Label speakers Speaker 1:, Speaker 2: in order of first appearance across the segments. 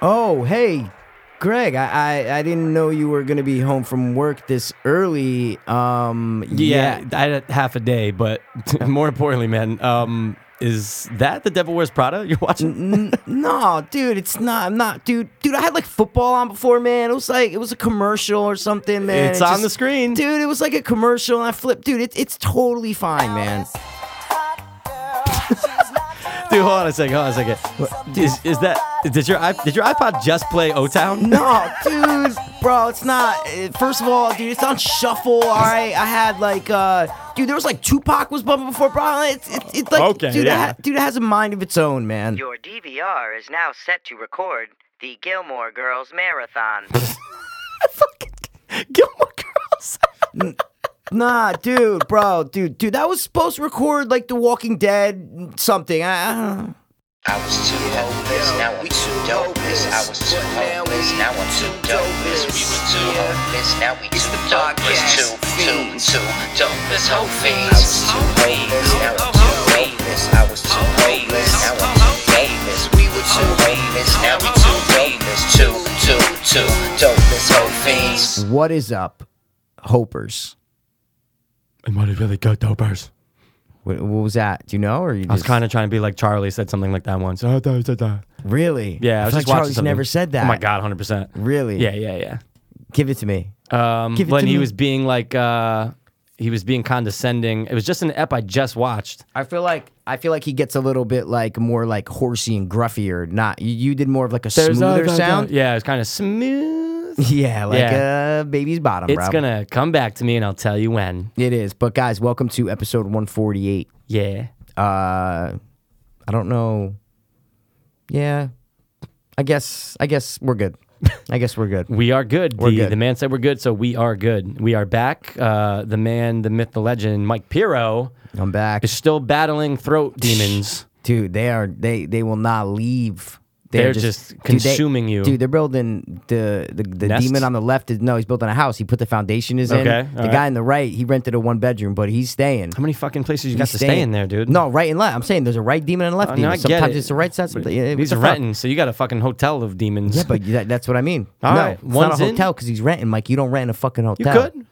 Speaker 1: Oh, hey, Greg, I, I, I didn't know you were gonna be home from work this early. Um,
Speaker 2: Yeah, I had half a day, but more importantly, man, um, is that the Devil Wears Prada you're watching?
Speaker 1: N- no, dude, it's not. I'm not, dude. Dude, I had like football on before, man. It was like it was a commercial or something, man.
Speaker 2: It's
Speaker 1: It
Speaker 2: on the screen.
Speaker 1: dude. It was like a commercial, and I flipped, dude. It, it's totally fine, man.
Speaker 2: Dude, hold on a second. Hold on a second. Is, is that did your iP- did your iPod just play O Town?
Speaker 1: No, dude, bro, it's not. eh, First of all, dude, it's on shuffle. All right, I had like, uh, dude, there was like Tupac was bumping before, bro. It's it's, it's like,
Speaker 2: Okay,
Speaker 1: dude, it
Speaker 2: yeah.
Speaker 1: ha- dude, it has a mind of its own, man.
Speaker 3: Your DVR is now set to record the Gilmore Girls Marathon.
Speaker 2: Gilmore Girls.
Speaker 1: Nah, dude, bro, dude, dude, that was supposed to record like The Walking Dead something. I, I don't know.
Speaker 4: I was too hopeless, now I'm too dopeless. I was too hopeless, now I'm too dopeless. We were too hopeless, now we too dopeless. Too, too, too dopeless. Hope fiends. I was too hopeless, now I'm too hopeless. I was too hopeless, now I'm too hopeless. We were too hopeless, now we too hopeless. Too, too, too dopeless. Hope fiends.
Speaker 1: What is up, Hopers?
Speaker 2: And what really good dopers?
Speaker 1: What, what was that? Do you know, or you just
Speaker 2: I was kind of trying to be like Charlie said something like that once. Oh, da, da, da.
Speaker 1: of really?
Speaker 2: Yeah, I was
Speaker 1: feel
Speaker 2: just
Speaker 1: like
Speaker 2: watching
Speaker 1: Charlie's
Speaker 2: something.
Speaker 1: never said that.
Speaker 2: Oh my god, hundred percent.
Speaker 1: really?
Speaker 2: Yeah, yeah,
Speaker 1: give it to me.
Speaker 2: yeah. Um,
Speaker 1: Give it
Speaker 2: when
Speaker 1: to
Speaker 2: he
Speaker 1: me.
Speaker 2: was being like, uh, he was being condescending. It was just an ep I just watched.
Speaker 1: I feel like I feel like he gets a little bit like more like horsey and gruffier. Not you, you did more of like a smoother sound.
Speaker 2: Yeah, it was kind of smooth.
Speaker 1: Yeah, like
Speaker 2: Yeah.
Speaker 1: a baby's bottom.
Speaker 2: It's
Speaker 1: bro.
Speaker 2: gonna come back to me, and I'll tell you when.
Speaker 1: It is. But guys, welcome to episode 148.
Speaker 2: Yeah.
Speaker 1: Uh, I don't know. Yeah, I guess I guess we're good. I guess we're good.
Speaker 2: We are good.
Speaker 1: We're
Speaker 2: the,
Speaker 1: good.
Speaker 2: the man said we're good, so we are good. We are back. Uh, the man, the myth, the legend, Mike Pirro
Speaker 1: I'm back.
Speaker 2: is still battling throat demons.
Speaker 1: dude they are they they will not leave They are
Speaker 2: They're just consuming
Speaker 1: dude, they,
Speaker 2: you.
Speaker 1: dude they're building the the, the
Speaker 2: Nests?
Speaker 1: demon on the left is no he's building a house he put the foundation is in
Speaker 2: Okay,
Speaker 1: the
Speaker 2: all
Speaker 1: guy
Speaker 2: right.
Speaker 1: on the right he rented a one bedroom but he's staying
Speaker 2: How many fucking places you got
Speaker 1: He's
Speaker 2: to stay in there, dude?
Speaker 1: No, right and left. I'm saying there's a right demon and a left
Speaker 2: I mean,
Speaker 1: demon.
Speaker 2: I get
Speaker 1: Sometimes
Speaker 2: it.
Speaker 1: it's the right side. Sometimes, yeah, what
Speaker 2: He's
Speaker 1: the fuck?
Speaker 2: renting, so you got a fucking hotel of demons.
Speaker 1: Yeah, but that, that's what I mean.
Speaker 2: All
Speaker 1: no,
Speaker 2: right,
Speaker 1: it's
Speaker 2: one's
Speaker 1: not a
Speaker 2: in.
Speaker 1: hotel because he's renting. Mike, you don't rent in a fucking
Speaker 2: you
Speaker 1: hotel.
Speaker 2: could.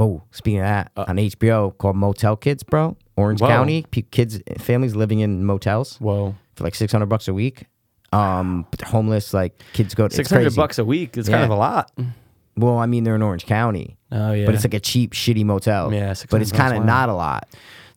Speaker 1: Oh, speaking of that, on HBO called Motel Kids, bro. Orange
Speaker 2: Uh, Whoa.
Speaker 1: County, pe- kids, families living in motels.
Speaker 2: Whoa,
Speaker 1: for like 600 bucks a week. Um, but they're homeless, like kids go to
Speaker 2: six hundred bucks a week. It's kind
Speaker 1: Yeah.
Speaker 2: of a lot.
Speaker 1: Well, I mean, they're in Orange County,
Speaker 2: Oh yeah,
Speaker 1: but it's like a cheap, shitty motel.
Speaker 2: Yeah,
Speaker 1: but it's
Speaker 2: 600 bucks,
Speaker 1: kind of
Speaker 2: wow.
Speaker 1: not a lot.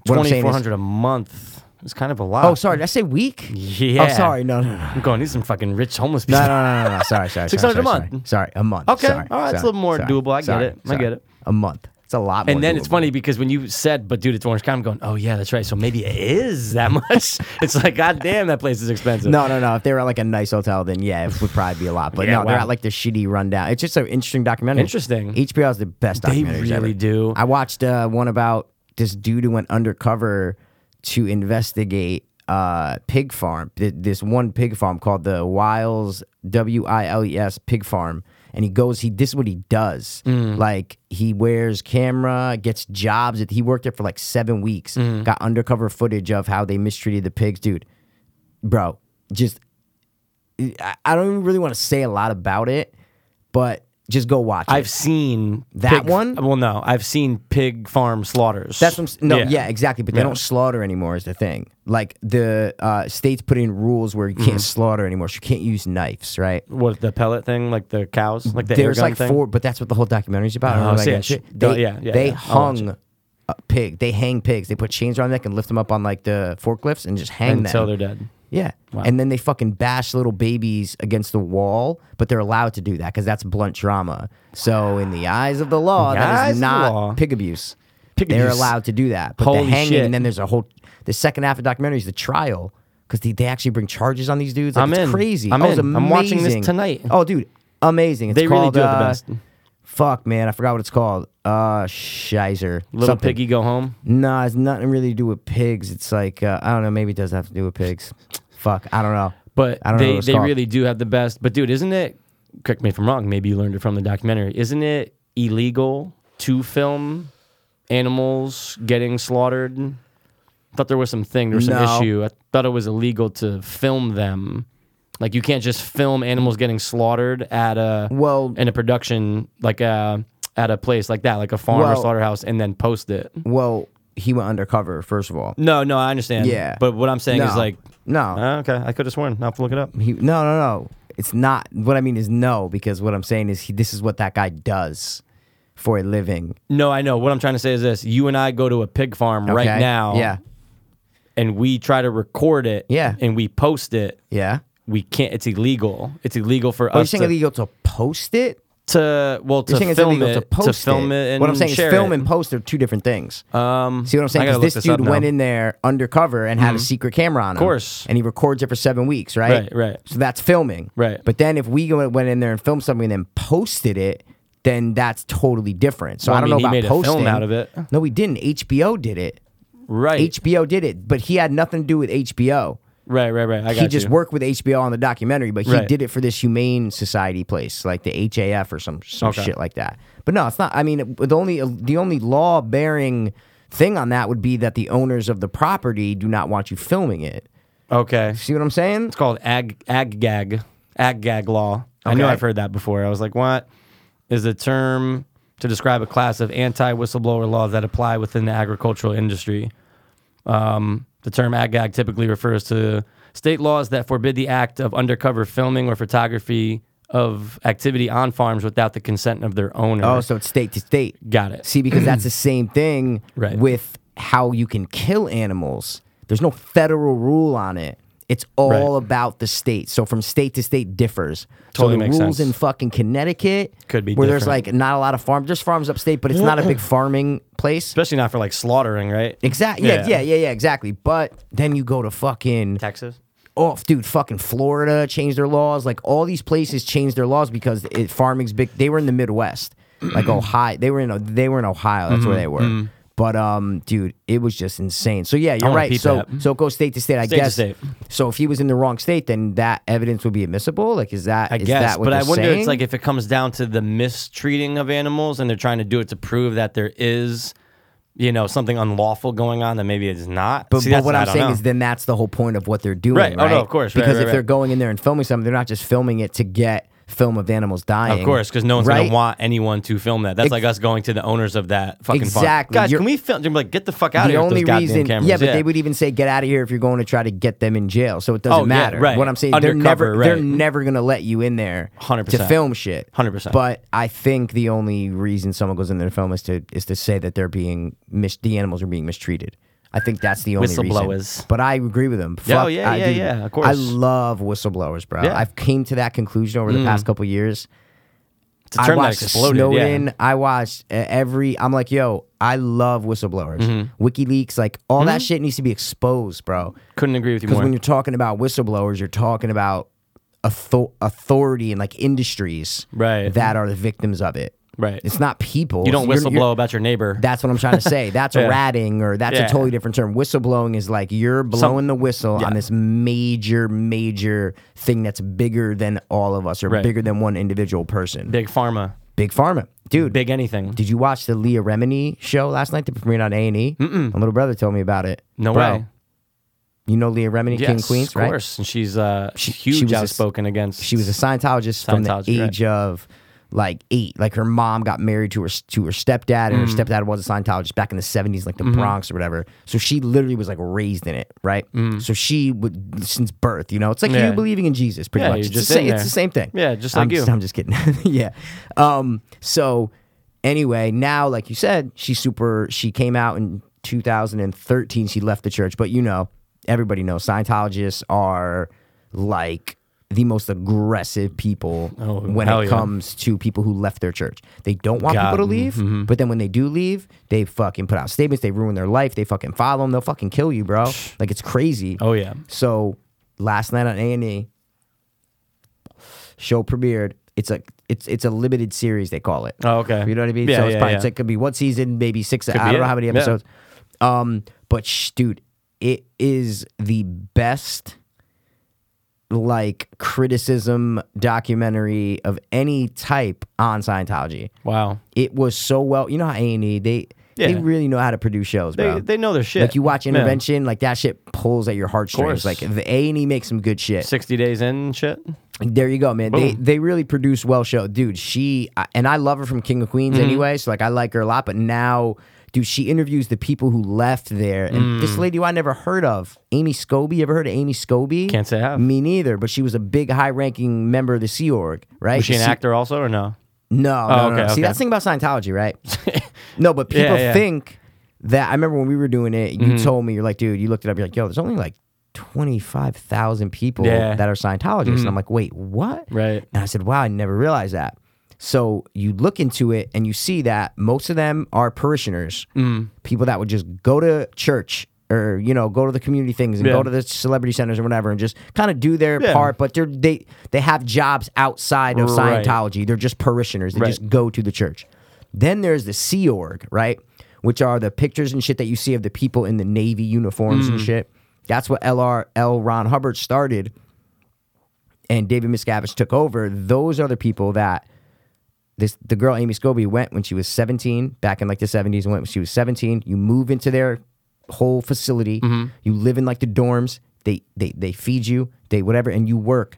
Speaker 1: What I'm
Speaker 2: twenty
Speaker 1: saying
Speaker 2: four
Speaker 1: is,
Speaker 2: hundred a month. It's kind of a lot.
Speaker 1: oh, sorry, did I say week?
Speaker 2: Yeah.
Speaker 1: Oh, sorry, no, no, no,
Speaker 2: I'm going. These some fucking rich homeless
Speaker 1: no,
Speaker 2: people.
Speaker 1: no, no, no, no. sorry, sorry,
Speaker 2: 600 a
Speaker 1: sorry, sorry,
Speaker 2: month.
Speaker 1: Sorry, a month.
Speaker 2: Okay,
Speaker 1: sorry,
Speaker 2: all right, it's a
Speaker 1: sorry,
Speaker 2: little more
Speaker 1: sorry,
Speaker 2: doable. I get
Speaker 1: sorry,
Speaker 2: it. I get
Speaker 1: sorry.
Speaker 2: it.
Speaker 1: A month. It's a lot. more
Speaker 2: And then it's
Speaker 1: doable.
Speaker 2: funny because when you said, but dude, it's Orange County, I'm going, oh, yeah, that's right. So maybe it is that much. it's like, God damn, that place is expensive.
Speaker 1: No, no, no. If they were at like a nice hotel, then yeah, it would probably be a lot. But
Speaker 2: Yeah,
Speaker 1: no, they're
Speaker 2: wow.
Speaker 1: at like the shitty rundown. It's just an interesting documentary.
Speaker 2: Interesting.
Speaker 1: HBO has the best
Speaker 2: They
Speaker 1: documentaries.
Speaker 2: really
Speaker 1: ever.
Speaker 2: do.
Speaker 1: I watched uh, one about this dude who went undercover to investigate uh, pig farm. Th- this one pig farm called the Wiles W I L E S pig farm. And he goes. He this is what he does.
Speaker 2: Mm.
Speaker 1: Like he wears camera, gets jobs. He worked there for like seven weeks.
Speaker 2: Mm.
Speaker 1: Got undercover footage of how they mistreated the pigs, dude bro, just I I don't even really want to say a lot about it, but just go watch it.
Speaker 2: I've seen
Speaker 1: That
Speaker 2: pig-
Speaker 1: one?
Speaker 2: Well, no, I've seen pig farm slaughters.
Speaker 1: That's what I'm, s- no, yeah. exactly. But they don't slaughter anymore is the thing. Like the uh, states put in rules where you
Speaker 2: Mm-hmm.
Speaker 1: can't slaughter anymore. So you can't use knives, right?
Speaker 2: What the pellet thing, like the cows, like the air
Speaker 1: There's
Speaker 2: gun
Speaker 1: like
Speaker 2: thing.
Speaker 1: four, but that's what the whole documentary's about. I don't
Speaker 2: Oh,
Speaker 1: know about
Speaker 2: see,
Speaker 1: that
Speaker 2: I sh-
Speaker 1: shit.
Speaker 2: don't-
Speaker 1: They,
Speaker 2: yeah, yeah,
Speaker 1: they
Speaker 2: yeah. I'll watch
Speaker 1: hung a pig. They hang pigs. They put chains around their neck and lift them up on like the forklifts and just hang
Speaker 2: until
Speaker 1: them
Speaker 2: they're dead.
Speaker 1: Yeah. And then they fucking bash little babies against the wall, but they're allowed to do that because that's blunt trauma. So, in the eyes of the law,
Speaker 2: In the
Speaker 1: that
Speaker 2: eyes
Speaker 1: is
Speaker 2: of the law.
Speaker 1: not pig abuse.
Speaker 2: Pig
Speaker 1: they're
Speaker 2: abuse.
Speaker 1: allowed to do that. But the
Speaker 2: Holy
Speaker 1: hanging,
Speaker 2: shit.
Speaker 1: and then there's a whole, the second half of the documentary is the trial because they, they actually bring charges on these dudes. Like,
Speaker 2: I'm
Speaker 1: it's
Speaker 2: in.
Speaker 1: crazy.
Speaker 2: I'm
Speaker 1: Oh, it's
Speaker 2: in. I'm watching this
Speaker 1: amazing.
Speaker 2: tonight.
Speaker 1: Oh, dude. Amazing. It's
Speaker 2: They really
Speaker 1: called,
Speaker 2: do have
Speaker 1: uh,
Speaker 2: the best.
Speaker 1: Fuck, man. I forgot what it's called. Uh, Shizer.
Speaker 2: Little
Speaker 1: Something.
Speaker 2: piggy go home.
Speaker 1: Nah, it's nothing really to do with pigs. It's like uh, I don't know. Maybe it does have to do with pigs. Fuck, I don't know.
Speaker 2: But
Speaker 1: I don't know.
Speaker 2: they,
Speaker 1: what it's
Speaker 2: they
Speaker 1: called.
Speaker 2: really do have the best. But dude, isn't it? Correct me if I'm wrong. Maybe you learned it from the documentary. Isn't it illegal to film animals getting slaughtered? I thought there was some thing. There was some
Speaker 1: No.
Speaker 2: issue. I thought it was illegal to film them Like you can't just film animals getting slaughtered at a
Speaker 1: Well-
Speaker 2: in a production like uh at a place like that, like a farm or
Speaker 1: Well-
Speaker 2: slaughterhouse, and then post it.
Speaker 1: Well, he went undercover first of all.
Speaker 2: No, no, I understand.
Speaker 1: Yeah.
Speaker 2: but what I'm saying
Speaker 1: no,
Speaker 2: is like,
Speaker 1: no,
Speaker 2: oh, okay, I could have sworn. Now I have to look it up.
Speaker 1: he, no, no, no. It's not. What I mean is no, because what I'm saying is he. This is what that guy does for a living.
Speaker 2: No, I know. What I'm trying to say is this: you and I go to a pig farm right
Speaker 1: okay?
Speaker 2: now,
Speaker 1: Yeah.
Speaker 2: and we try to record it,
Speaker 1: Yeah.
Speaker 2: and we post it.
Speaker 1: Yeah.
Speaker 2: We can't. It's illegal. It's illegal for
Speaker 1: Are you
Speaker 2: us
Speaker 1: saying
Speaker 2: to,
Speaker 1: illegal to post it?
Speaker 2: to well to
Speaker 1: You're saying
Speaker 2: film
Speaker 1: it's illegal
Speaker 2: it
Speaker 1: to post
Speaker 2: film it. And
Speaker 1: what I'm saying is
Speaker 2: share
Speaker 1: film
Speaker 2: it.
Speaker 1: and post are two different things.
Speaker 2: Um,
Speaker 1: See what I'm saying?
Speaker 2: I gotta
Speaker 1: 'Cause
Speaker 2: look
Speaker 1: this,
Speaker 2: up
Speaker 1: dude went
Speaker 2: now. Mm-hmm.
Speaker 1: in there undercover and had a secret camera on him. Of
Speaker 2: course.
Speaker 1: And he records it for seven weeks, right?
Speaker 2: Right, right.
Speaker 1: So that's filming.
Speaker 2: Right.
Speaker 1: But then if we go, went in there and filmed something and then posted it, then that's totally different. So
Speaker 2: Well, I
Speaker 1: I don't
Speaker 2: mean, he
Speaker 1: know about
Speaker 2: made a film
Speaker 1: posting.
Speaker 2: out of it.
Speaker 1: No, we didn't. HBO did it.
Speaker 2: Right,
Speaker 1: HBO did it, but he had nothing to do with HBO.
Speaker 2: right, right, right. I got
Speaker 1: He just
Speaker 2: you.
Speaker 1: worked with HBO on the documentary, but he
Speaker 2: Right.
Speaker 1: did it for this humane society place, like the HAF or some some
Speaker 2: Okay.
Speaker 1: shit like that. But no, it's not. I mean, the only the only law bearing thing on that would be that the owners of the property do not want you filming it.
Speaker 2: Okay,
Speaker 1: See what I'm saying?
Speaker 2: It's called ag ag gag ag gag law. I know
Speaker 1: Okay.
Speaker 2: I've heard that before. I was like, what is the term to describe a class of anti whistleblower laws that apply within the agricultural industry? Um, the term ag gag typically refers to state laws that forbid the act of undercover filming or photography of activity on farms without the consent of their owner.
Speaker 1: Oh, so it's state to state.
Speaker 2: got it.
Speaker 1: See, because that's the same thing
Speaker 2: Right.
Speaker 1: with how you can kill animals. There's no federal rule on it. It's all
Speaker 2: Right.
Speaker 1: about the state. So from state to state differs.
Speaker 2: Totally
Speaker 1: so the
Speaker 2: makes
Speaker 1: rules
Speaker 2: sense.
Speaker 1: in fucking Connecticut
Speaker 2: Could be
Speaker 1: where
Speaker 2: different.
Speaker 1: there's like not a lot of farm, just farms upstate, but it's not a big farming place.
Speaker 2: Especially not for like slaughtering, right?
Speaker 1: Exactly. Yeah, yeah, yeah, yeah, exactly. But then you go to fucking
Speaker 2: Texas.
Speaker 1: oh, dude, fucking Florida changed their laws. Like all these places changed their laws because it, farming's big. They were in the Midwest, like
Speaker 2: Mm-hmm.
Speaker 1: Ohio. They were in they were in Ohio. That's where they were. But um, dude, it was just insane. So yeah, you're
Speaker 2: wanna
Speaker 1: right.
Speaker 2: peep
Speaker 1: So
Speaker 2: that.
Speaker 1: so it goes state to state. I
Speaker 2: State to
Speaker 1: guess.
Speaker 2: state.
Speaker 1: So if he was in the wrong state, then that evidence would be admissible. Like is that
Speaker 2: I
Speaker 1: is
Speaker 2: guess,
Speaker 1: that what
Speaker 2: but I
Speaker 1: they're
Speaker 2: wonder. It's
Speaker 1: saying?
Speaker 2: like if it comes down to the mistreating of animals, and they're trying to do it to prove that there is, you know, something unlawful going on that maybe it's not.
Speaker 1: But,
Speaker 2: See,
Speaker 1: but
Speaker 2: that's-
Speaker 1: what
Speaker 2: I
Speaker 1: I'm
Speaker 2: don't
Speaker 1: saying
Speaker 2: know.
Speaker 1: is, then that's the whole point of what they're doing,
Speaker 2: Right.
Speaker 1: right?
Speaker 2: Oh, no, of course. Right,
Speaker 1: Because
Speaker 2: right,
Speaker 1: if they're
Speaker 2: right.
Speaker 1: going in there and filming something, they're not just filming it to get film of animals dying.
Speaker 2: of course, because no one's
Speaker 1: right?
Speaker 2: gonna want anyone to film that. That's
Speaker 1: Ex-
Speaker 2: like us going to the owners of that fucking
Speaker 1: Exactly.
Speaker 2: farm. Guys,
Speaker 1: You're-
Speaker 2: can we film? They're like, get the fuck
Speaker 1: the
Speaker 2: out of here
Speaker 1: only
Speaker 2: with those
Speaker 1: reason,
Speaker 2: goddamn cameras.
Speaker 1: yeah, but they would even say, "Get out of here" if you're going to try to get them in jail. So it doesn't
Speaker 2: Oh, yeah,
Speaker 1: matter.
Speaker 2: right.
Speaker 1: What I'm saying,
Speaker 2: Undercover,
Speaker 1: they're never, they're
Speaker 2: right.
Speaker 1: never going to let you in there
Speaker 2: 100%.
Speaker 1: to film shit.
Speaker 2: 100%.
Speaker 1: But I think the only reason someone goes in there to film is to is to say that they're being mis- the animals are being mistreated. I think that's the only reason.
Speaker 2: Whistleblowers.
Speaker 1: But I agree with them.
Speaker 2: Yeah,
Speaker 1: Fuck,
Speaker 2: oh, yeah,
Speaker 1: I,
Speaker 2: yeah,
Speaker 1: dude,
Speaker 2: yeah, of course.
Speaker 1: I love whistleblowers, bro.
Speaker 2: Yeah. Mm-hmm.
Speaker 1: I've came to that conclusion over the past couple years.
Speaker 2: It's a term
Speaker 1: I
Speaker 2: that
Speaker 1: watched
Speaker 2: exploded, yeah.
Speaker 1: Snowden. I watched uh, every. I'm like, yo, I love whistleblowers.
Speaker 2: Mm-hmm.
Speaker 1: WikiLeaks, like all that shit needs to be exposed, bro.
Speaker 2: Couldn't agree with you
Speaker 1: Because
Speaker 2: more.
Speaker 1: when you're talking about whistleblowers, you're talking about author- authority and like industries
Speaker 2: Right.
Speaker 1: that are the victims of it.
Speaker 2: Right.
Speaker 1: It's not people.
Speaker 2: you don't
Speaker 1: You're-
Speaker 2: whistle
Speaker 1: you're-
Speaker 2: blow about your neighbor.
Speaker 1: that's what I'm trying to say. That's
Speaker 2: Yeah.
Speaker 1: ratting, or that's
Speaker 2: Yeah.
Speaker 1: a totally different term. Whistleblowing is like you're blowing the whistle on this major, major thing that's bigger than all of us, or
Speaker 2: Right.
Speaker 1: bigger than one individual person.
Speaker 2: big pharma,
Speaker 1: Big Pharma, dude.
Speaker 2: big anything.
Speaker 1: Did you watch the Leah Remini show last night that premiered on A and E? My little brother told me about it.
Speaker 2: No
Speaker 1: Bro,
Speaker 2: way.
Speaker 1: You know Leah Remini,
Speaker 2: Yes,
Speaker 1: King of Queens,
Speaker 2: of
Speaker 1: right?
Speaker 2: course. And she's uh, huge,
Speaker 1: she was a s-
Speaker 2: outspoken against.
Speaker 1: She was a Scientologist from the
Speaker 2: Scientology, right.
Speaker 1: age of like eight. Like her mom got married to her to her stepdad, and
Speaker 2: Mm.
Speaker 1: her stepdad was a Scientologist back in the seventies, like the
Speaker 2: Mm-hmm.
Speaker 1: Bronx or whatever. So she literally was like raised in it, right? So she would since birth, you know, it's like
Speaker 2: Mm. Yeah.
Speaker 1: you believing in Jesus, pretty
Speaker 2: Yeah,
Speaker 1: much.
Speaker 2: you're
Speaker 1: It's,
Speaker 2: just
Speaker 1: the, same,
Speaker 2: in
Speaker 1: it's
Speaker 2: there.
Speaker 1: the same thing.
Speaker 2: Yeah, just
Speaker 1: I'm
Speaker 2: like you.
Speaker 1: I'm just kidding. yeah. Um. So anyway, now like you said, she super. She came out in 2013. She left the church, but you know, everybody knows Scientologists are like the most aggressive people
Speaker 2: Oh,
Speaker 1: when
Speaker 2: hell
Speaker 1: it
Speaker 2: yeah.
Speaker 1: comes to people who left their church. They don't want
Speaker 2: God,
Speaker 1: people to leave,
Speaker 2: Mm-hmm.
Speaker 1: but then when they do leave, they fucking put out statements. They ruin their life. They fucking follow them. They'll fucking kill you, bro. Like it's crazy.
Speaker 2: oh yeah.
Speaker 1: So last night on A and E, show premiered. It's a it's it's a limited series they call it.
Speaker 2: Oh okay.
Speaker 1: You know what I mean?
Speaker 2: Yeah,
Speaker 1: so it's
Speaker 2: yeah,
Speaker 1: probably
Speaker 2: yeah.
Speaker 1: it's, it could be one season, maybe six.
Speaker 2: be
Speaker 1: I don't
Speaker 2: it.
Speaker 1: know how many
Speaker 2: Yeah.
Speaker 1: episodes. Um, but sh- dude, it is the best like criticism documentary of any type on Scientology
Speaker 2: wow.
Speaker 1: it was so well. You know how A and E they They
Speaker 2: Yeah.
Speaker 1: really know how to produce shows,
Speaker 2: They,
Speaker 1: bro.
Speaker 2: they know their shit.
Speaker 1: Like you watch
Speaker 2: Yeah.
Speaker 1: Intervention, like that shit pulls at your
Speaker 2: course.
Speaker 1: heartstrings. Like the A and E makes some good shit.
Speaker 2: sixty days in and shit.
Speaker 1: There you go, man. They
Speaker 2: Boom.
Speaker 1: they really produce well show, dude. She I- and I love her from King of Queens
Speaker 2: Mm-hmm.
Speaker 1: anyway, so like I like her a lot. But now, dude, she interviews the people who left there, and
Speaker 2: Mm.
Speaker 1: this lady who I never heard of, Amy Scobie. You ever heard of Amy Scobie?
Speaker 2: Can't say I have.
Speaker 1: Me neither. But she was a big, high-ranking member of the Sea Org, right?
Speaker 2: Was she an
Speaker 1: The Sea-
Speaker 2: actor also or no?
Speaker 1: No,
Speaker 2: Oh,
Speaker 1: no, no,
Speaker 2: okay,
Speaker 1: no. See,
Speaker 2: okay.
Speaker 1: that's the thing about Scientology, right? no, but people
Speaker 2: Yeah, yeah. Mm-hmm.
Speaker 1: think that. I remember when we were doing it, you told me, you're like, dude, you looked it up, you're like, yo, there's only like 25,000 people
Speaker 2: Yeah. Mm-hmm.
Speaker 1: that are Scientologists. And I'm like, wait, what?
Speaker 2: Right.
Speaker 1: And I said, wow, I never realized that. So you look into it and you see that most of them are parishioners,
Speaker 2: Mm.
Speaker 1: people that would just go to church or you know go to the community things and
Speaker 2: Yeah.
Speaker 1: go to the celebrity centers or whatever and just kind of do their
Speaker 2: Yeah.
Speaker 1: part but they're they they have jobs outside of
Speaker 2: Right.
Speaker 1: scientology they're just parishioners they
Speaker 2: Right.
Speaker 1: just go to the church then there's the sea org right which are the pictures and shit that you see of the people in the navy uniforms
Speaker 2: Mm.
Speaker 1: and shit that's what lr l ron hubbard started and David Miscavige took over, those are the people that this the girl Amy Scobie went when she was 17, back in like the 70s, went when she was 17. You move into their whole facility,
Speaker 2: Mm-hmm.
Speaker 1: you live in like the dorms, they they they feed you, they whatever, and you work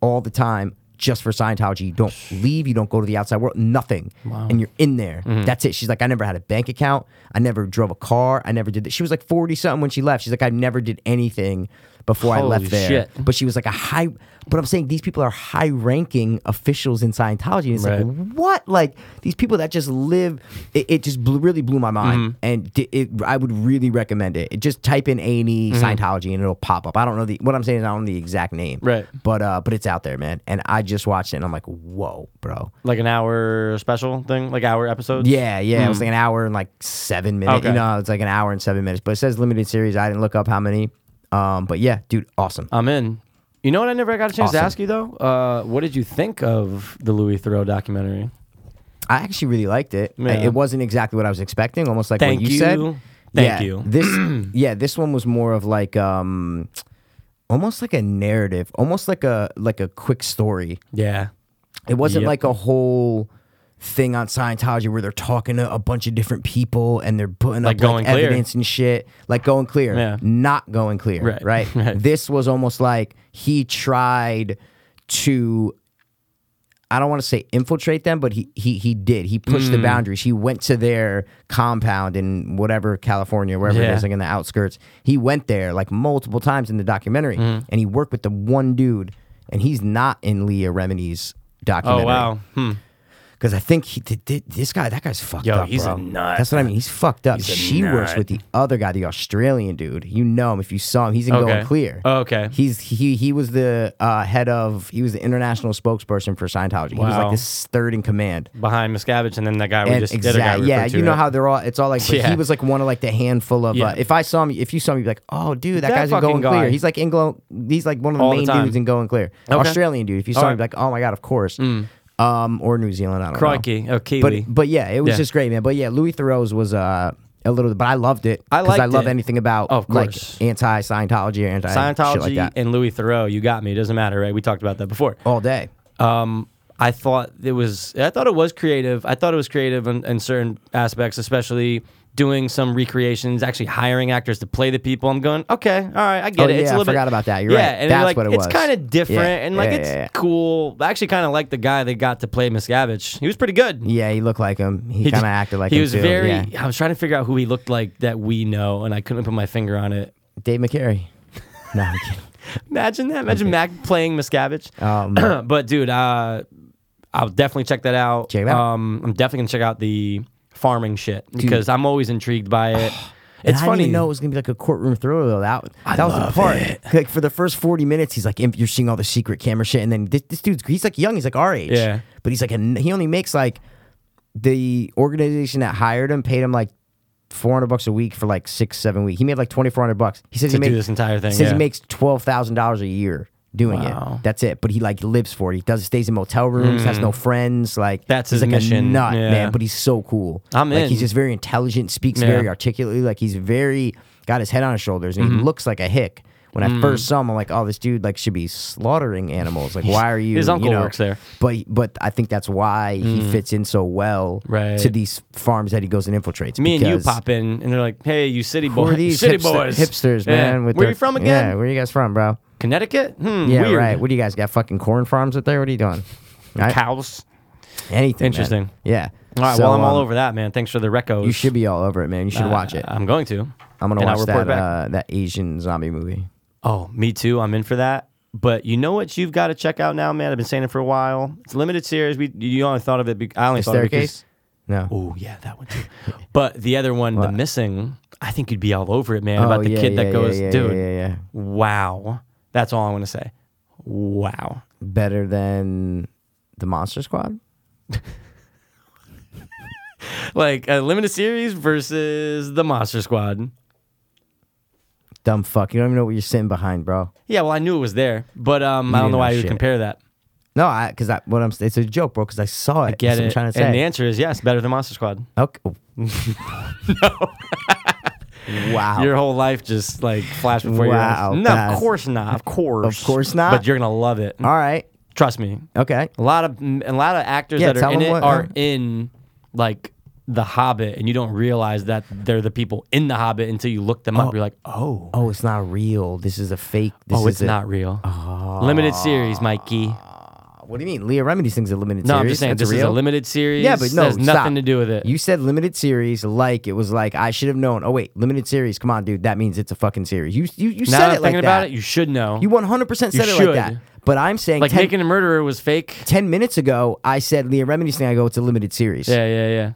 Speaker 1: all the time just for Scientology. You don't leave, you don't go to the outside world, nothing. And you're in there.
Speaker 2: Mm-hmm.
Speaker 1: That's it. She's like, I never had a bank account. I never drove a car. I never did that. She was like 40 something when she left. She's like, I never did anything before I
Speaker 2: Holy
Speaker 1: left there
Speaker 2: shit.
Speaker 1: but she was like a high but i'm saying these people are high ranking officials in scientology and it's
Speaker 2: Right.
Speaker 1: like what like these people that just live it, it just blew, really blew my
Speaker 2: Mm-hmm.
Speaker 1: mind and di- it, i would really recommend it. It- just type in a&e
Speaker 2: Mm-hmm.
Speaker 1: scientology and it'll pop up i don't know the what i'm saying is i don't know the exact name
Speaker 2: Right.
Speaker 1: but uh but it's out there man and i just watched it and i'm like whoa bro
Speaker 2: Like an hour special thing, like hour episodes.
Speaker 1: yeah, yeah. It was like an hour and like seven minutes.
Speaker 2: Okay.
Speaker 1: You know, it's like an hour and seven minutes. But it says limited series. I didn't look up how many. Um, but yeah, dude, awesome.
Speaker 2: I'm in. You know what? I never got a chance
Speaker 1: Awesome.
Speaker 2: to
Speaker 1: ask
Speaker 2: ask you though. Uh, what did you think of the Louis Theroux documentary?
Speaker 1: I actually really liked it.
Speaker 2: Yeah.
Speaker 1: It wasn't exactly what I was expecting. Almost like
Speaker 2: Thank
Speaker 1: what you,
Speaker 2: you.
Speaker 1: said. Yeah,
Speaker 2: Thank you.
Speaker 1: This, yeah, this one was more of like, um, almost like a narrative, almost like a like a quick story.
Speaker 2: Yeah.
Speaker 1: It wasn't
Speaker 2: Yep.
Speaker 1: like a whole thing on Scientology where they're talking to a bunch of different people and they're putting
Speaker 2: Like
Speaker 1: up
Speaker 2: Going
Speaker 1: like
Speaker 2: Clear.
Speaker 1: evidence and shit. Like going clear,
Speaker 2: Yeah.
Speaker 1: not going clear,
Speaker 2: Right,
Speaker 1: right?
Speaker 2: right.
Speaker 1: This was almost like he tried to. I don't want to say infiltrate them, but he he he did. He pushed
Speaker 2: Hmm.
Speaker 1: the boundaries. He went to their compound in whatever California, wherever
Speaker 2: Yeah.
Speaker 1: it is, like in the outskirts. He went there like multiple times in the documentary,
Speaker 2: Hmm.
Speaker 1: and he worked with the one dude, and he's not in Leah Remini's
Speaker 2: Oh
Speaker 1: documentary.
Speaker 2: wow. Hmm.
Speaker 1: Because I think he did, did- this guy. That guy's fucked
Speaker 2: Yo,
Speaker 1: up.
Speaker 2: he's a
Speaker 1: bro.
Speaker 2: nut.
Speaker 1: That's what I mean. He's fucked up.
Speaker 2: a
Speaker 1: she works
Speaker 2: nut.
Speaker 1: with the other guy, the Australian dude. You know him if you saw him. He's in
Speaker 2: Okay.
Speaker 1: Going Clear.
Speaker 2: Oh, okay.
Speaker 1: He's he he was the uh, head of. He was the international spokesperson for Scientology. He was
Speaker 2: Wow.
Speaker 1: like this third in command.
Speaker 2: Behind Miscavige and then that guy we
Speaker 1: And
Speaker 2: just did a guy
Speaker 1: exact, yeah,
Speaker 2: referred to,
Speaker 1: you know
Speaker 2: right?
Speaker 1: how they're all. It's all like. but
Speaker 2: Yeah.
Speaker 1: He was like one of like the handful of.
Speaker 2: Yeah.
Speaker 1: Uh, if I saw him, if you saw him, you'd be like, oh, dude, that,
Speaker 2: That
Speaker 1: guy's in
Speaker 2: fucking
Speaker 1: Going
Speaker 2: guy.
Speaker 1: Clear. He's like in Glow. He's like one of the
Speaker 2: All the
Speaker 1: main
Speaker 2: time.
Speaker 1: dudes in Going Clear. Australian dude. If you saw
Speaker 2: All
Speaker 1: him, you'd be
Speaker 2: right. Hmm.
Speaker 1: like, oh my god, of course. Um, or New Zealand. I don't know.
Speaker 2: Crikey, oh Kiwi.
Speaker 1: But but yeah, it was
Speaker 2: Yeah.
Speaker 1: just great, man. But yeah, Louis Theroux's was uh, a little, but I loved it.
Speaker 2: I
Speaker 1: 'cause I
Speaker 2: liked
Speaker 1: love
Speaker 2: it.
Speaker 1: anything about
Speaker 2: Of
Speaker 1: like
Speaker 2: course.
Speaker 1: anti Scientology or anti
Speaker 2: Scientology
Speaker 1: shit like that.
Speaker 2: and Louis Theroux, you got me. It doesn't matter, right? We talked about that before.
Speaker 1: all day.
Speaker 2: Um, I thought it was, I thought it was creative. I thought it was creative in, in certain aspects, especially doing some recreations, actually hiring actors to play the people. I'm going, okay, all right, I get
Speaker 1: Oh,
Speaker 2: it. it's
Speaker 1: yeah,
Speaker 2: a
Speaker 1: I
Speaker 2: little bit-
Speaker 1: forgot about that. You're
Speaker 2: yeah,
Speaker 1: right.
Speaker 2: and
Speaker 1: That's
Speaker 2: like,
Speaker 1: what it
Speaker 2: It's
Speaker 1: was.
Speaker 2: kind of different,
Speaker 1: Yeah,
Speaker 2: and like
Speaker 1: yeah,
Speaker 2: it's
Speaker 1: yeah, yeah.
Speaker 2: cool. I actually kind of like the guy that got to play Miscavige. He was pretty good.
Speaker 1: Yeah, he looked like him. He, kind
Speaker 2: just-
Speaker 1: of acted like
Speaker 2: he
Speaker 1: him
Speaker 2: was
Speaker 1: too.
Speaker 2: very.
Speaker 1: yeah.
Speaker 2: I was trying to figure out who he looked like that we know, and I couldn't put my finger on it.
Speaker 1: Dave McCary. no, I'm kidding.
Speaker 2: Imagine that. Imagine Mac playing Miscavige.
Speaker 1: Um,
Speaker 2: but dude, uh, I'll definitely check that out.
Speaker 1: Check it out.
Speaker 2: Um, I'm definitely gonna check out the farming shit because I'm always intrigued by it.
Speaker 1: And
Speaker 2: it's
Speaker 1: I
Speaker 2: funny.
Speaker 1: didn't even know it was gonna be like a courtroom thriller. Though. That that was the part. Like for the first forty minutes, he's like, "You're seeing all the secret camera shit," and then this, this dude's he's like young, he's like our age,
Speaker 2: Yeah.
Speaker 1: But he's like, a, he only makes like the organization that hired him paid him like four hundred bucks a week for like six, seven weeks. He made like twenty four hundred bucks. He says
Speaker 2: To
Speaker 1: he
Speaker 2: do
Speaker 1: makes
Speaker 2: this entire thing,
Speaker 1: Says
Speaker 2: yeah.
Speaker 1: he makes twelve thousand dollars a year doing
Speaker 2: Wow. Mm.
Speaker 1: it. That's it. But he like lives for it. He does stays in motel rooms, has no friends. Like
Speaker 2: That's
Speaker 1: he's
Speaker 2: his
Speaker 1: like
Speaker 2: mission.
Speaker 1: a nut,
Speaker 2: Yeah.
Speaker 1: man. But he's so cool.
Speaker 2: I'm
Speaker 1: like,
Speaker 2: in.
Speaker 1: He's just very intelligent, speaks
Speaker 2: Yeah. Mm-hmm.
Speaker 1: very articulately. Like he's very got his head on his shoulders, and he looks like a hick. when
Speaker 2: Mm.
Speaker 1: I first saw him, I'm like, oh, this dude like should be slaughtering animals. Like, why are you?
Speaker 2: His
Speaker 1: you
Speaker 2: uncle
Speaker 1: know?
Speaker 2: works there. Mm.
Speaker 1: but but I think that's why he fits in so well
Speaker 2: Right.
Speaker 1: to these farms that he goes and infiltrates.
Speaker 2: Me and you
Speaker 1: because-
Speaker 2: pop in, and they're like, "Hey, you city
Speaker 1: Who
Speaker 2: boys,
Speaker 1: are these
Speaker 2: city
Speaker 1: hipster-
Speaker 2: boys,
Speaker 1: hipsters,
Speaker 2: Yeah.
Speaker 1: man? With
Speaker 2: Where
Speaker 1: their-
Speaker 2: you from
Speaker 1: Yeah,
Speaker 2: again?
Speaker 1: where you guys from, bro?
Speaker 2: Connecticut? Hmm,
Speaker 1: Yeah,
Speaker 2: weird.
Speaker 1: right. What do you guys got? Fucking corn farms up there? What are you doing? I-
Speaker 2: Cows.
Speaker 1: anything. man.
Speaker 2: Interesting.
Speaker 1: Yeah.
Speaker 2: All right.
Speaker 1: So,
Speaker 2: well, I'm all
Speaker 1: um,
Speaker 2: over that, man. Thanks for the recos. Uh,
Speaker 1: You should be all over it, man. You should watch it.
Speaker 2: I'm going to.
Speaker 1: I'm gonna
Speaker 2: and I'll
Speaker 1: watch
Speaker 2: report
Speaker 1: that
Speaker 2: back.
Speaker 1: uh, that Asian zombie movie.
Speaker 2: Oh, me too. I'm in for that. But you know what? You've got to check out now, man. I've been saying it for a while. It's a limited series. We you only thought of it. Be- I only
Speaker 1: The
Speaker 2: thought of it because-
Speaker 1: staircase. No.
Speaker 2: Oh yeah, that one too. but the other one, the
Speaker 1: What?
Speaker 2: missing. I think you'd be all over it, man.
Speaker 1: Oh,
Speaker 2: about the
Speaker 1: yeah,
Speaker 2: kid that
Speaker 1: yeah,
Speaker 2: goes,
Speaker 1: yeah, yeah,
Speaker 2: dude.
Speaker 1: Yeah, yeah, yeah.
Speaker 2: Wow. That's all I want to say. Wow.
Speaker 1: Better than the Monster Squad.
Speaker 2: Like a limited series versus the Monster Squad.
Speaker 1: Dumb fuck. You don't even know what you're sitting behind, bro.
Speaker 2: Yeah, well, I knew it was there, but um, I don't
Speaker 1: didn't
Speaker 2: know
Speaker 1: know
Speaker 2: why you would
Speaker 1: shit.
Speaker 2: compare that.
Speaker 1: No, I because I what I'm it's a joke, bro. Because I saw it. That's
Speaker 2: Get
Speaker 1: what
Speaker 2: it?
Speaker 1: I'm trying to
Speaker 2: And the
Speaker 1: say.
Speaker 2: answer is yes, better than Monster Squad.
Speaker 1: okay. no. wow.
Speaker 2: Your whole life just like flashed
Speaker 1: Wow,
Speaker 2: before your eyes. No, of
Speaker 1: guys.
Speaker 2: course not. Of course,
Speaker 1: Of course not.
Speaker 2: But you're gonna love it.
Speaker 1: All right.
Speaker 2: Trust me.
Speaker 1: Okay.
Speaker 2: A lot of a lot of actors
Speaker 1: Yeah,
Speaker 2: that are
Speaker 1: tell
Speaker 2: in
Speaker 1: them
Speaker 2: it
Speaker 1: what-
Speaker 2: are in like The Hobbit, and you don't realize that they're the people in The Hobbit until you look them up. You're like, oh,
Speaker 1: Oh, it's not real. This is a fake. This is
Speaker 2: oh,
Speaker 1: Ah.
Speaker 2: it's
Speaker 1: a-
Speaker 2: not real. Limited series, Mikey.
Speaker 1: What do you mean? Leah Remedies things a limited series.
Speaker 2: No, I'm just saying
Speaker 1: That's
Speaker 2: this is a
Speaker 1: real?
Speaker 2: limited series.
Speaker 1: Yeah, but no,
Speaker 2: it has
Speaker 1: stop.
Speaker 2: nothing to do with it.
Speaker 1: You said limited series, like it was like I should have known. Oh wait, limited series. Come on, dude, that means it's a fucking series. You you, you
Speaker 2: now that
Speaker 1: said it
Speaker 2: I'm
Speaker 1: like
Speaker 2: thinking
Speaker 1: that.
Speaker 2: about it, you should know.
Speaker 1: you 100 percent
Speaker 2: You
Speaker 1: said it like that.
Speaker 2: should.
Speaker 1: But I'm saying
Speaker 2: like
Speaker 1: 10,
Speaker 2: Making a Murderer was fake.
Speaker 1: 10 minutes ago, I said Leah Remedies thing. I go, it's a limited series.
Speaker 2: Yeah, yeah, yeah.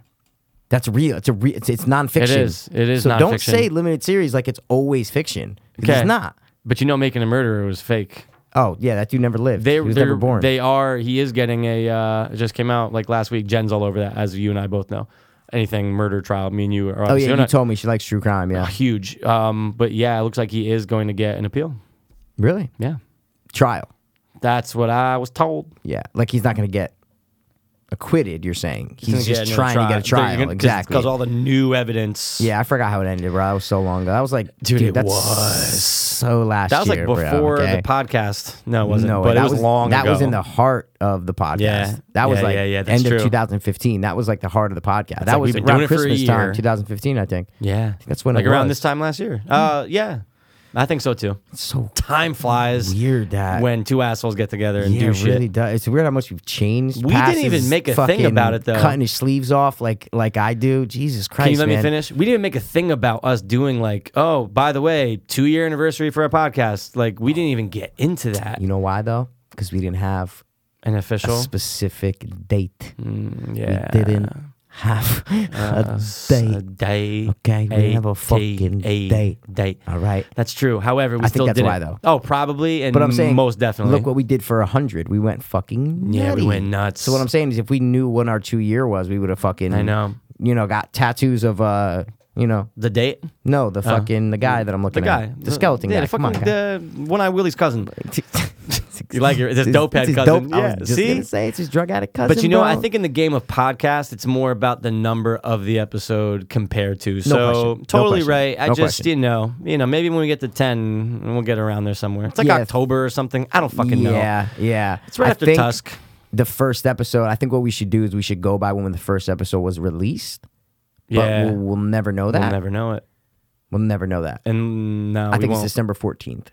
Speaker 1: That's real. It's a real. It's, it's nonfiction.
Speaker 2: It is. It is
Speaker 1: So don't
Speaker 2: nonfiction.
Speaker 1: say limited series like it's always fiction. 'cause It's not.
Speaker 2: But you know, Making a Murderer was fake.
Speaker 1: Oh yeah, that dude never lived.
Speaker 2: They,
Speaker 1: he was
Speaker 2: they're-
Speaker 1: never born.
Speaker 2: They are. He is getting a. Uh, it just came out like last week. Jen's all over that, as you and I both know. Anything murder trial, me and you are.
Speaker 1: oh
Speaker 2: obviously-
Speaker 1: yeah,
Speaker 2: you're
Speaker 1: you
Speaker 2: not-
Speaker 1: told me she likes true crime. Yeah,
Speaker 2: huge. Um, but yeah, it looks like he is going to get an appeal.
Speaker 1: really?
Speaker 2: Yeah,
Speaker 1: Trial.
Speaker 2: that's what I was told.
Speaker 1: Yeah, like he's not going to get acquitted. You're saying he's,
Speaker 2: gonna
Speaker 1: just trying to get a trial. exactly.
Speaker 2: because all the new evidence.
Speaker 1: yeah, I forgot how it ended, bro. That was so long ago. That was like,
Speaker 2: Dude,
Speaker 1: dude,
Speaker 2: it
Speaker 1: that's
Speaker 2: was.
Speaker 1: so last.
Speaker 2: that was like
Speaker 1: year, bro,
Speaker 2: before
Speaker 1: okay?
Speaker 2: the podcast. No, it wasn't.
Speaker 1: No,
Speaker 2: but
Speaker 1: that
Speaker 2: it was, long.
Speaker 1: That was
Speaker 2: ago.
Speaker 1: in the heart of the podcast.
Speaker 2: Yeah.
Speaker 1: that was
Speaker 2: Yeah,
Speaker 1: like
Speaker 2: yeah, yeah, that's
Speaker 1: end
Speaker 2: true.
Speaker 1: of 2015. That was like the heart of the podcast. that
Speaker 2: like
Speaker 1: was
Speaker 2: we've been
Speaker 1: around
Speaker 2: doing it for a
Speaker 1: Christmas
Speaker 2: year.
Speaker 1: time, 2015, I think.
Speaker 2: Yeah,
Speaker 1: that's when
Speaker 2: like
Speaker 1: it
Speaker 2: around
Speaker 1: was.
Speaker 2: this time last year. Uh, yeah, I think so too.
Speaker 1: So
Speaker 2: Time flies.
Speaker 1: weird that
Speaker 2: when two assholes get together and
Speaker 1: yeah,
Speaker 2: do
Speaker 1: it
Speaker 2: shit.
Speaker 1: really does. It's weird how much you've changed.
Speaker 2: We didn't
Speaker 1: Passes,
Speaker 2: even make a thing
Speaker 1: fucking
Speaker 2: about it, though.
Speaker 1: Cutting his sleeves off like like I do. Jesus Christ,
Speaker 2: Can you let
Speaker 1: man.
Speaker 2: me finish? We didn't make a thing about us doing like, oh, by the way, two year anniversary for our podcast. Like, we didn't even get into that.
Speaker 1: You know why though? Because we didn't have
Speaker 2: An
Speaker 1: a
Speaker 2: official, Mm,
Speaker 1: specific date.
Speaker 2: yeah, Uh,
Speaker 1: We didn't have a
Speaker 2: S- a
Speaker 1: date.
Speaker 2: day.
Speaker 1: Okay, we didn't have a fucking date.
Speaker 2: Date.
Speaker 1: All right.
Speaker 2: That's true. However, we
Speaker 1: I think
Speaker 2: still
Speaker 1: that's
Speaker 2: did
Speaker 1: why,
Speaker 2: it.
Speaker 1: though.
Speaker 2: Oh, probably. And
Speaker 1: But I'm saying,
Speaker 2: most definitely.
Speaker 1: Look what we did for a hundred. We went fucking
Speaker 2: yeah, we
Speaker 1: nutty.
Speaker 2: went nuts.
Speaker 1: So what I'm saying is, if we knew when our two year was, we would have fucking.
Speaker 2: I know.
Speaker 1: You know, got tattoos of uh, you know,
Speaker 2: the date,
Speaker 1: no, the fucking the guy that I'm
Speaker 2: Uh, the
Speaker 1: looking
Speaker 2: guy,
Speaker 1: at, the skeleton
Speaker 2: yeah,
Speaker 1: guy.
Speaker 2: the
Speaker 1: Come on,
Speaker 2: fucking-
Speaker 1: guy.
Speaker 2: the one eye Willie's cousin. You like your this
Speaker 1: It's-
Speaker 2: dope head
Speaker 1: it's his
Speaker 2: cousin?
Speaker 1: dope- I
Speaker 2: yeah,
Speaker 1: was just
Speaker 2: see,
Speaker 1: gonna say it's his drug addict cousin.
Speaker 2: But you know,
Speaker 1: bro.
Speaker 2: I think in the game of podcast, it's more about the number of the episode compared to. So
Speaker 1: question. No
Speaker 2: totally
Speaker 1: question.
Speaker 2: right. I
Speaker 1: No
Speaker 2: just
Speaker 1: question.
Speaker 2: you know, you know, maybe when we get to ten, we'll get around there somewhere. It's like
Speaker 1: Yeah.
Speaker 2: October or something. I don't fucking know.
Speaker 1: yeah, yeah.
Speaker 2: It's right
Speaker 1: I
Speaker 2: after
Speaker 1: think
Speaker 2: Tusk.
Speaker 1: The first episode. I think what we should do is we should go by when the first episode was released. But
Speaker 2: Yeah,
Speaker 1: we'll,
Speaker 2: we'll,
Speaker 1: we'll never know that.
Speaker 2: never know it.
Speaker 1: We'll never know that.
Speaker 2: And no,
Speaker 1: I
Speaker 2: we
Speaker 1: think it's
Speaker 2: won't.
Speaker 1: December fourteenth.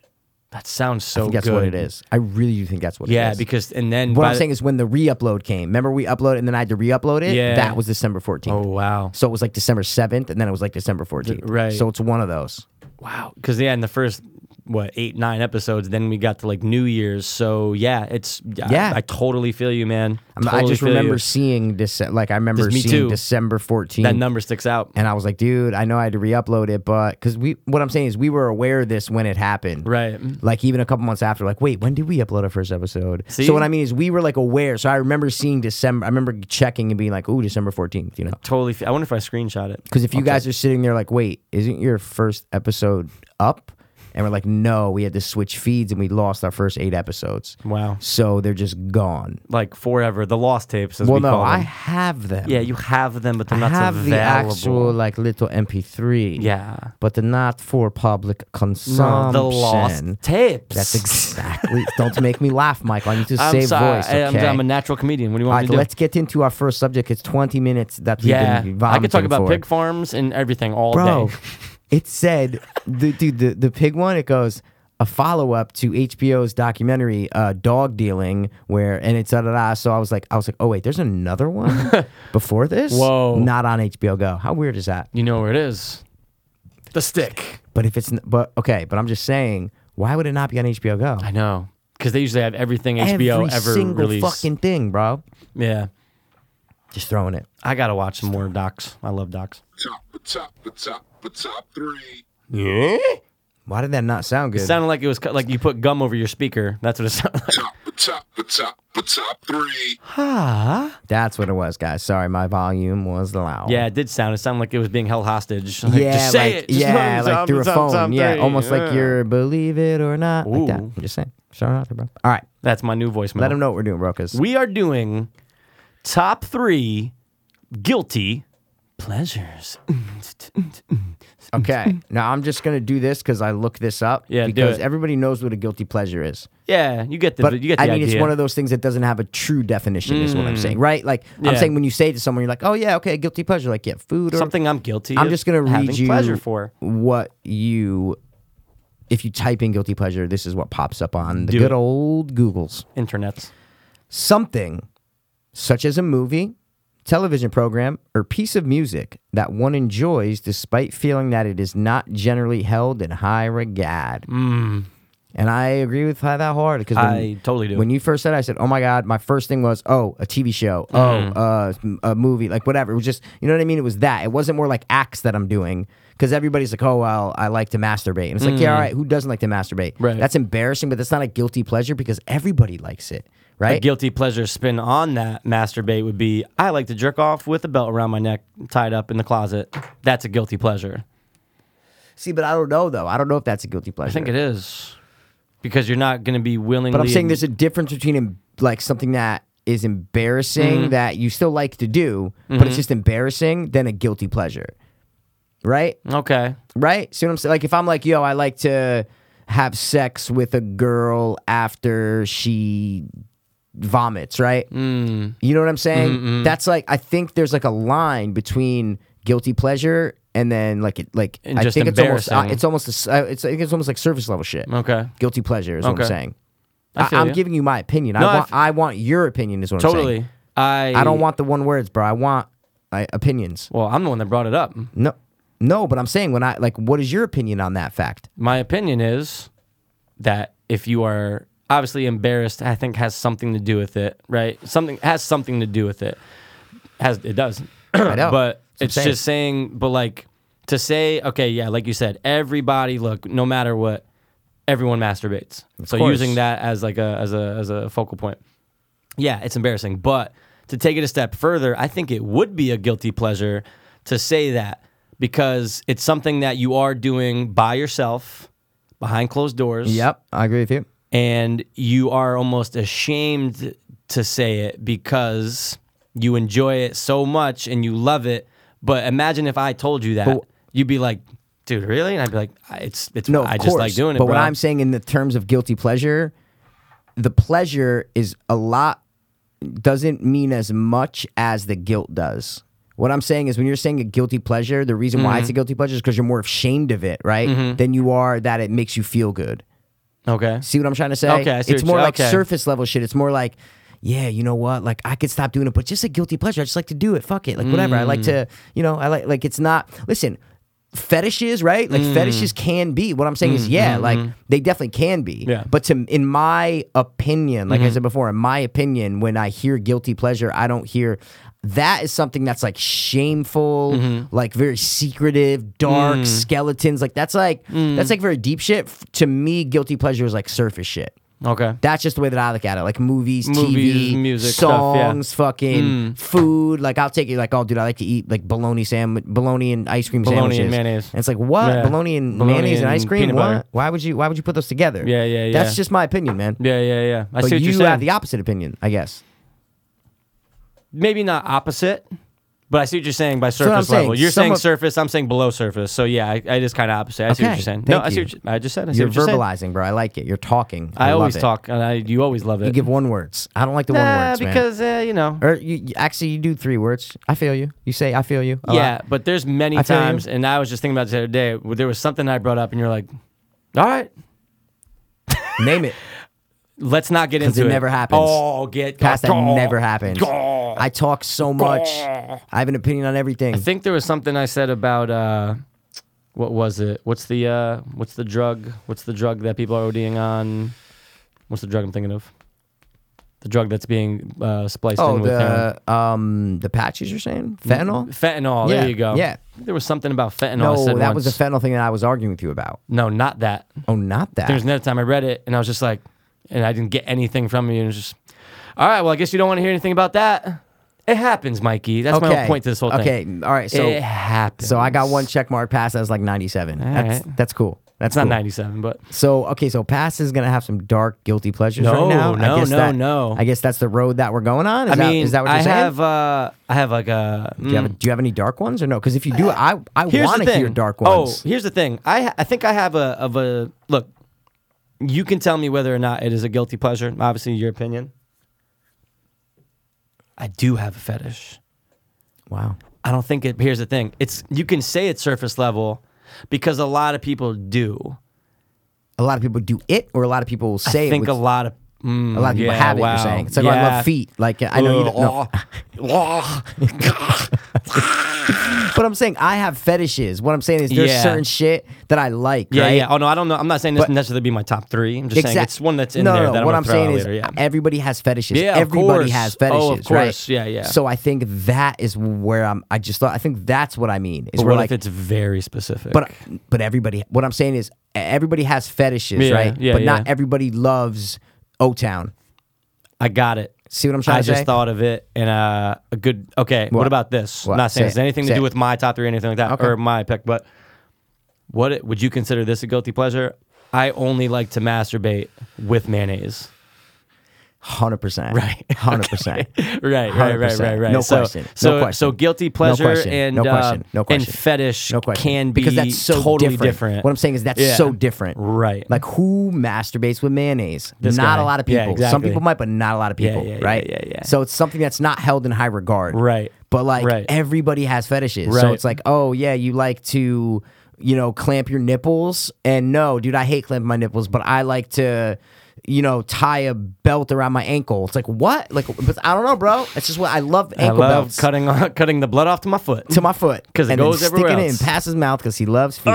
Speaker 2: that sounds
Speaker 1: I
Speaker 2: so
Speaker 1: think that's
Speaker 2: good.
Speaker 1: what it is. I really do think that's what
Speaker 2: Yeah,
Speaker 1: it is.
Speaker 2: because and then
Speaker 1: what
Speaker 2: by
Speaker 1: I'm
Speaker 2: the-
Speaker 1: saying is when the re-upload came. Remember we uploaded and then I had to re-upload it.
Speaker 2: Yeah.
Speaker 1: that was December
Speaker 2: oh
Speaker 1: fourteenth.
Speaker 2: wow,
Speaker 1: So it was like December seventh, and then it was like December fourteenth.
Speaker 2: right.
Speaker 1: So it's one of those.
Speaker 2: wow, because yeah, in the first what eight nine episodes, then we got to like New Year's. So yeah, it's
Speaker 1: Yeah.
Speaker 2: I, I totally feel you, man.
Speaker 1: I'm- I
Speaker 2: Totally
Speaker 1: just
Speaker 2: feel
Speaker 1: remember
Speaker 2: you.
Speaker 1: seeing this. Like I remember
Speaker 2: Just me
Speaker 1: seeing
Speaker 2: too.
Speaker 1: December fourteenth.
Speaker 2: that number sticks out.
Speaker 1: And I was like, dude, I know I had to re-upload it, but because we, what I'm saying is, we were aware of this when it happened,
Speaker 2: Right.
Speaker 1: Like even a couple months after, like, wait, when did we upload our first episode?
Speaker 2: See?
Speaker 1: So what I mean is, we were like aware. So I remember seeing December. I remember checking and being like, oh, December 14th, you know?
Speaker 2: Totally. F- I wonder if I screenshot it.
Speaker 1: Because if you guys are sitting there like, wait, isn't your first episode up? and we're like, no, we had to switch feeds and we lost our first eight episodes.
Speaker 2: Wow.
Speaker 1: So they're just gone.
Speaker 2: Like forever. The lost tapes, as
Speaker 1: Well,
Speaker 2: we
Speaker 1: no,
Speaker 2: call
Speaker 1: I
Speaker 2: them.
Speaker 1: have them.
Speaker 2: yeah, you have them, but
Speaker 1: I
Speaker 2: they're not
Speaker 1: have
Speaker 2: available.
Speaker 1: the actual like little MP3.
Speaker 2: yeah.
Speaker 1: but they're not for public
Speaker 2: No,
Speaker 1: consumption.
Speaker 2: the lost tapes.
Speaker 1: That's exactly. don't make me laugh, Michael. I need to
Speaker 2: I'm
Speaker 1: save
Speaker 2: sorry.
Speaker 1: voice.
Speaker 2: I-
Speaker 1: Okay.
Speaker 2: I'm, I'm a natural comedian. What do you
Speaker 1: All right,
Speaker 2: want me to do?
Speaker 1: let's get into our first subject. It's 20 minutes that we've
Speaker 2: yeah,
Speaker 1: been
Speaker 2: I
Speaker 1: vomiting
Speaker 2: could talk about
Speaker 1: for.
Speaker 2: pig farms and everything all
Speaker 1: Bro,
Speaker 2: day.
Speaker 1: it said, the, dude, the, the pig one, it goes, a follow up to HBO's documentary, uh, Dog Dealing, where, and it's da da da. So I was like, I was like, oh, wait, there's another one before this?
Speaker 2: Whoa.
Speaker 1: Not on HBO Go. How weird is that?
Speaker 2: You know where it is. The stick.
Speaker 1: But if it's, n- but okay, but I'm just saying, why would it not be on HBO Go?
Speaker 2: I know. Because they usually have everything HBO
Speaker 1: Every
Speaker 2: ever
Speaker 1: single
Speaker 2: released.
Speaker 1: fucking thing, bro.
Speaker 2: yeah.
Speaker 1: Just throwing it.
Speaker 2: I got to watch some more docs. I love docs.
Speaker 5: top, the top, the top, the top three.
Speaker 1: Why did that not sound good?
Speaker 2: It sounded like it was cut, like you put gum over your speaker. That's what it sounded like.
Speaker 5: Top, the top, the top, the top three.
Speaker 1: That's what it was, guys. Sorry, my volume was loud.
Speaker 2: Yeah, it did sound. It sounded like it was being held hostage. Like, just say
Speaker 1: like,
Speaker 2: it. Just
Speaker 1: yeah,
Speaker 2: say
Speaker 1: like through a
Speaker 2: something,
Speaker 1: phone.
Speaker 2: something,
Speaker 1: yeah,
Speaker 2: something.
Speaker 1: almost like
Speaker 2: Yeah.
Speaker 1: you're believe it or not. Like that.
Speaker 2: Ooh.
Speaker 1: I'm just saying. Shout out there, bro. All right,
Speaker 2: That's my new voicemail.
Speaker 1: let them know what we're doing, bro. Because
Speaker 2: We are doing top three guilty pleasures.
Speaker 1: okay, now I'm just gonna do this because I looked this up.
Speaker 2: Yeah, do
Speaker 1: because
Speaker 2: it.
Speaker 1: everybody knows what a guilty pleasure is.
Speaker 2: yeah, you get the
Speaker 1: But
Speaker 2: you get the
Speaker 1: I mean,
Speaker 2: idea. Mm.
Speaker 1: it's one of those things that doesn't have a true definition, is what I'm saying, right? Like I'm
Speaker 2: Yeah.
Speaker 1: saying when you say it to someone, you're like, oh yeah, okay, guilty pleasure, like yeah, food or
Speaker 2: something I'm guilty.
Speaker 1: I'm
Speaker 2: of
Speaker 1: just gonna
Speaker 2: having
Speaker 1: read you
Speaker 2: pleasure for.
Speaker 1: what you. If you type in guilty pleasure, this is what pops up on the
Speaker 2: Do
Speaker 1: good
Speaker 2: it.
Speaker 1: old Googles.
Speaker 2: Internets.
Speaker 1: something such as a movie, television program, or piece of music that one enjoys despite feeling that it is not generally held in high regard. And I agree with that hard because
Speaker 2: Mm. I totally do.
Speaker 1: When you first said, it, I said, "Oh my god!" My first thing was, "Oh, a TV show, oh, uh,
Speaker 2: Mm-hmm.
Speaker 1: m- a movie, like whatever." It was just, you know what I mean? It was that. It wasn't more like acts that I'm doing because everybody's like, "Oh, well, I like to masturbate," and it's like, "Yeah, all right, who doesn't like to masturbate?"
Speaker 2: Mm. Right.
Speaker 1: That's embarrassing, but that's not a guilty pleasure because everybody likes it, right?
Speaker 2: A guilty pleasure spin on that masturbate would be I like to jerk off with a belt around my neck, tied up in the closet. That's a guilty pleasure.
Speaker 1: See, but I don't know though. I don't know if that's a guilty pleasure.
Speaker 2: I think it is because you're not going to be willingly.
Speaker 1: But I'm saying there's a difference between em- like something that is embarrassing
Speaker 2: Mm-hmm.
Speaker 1: that you still like to do, but it's just embarrassing than a guilty pleasure. Right?
Speaker 2: okay.
Speaker 1: Right? See what I'm saying? Like if I'm like, yo, I like to have sex with a girl after she vomits, right?
Speaker 2: Mm.
Speaker 1: You know what I'm saying? That's like I think there's like a line between guilty pleasure and then like it like
Speaker 2: And
Speaker 1: I
Speaker 2: just
Speaker 1: think it's almost uh,
Speaker 2: embarrassing.
Speaker 1: it's almost a s- uh, it's I think it's almost like surface level shit.
Speaker 2: Okay.
Speaker 1: Guilty pleasure is what
Speaker 2: Okay.
Speaker 1: I'm saying.
Speaker 2: I
Speaker 1: I
Speaker 2: feel
Speaker 1: am
Speaker 2: you.
Speaker 1: giving you my opinion.
Speaker 2: No, I
Speaker 1: I want
Speaker 2: f-
Speaker 1: I want your opinion is what I'm saying.
Speaker 2: Totally. I
Speaker 1: I don't want the one words, bro. I want I, opinions.
Speaker 2: Well, I'm the one that brought it up.
Speaker 1: No, no, but I'm saying when I like, what is your opinion on that fact?
Speaker 2: My opinion is that if you are obviously embarrassed, I think has something to do with it, right? Something has something to do with it. Has it does.
Speaker 1: I know,
Speaker 2: but
Speaker 1: That's
Speaker 2: it's
Speaker 1: what I'm
Speaker 2: just saying but like to say okay yeah like you said everybody look no matter what everyone masturbates so
Speaker 1: course.
Speaker 2: using that as like a as a as a focal point yeah it's embarrassing but to take it a step further i think it would be a guilty pleasure to say that because it's something that you are doing by yourself behind closed doors
Speaker 1: Yep, I agree with you.
Speaker 2: and you are almost ashamed to say it because you enjoy it so much and you love it. But imagine if I told you that, you'd be like, "Dude, really?" And I'd be like, "I- "It's it's
Speaker 1: No, of
Speaker 2: I
Speaker 1: course.
Speaker 2: just like doing it."
Speaker 1: But what
Speaker 2: bro."
Speaker 1: I'm saying in the terms of guilty pleasure, the pleasure is a lot doesn't mean as much as the guilt does. What I'm saying is when you're saying a guilty pleasure, the reason why
Speaker 2: Mm-hmm.
Speaker 1: it's a guilty pleasure is because you're more ashamed of it, right? Than you are that it makes you feel good.
Speaker 2: okay,
Speaker 1: See what I'm trying to say?
Speaker 2: Okay, I see
Speaker 1: it's
Speaker 2: what
Speaker 1: more
Speaker 2: you-
Speaker 1: like
Speaker 2: okay.
Speaker 1: surface level shit. It's more like, yeah, you know what? Like I could stop doing it, but just a guilty pleasure. I just like to do it. Fuck it. Like whatever. I like to, you know, I like like it's not. Listen, fetishes, right? Like fetishes can be. What I'm saying is, yeah, like they definitely can be.
Speaker 2: Yeah.
Speaker 1: But to in my opinion, like I said before, in my opinion, when I hear guilty pleasure, I don't hear. That is something that's like shameful, like very secretive, dark skeletons. Like that's like that's like very deep shit. F- To me, guilty pleasure is like surface shit.
Speaker 2: Okay.
Speaker 1: That's just the way that I look at it. Like movies,
Speaker 2: Movies,
Speaker 1: TV,
Speaker 2: music, stuff, yeah. Hmm.
Speaker 1: songs, fucking food. Like I'll take it. Like oh, dude, I like to eat like bologna sandwich, bologna and ice cream
Speaker 2: Bologna
Speaker 1: sandwiches.
Speaker 2: and mayonnaise.
Speaker 1: And it's like what
Speaker 2: Yeah.
Speaker 1: bologna and
Speaker 2: Bologna
Speaker 1: mayonnaise and
Speaker 2: and
Speaker 1: ice cream?
Speaker 2: peanut butter.
Speaker 1: What? Why would you? Why would you put those together?
Speaker 2: Yeah, yeah, yeah.
Speaker 1: That's just my opinion, man.
Speaker 2: Yeah, yeah, yeah. I
Speaker 1: But
Speaker 2: see what
Speaker 1: you
Speaker 2: you're saying.
Speaker 1: have the opposite opinion, I guess.
Speaker 2: Maybe not opposite, but I see what you're saying by
Speaker 1: what I'm
Speaker 2: surface
Speaker 1: saying.
Speaker 2: level. You're
Speaker 1: Some
Speaker 2: saying
Speaker 1: of-
Speaker 2: surface. I'm saying below surface. So yeah, I, I just kind of opposite. I see what
Speaker 1: Okay,
Speaker 2: you're saying. no,
Speaker 1: thank
Speaker 2: I see
Speaker 1: you.
Speaker 2: what you, I just said. I see
Speaker 1: You're
Speaker 2: what you're saying.
Speaker 1: verbalizing, bro. I like it. You're talking. I,
Speaker 2: I,
Speaker 1: love
Speaker 2: always
Speaker 1: it.
Speaker 2: talk, and I, you always love it.
Speaker 1: You give one words. I don't like the one
Speaker 2: nah,
Speaker 1: words, man.
Speaker 2: because uh, you know.
Speaker 1: Or you, you- actually, you do three words. I feel you. You say I feel you. a lot.
Speaker 2: Yeah, but there's many
Speaker 1: I feel you.
Speaker 2: times, and I was just thinking about this the other day. Where there was something I brought up, and you're like, "All right,
Speaker 1: Name it.
Speaker 2: let's not get into
Speaker 1: it never happens.
Speaker 2: Oh, get
Speaker 1: Past that
Speaker 2: oh,
Speaker 1: never happens.
Speaker 2: oh.
Speaker 1: I talk so much. I have an opinion on everything.
Speaker 2: I think there was something I said about uh, what was it? What's the uh, what's the drug? What's the drug that people are ODing on? What's the drug I'm thinking of? The drug that's being uh, spliced
Speaker 1: oh,
Speaker 2: in with Mm-hmm. heroin.
Speaker 1: the um the patches you're saying fentanyl.
Speaker 2: fentanyl.
Speaker 1: Yeah,
Speaker 2: There you go.
Speaker 1: yeah.
Speaker 2: There was something about fentanyl. I
Speaker 1: No,
Speaker 2: said
Speaker 1: that was the
Speaker 2: once.
Speaker 1: fentanyl thing that I was arguing with you about.
Speaker 2: no, not that.
Speaker 1: Oh, not that.
Speaker 2: There's another time I read it and I was just like, and I didn't get anything from you. And it was just, all right, well, I guess you don't want to hear anything about that. It happens, Mikey. That's my whole point to this whole
Speaker 1: okay.
Speaker 2: thing.
Speaker 1: all right. So
Speaker 2: it happens.
Speaker 1: so I got one check mark pass. That was like 97. that's
Speaker 2: right.
Speaker 1: that's cool. That's
Speaker 2: It's not
Speaker 1: cool.
Speaker 2: 97, but
Speaker 1: So okay, so pass is gonna have some dark guilty pleasures
Speaker 2: No,
Speaker 1: right now.
Speaker 2: no,
Speaker 1: I guess
Speaker 2: no,
Speaker 1: that,
Speaker 2: no.
Speaker 1: I guess that's the road that we're going on. Is
Speaker 2: I
Speaker 1: that,
Speaker 2: mean,
Speaker 1: is that what you're
Speaker 2: I
Speaker 1: saying?
Speaker 2: have, uh, I have like a. mm,
Speaker 1: do, you have do you have any dark ones or no? Because if you do, I I
Speaker 2: Uh, Here's
Speaker 1: want
Speaker 2: the
Speaker 1: to
Speaker 2: thing.
Speaker 1: hear dark ones.
Speaker 2: Oh, here's the thing. I I think I have a of a look. You can tell me whether or not it is a guilty pleasure. Obviously, your opinion. I do have a fetish.
Speaker 1: Wow.
Speaker 2: I don't think it. Here's the thing: it's you can say it's surface level because a lot of people do.
Speaker 1: A lot of people do it, or a lot of people will say
Speaker 2: I think
Speaker 1: it.
Speaker 2: a
Speaker 1: with-
Speaker 2: lot of mm,
Speaker 1: a lot of people
Speaker 2: yeah,
Speaker 1: have it.
Speaker 2: Wow.
Speaker 1: You're saying it's like oh, I
Speaker 2: Yeah.
Speaker 1: love feet. Like I know you don't. No.
Speaker 2: Ugh.
Speaker 1: But I'm saying I have fetishes. What I'm saying is there's
Speaker 2: Yeah.
Speaker 1: certain shit that I like.
Speaker 2: yeah,
Speaker 1: right?
Speaker 2: yeah. Oh no, I don't know. I'm not saying this
Speaker 1: But-
Speaker 2: necessarily be my top three. I'm just saying
Speaker 1: Exact-
Speaker 2: it's one that's in
Speaker 1: no,
Speaker 2: there.
Speaker 1: No,
Speaker 2: that
Speaker 1: what
Speaker 2: I'm,
Speaker 1: I'm
Speaker 2: gonna throw out
Speaker 1: saying is
Speaker 2: later, yeah.
Speaker 1: everybody has fetishes.
Speaker 2: Yeah, of
Speaker 1: everybody
Speaker 2: course.
Speaker 1: has
Speaker 2: Oh,
Speaker 1: fetishes.
Speaker 2: of
Speaker 1: Right?
Speaker 2: course. Yeah, yeah.
Speaker 1: So I think that is where I'm. I just thought. I think that's what I mean. Is
Speaker 2: But
Speaker 1: where
Speaker 2: what
Speaker 1: like,
Speaker 2: if it's very specific?
Speaker 1: but but everybody. What I'm saying is e, everybody has fetishes,
Speaker 2: Yeah,
Speaker 1: right?
Speaker 2: yeah,
Speaker 1: but not
Speaker 2: yeah.
Speaker 1: everybody loves O Town.
Speaker 2: I got it.
Speaker 1: See what I'm trying
Speaker 2: I
Speaker 1: to
Speaker 2: just
Speaker 1: say?
Speaker 2: thought of it in a, a good. Okay, what,
Speaker 1: What?
Speaker 2: about this?
Speaker 1: What?
Speaker 2: Not saying
Speaker 1: Say
Speaker 2: it's
Speaker 1: it.
Speaker 2: anything to
Speaker 1: Say
Speaker 2: do
Speaker 1: it.
Speaker 2: with my top three or anything like that,
Speaker 1: Okay.
Speaker 2: or my pick. But what it, would you consider this a guilty pleasure? I only like to masturbate with mayonnaise.
Speaker 1: Hundred percent. Right. Hundred percent.
Speaker 2: Right, right, right, right,
Speaker 1: 100%.
Speaker 2: right.
Speaker 1: No
Speaker 2: so,
Speaker 1: question. No
Speaker 2: So,
Speaker 1: question.
Speaker 2: so guilty
Speaker 1: No
Speaker 2: pleasure
Speaker 1: question.
Speaker 2: and
Speaker 1: No
Speaker 2: uh,
Speaker 1: question. No question.
Speaker 2: and fetish
Speaker 1: No question.
Speaker 2: can be
Speaker 1: because that's so
Speaker 2: totally
Speaker 1: different.
Speaker 2: different.
Speaker 1: What I'm saying is that's
Speaker 2: Yeah.
Speaker 1: so different.
Speaker 2: Right.
Speaker 1: Like who masturbates with mayonnaise?
Speaker 2: This
Speaker 1: not
Speaker 2: guy.
Speaker 1: a lot of
Speaker 2: Yeah,
Speaker 1: people. Some
Speaker 2: exactly.
Speaker 1: people might, but not a lot of
Speaker 2: Yeah,
Speaker 1: people.
Speaker 2: yeah, yeah,
Speaker 1: right.
Speaker 2: yeah, yeah.
Speaker 1: So it's something that's not held in high regard.
Speaker 2: Right.
Speaker 1: But like
Speaker 2: Right.
Speaker 1: everybody has fetishes. So
Speaker 2: Right.
Speaker 1: it's like, oh yeah, you like to, you know, clamp your nipples. And no, dude, I hate clamping my nipples, but I like to. You know, tie a belt around my ankle. It's like what? Like, but I don't know, bro. It's just what I love.
Speaker 2: I
Speaker 1: Ankle
Speaker 2: love
Speaker 1: belts
Speaker 2: cutting cutting the blood off to my foot.
Speaker 1: to my foot
Speaker 2: 'Cause it
Speaker 1: and then
Speaker 2: goes everywhere
Speaker 1: Sticking it in
Speaker 2: else.
Speaker 1: past his mouth because he loves feet.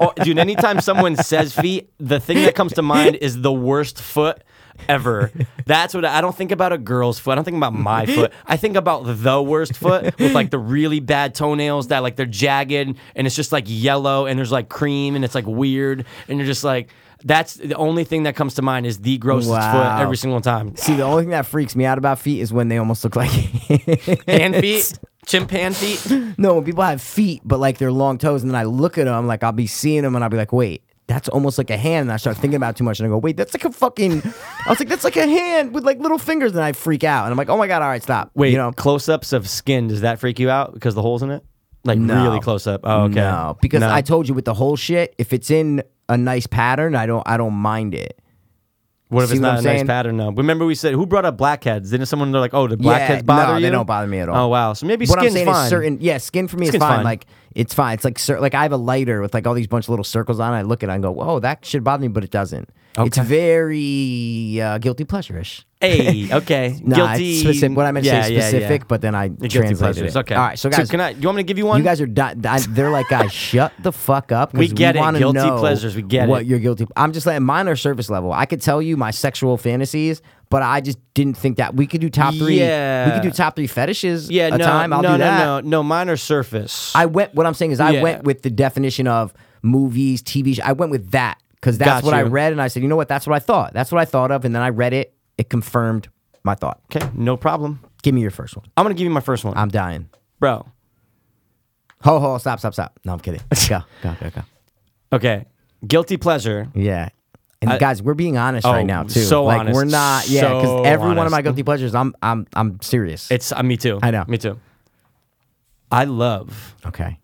Speaker 2: oh, dude, anytime someone says feet, the thing that comes to mind is the worst foot ever. That's what I don't think about a girl's foot. I don't think about my foot. I think about the worst foot with like the really bad toenails that like they're jagged and it's just like yellow and there's like cream and it's like weird and you're just like that's the only thing that comes to mind is the grossest
Speaker 1: Wow.
Speaker 2: foot every single time.
Speaker 1: See, the only thing that freaks me out about feet is when they almost look like
Speaker 2: Hand feet, chimpanzee. feet.
Speaker 1: no, when people have feet, but like they're long toes, and then I look at them, like I'll be seeing them, and I'll be like, wait. That's almost like a hand, and I start thinking about it too much, and I go, "Wait, that's like a fucking." I was like, "That's like a hand with like little fingers," and I freak out, and I'm like, "Oh my god, all right, stop."
Speaker 2: Wait,
Speaker 1: you know,
Speaker 2: close-ups of skin. Does that freak you out because the holes in it? Like really close up. Oh, okay.
Speaker 1: No, because
Speaker 2: No.
Speaker 1: I told you with the whole shit, if it's in a nice pattern, I don't, I don't mind it.
Speaker 2: What if
Speaker 1: See
Speaker 2: it's
Speaker 1: what I'm
Speaker 2: not a nice
Speaker 1: saying?
Speaker 2: pattern though? Remember we said who brought up blackheads? Didn't someone they're like, oh, the blackheads
Speaker 1: no,
Speaker 2: bother you?
Speaker 1: they don't bother me at all.
Speaker 2: Oh wow, so maybe
Speaker 1: what I'm
Speaker 2: skin's
Speaker 1: saying
Speaker 2: fine.
Speaker 1: is certain. Yeah, skin for me
Speaker 2: Skin's
Speaker 1: is fine.
Speaker 2: fine.
Speaker 1: Like it's fine. It's like cer- like I have a lighter with like all these bunch of little circles on. it. I look at it and go, "Whoa, that should bother me," but it doesn't. It's
Speaker 2: Okay.
Speaker 1: very uh, guilty pleasure-ish.
Speaker 2: hey, okay,
Speaker 1: Nah,
Speaker 2: guilty.
Speaker 1: It's specific. What I meant to
Speaker 2: yeah,
Speaker 1: say
Speaker 2: yeah, yeah.
Speaker 1: specific, but then I
Speaker 2: The guilty
Speaker 1: translated
Speaker 2: pleasures.
Speaker 1: it.
Speaker 2: Okay.
Speaker 1: All right, so guys,
Speaker 2: can I? You want me to give you one?
Speaker 1: you guys are di- di- they're like, guys, shut the fuck up. 'cause
Speaker 2: We get it.
Speaker 1: wanna
Speaker 2: Guilty
Speaker 1: know
Speaker 2: pleasures, we get
Speaker 1: what
Speaker 2: it.
Speaker 1: your guilty. I'm just letting mine are surface level. I could tell you my sexual fantasies, but I just didn't think that we could do top three.
Speaker 2: Yeah.
Speaker 1: we could do top three fetishes.
Speaker 2: yeah,
Speaker 1: a
Speaker 2: no,
Speaker 1: time. I'll
Speaker 2: no,
Speaker 1: do
Speaker 2: no,
Speaker 1: that.
Speaker 2: no, no. Mine are surface.
Speaker 1: I went. What I'm saying is, I
Speaker 2: Yeah.
Speaker 1: went with the definition of movies, TV. sh- I went with that because that's
Speaker 2: Got
Speaker 1: what I
Speaker 2: you.
Speaker 1: read, and I said, you know what, that's what I thought. That's what I thought of, and then I read it. It confirmed my thought.
Speaker 2: Okay, no problem.
Speaker 1: Give me your first one.
Speaker 2: I'm gonna give you my first one,
Speaker 1: I'm dying.
Speaker 2: bro.
Speaker 1: Ho ho! Stop! Stop! Stop! No, I'm kidding. Go! Go! Go! Go!
Speaker 2: Okay, guilty pleasure.
Speaker 1: Yeah. And
Speaker 2: I-
Speaker 1: guys, we're being honest
Speaker 2: Oh,
Speaker 1: right now too.
Speaker 2: so
Speaker 1: like
Speaker 2: honest.
Speaker 1: we're not, yeah, because
Speaker 2: So
Speaker 1: every one of
Speaker 2: honest.
Speaker 1: my guilty pleasures, I'm, I'm, I'm serious.
Speaker 2: It's uh, me too.
Speaker 1: I know.
Speaker 2: Me too. I love
Speaker 1: okay.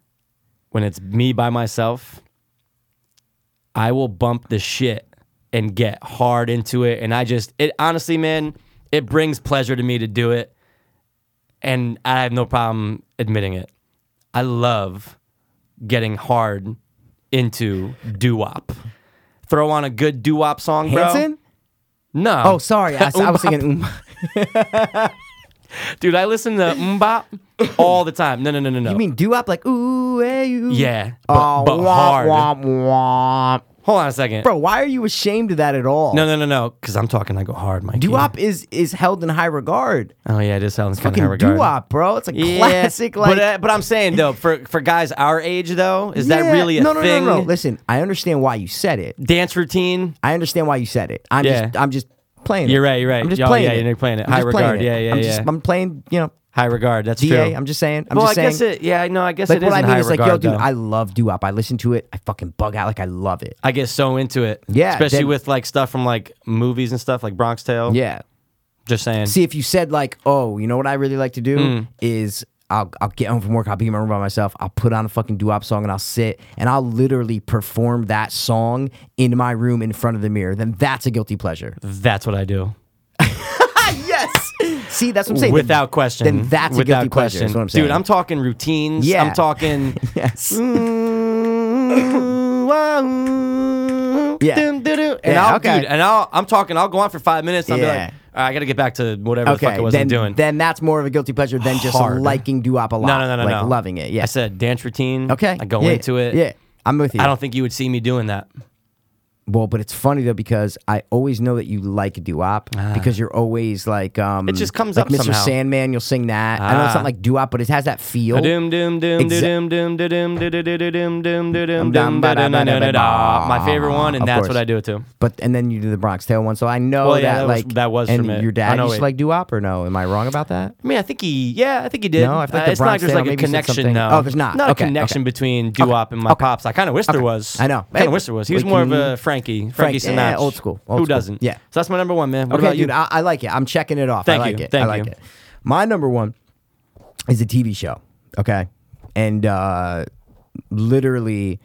Speaker 2: when it's me by myself. I will bump the shit and get hard into it, and I just it honestly, man, it brings pleasure to me to do it, and I have no problem admitting it. I love getting hard into doo wop. Throw on a good doo wop song, bro.
Speaker 1: Hanson?
Speaker 2: No.
Speaker 1: Oh, sorry. I, I was thinking. mm,
Speaker 2: Dude, I listen to Mbop all the time. No, no, no, no, no.
Speaker 1: You mean do up like ooh, eh, ooh.
Speaker 2: Yeah, but,
Speaker 1: Oh,
Speaker 2: but
Speaker 1: womp,
Speaker 2: hard.
Speaker 1: womp, womp.
Speaker 2: Hold on a second.
Speaker 1: Bro, why are you ashamed of that at all?
Speaker 2: No, no, no, no. Because I'm talking, I go hard, Mike.
Speaker 1: Doo-wop is is held in high regard.
Speaker 2: Oh yeah, it is sounds kind of
Speaker 1: Fucking doo-wop, bro. It's a classic like
Speaker 2: but, uh, but I'm saying though, for for guys our age though, is
Speaker 1: Yeah.
Speaker 2: that really a
Speaker 1: no, no,
Speaker 2: thing?
Speaker 1: No, no, no. Listen, I understand why you said it.
Speaker 2: Dance routine.
Speaker 1: I understand why you said it. I'm
Speaker 2: Yeah.
Speaker 1: just I'm just playing.
Speaker 2: You're
Speaker 1: it.
Speaker 2: right, you're right.
Speaker 1: I'm just
Speaker 2: Yeah,
Speaker 1: playing
Speaker 2: yeah,
Speaker 1: it.
Speaker 2: you're playing it.
Speaker 1: I'm
Speaker 2: High
Speaker 1: just
Speaker 2: regard. Yeah, yeah,
Speaker 1: I'm just-
Speaker 2: yeah.
Speaker 1: I'm playing. You know,
Speaker 2: High regard. That's
Speaker 1: DA.
Speaker 2: true.
Speaker 1: I'm just saying. I'm
Speaker 2: well,
Speaker 1: just saying.
Speaker 2: I guess it. Yeah, no, I guess
Speaker 1: like
Speaker 2: it is.
Speaker 1: what I
Speaker 2: in
Speaker 1: mean
Speaker 2: high
Speaker 1: is like,
Speaker 2: regard,
Speaker 1: yo, dude,
Speaker 2: though.
Speaker 1: I love doo-wop. I listen to it. I fucking bug out. Like I love it.
Speaker 2: I get so into it.
Speaker 1: Yeah,
Speaker 2: especially
Speaker 1: then-
Speaker 2: with like stuff from like movies and stuff, like Bronx Tale.
Speaker 1: Yeah.
Speaker 2: just saying.
Speaker 1: See, if you said like, "Oh, you know what I really like to do
Speaker 2: Mm.
Speaker 1: is I'll I'll get home from work, I'll be in my room by myself, I'll put on a fucking doo-wop song, and I'll sit and I'll literally perform that song in my room in front of the mirror," then that's a guilty pleasure.
Speaker 2: That's what I do.
Speaker 1: yes. See, that's what I'm saying.
Speaker 2: Without
Speaker 1: Then-
Speaker 2: question.
Speaker 1: Then that's a
Speaker 2: Without
Speaker 1: guilty pleasure. is what I'm saying.
Speaker 2: Dude, I'm talking routines.
Speaker 1: Yeah.
Speaker 2: I'm talking.
Speaker 1: yes. Yeah.
Speaker 2: yeah. And
Speaker 1: Yeah,
Speaker 2: I'll,
Speaker 1: okay.
Speaker 2: dude, and I'll, I'm talking, I'll go on for five minutes. And I'll be
Speaker 1: Yeah.
Speaker 2: like, all right, I got to get back to whatever the
Speaker 1: Okay,
Speaker 2: fuck I was
Speaker 1: then,
Speaker 2: doing.
Speaker 1: then that's more of a guilty pleasure than just
Speaker 2: Hard.
Speaker 1: liking doo-wop a lot.
Speaker 2: no, no, no, no,
Speaker 1: like
Speaker 2: no.
Speaker 1: loving it. Yeah.
Speaker 2: I said dance routine.
Speaker 1: okay.
Speaker 2: I go
Speaker 1: yeah,
Speaker 2: into it.
Speaker 1: Yeah. I'm with you.
Speaker 2: I don't think you would see me doing that.
Speaker 1: Well, but it's funny though because I always know that you like doo-wop
Speaker 2: Ah.
Speaker 1: because you're always like um
Speaker 2: It just comes
Speaker 1: like
Speaker 2: up
Speaker 1: Mr.
Speaker 2: somehow.
Speaker 1: Sandman, you'll sing that. I know it's
Speaker 2: Ah.
Speaker 1: not like doo-wop, but it has that feel.
Speaker 2: Doom, doom, doom,
Speaker 1: Exa-
Speaker 2: doom, doom, doom, doom, doom, doom, doom, doom, doom, doom, da- da- da- da- da- da. My
Speaker 1: My
Speaker 2: favorite one, and that's what I do it to.
Speaker 1: But and then you do the Bronx Tale one, so I know
Speaker 2: Well, yeah,
Speaker 1: that
Speaker 2: that was-
Speaker 1: like
Speaker 2: that was
Speaker 1: and
Speaker 2: from it.
Speaker 1: your
Speaker 2: I
Speaker 1: dad
Speaker 2: know
Speaker 1: used
Speaker 2: it.
Speaker 1: to like doo-wop or no? Am I wrong about that?
Speaker 2: I mean, I think he, yeah, I think he did.
Speaker 1: No, I feel like
Speaker 2: Uh,
Speaker 1: the
Speaker 2: it's not
Speaker 1: Bronx
Speaker 2: just
Speaker 1: Tale
Speaker 2: like a
Speaker 1: maybe said
Speaker 2: connection.
Speaker 1: something-
Speaker 2: No,
Speaker 1: Oh, there's not.
Speaker 2: Not
Speaker 1: Okay,
Speaker 2: a connection
Speaker 1: okay.
Speaker 2: between doo wop and my pops. I kind of wish there was.
Speaker 1: I know.
Speaker 2: I kind
Speaker 1: Hey,
Speaker 2: of wish there was. He was
Speaker 1: we
Speaker 2: more of
Speaker 1: can-
Speaker 2: a Frankie, Frankie
Speaker 1: Frank-
Speaker 2: Sinatra.
Speaker 1: yeah, old school, old
Speaker 2: Who
Speaker 1: school.
Speaker 2: doesn't?
Speaker 1: Yeah.
Speaker 2: So that's my number one, man. What
Speaker 1: okay,
Speaker 2: about you?
Speaker 1: dude, I, I like it. I'm checking it off.
Speaker 2: Thank
Speaker 1: I like
Speaker 2: you.
Speaker 1: it.
Speaker 2: Thank
Speaker 1: I like
Speaker 2: you.
Speaker 1: it. My number one is a TV show. Okay. And uh literally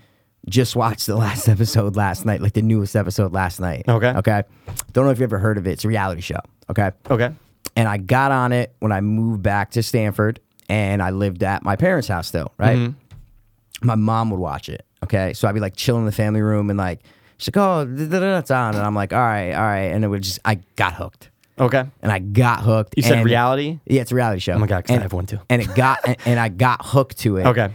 Speaker 1: just watched the last episode last night, like the newest episode last night.
Speaker 2: Okay.
Speaker 1: Okay. Don't know if you ever heard of it. It's a reality show. Okay.
Speaker 2: Okay.
Speaker 1: And I got on it when I moved back to Stanford and I lived at my parents' house still, right? my mom would watch it. Okay. So I'd be like chilling in the family room and like, she's like, oh, da, da, da, it's on. And I'm like, all right, all right. And it would just, I got hooked.
Speaker 2: Okay.
Speaker 1: And I got hooked.
Speaker 2: You said
Speaker 1: and-
Speaker 2: reality?
Speaker 1: Yeah, it's a reality show. Oh
Speaker 2: my God, 'cause I
Speaker 1: and,
Speaker 2: have one too.
Speaker 1: And it got, and, and I got hooked to it.
Speaker 2: Okay.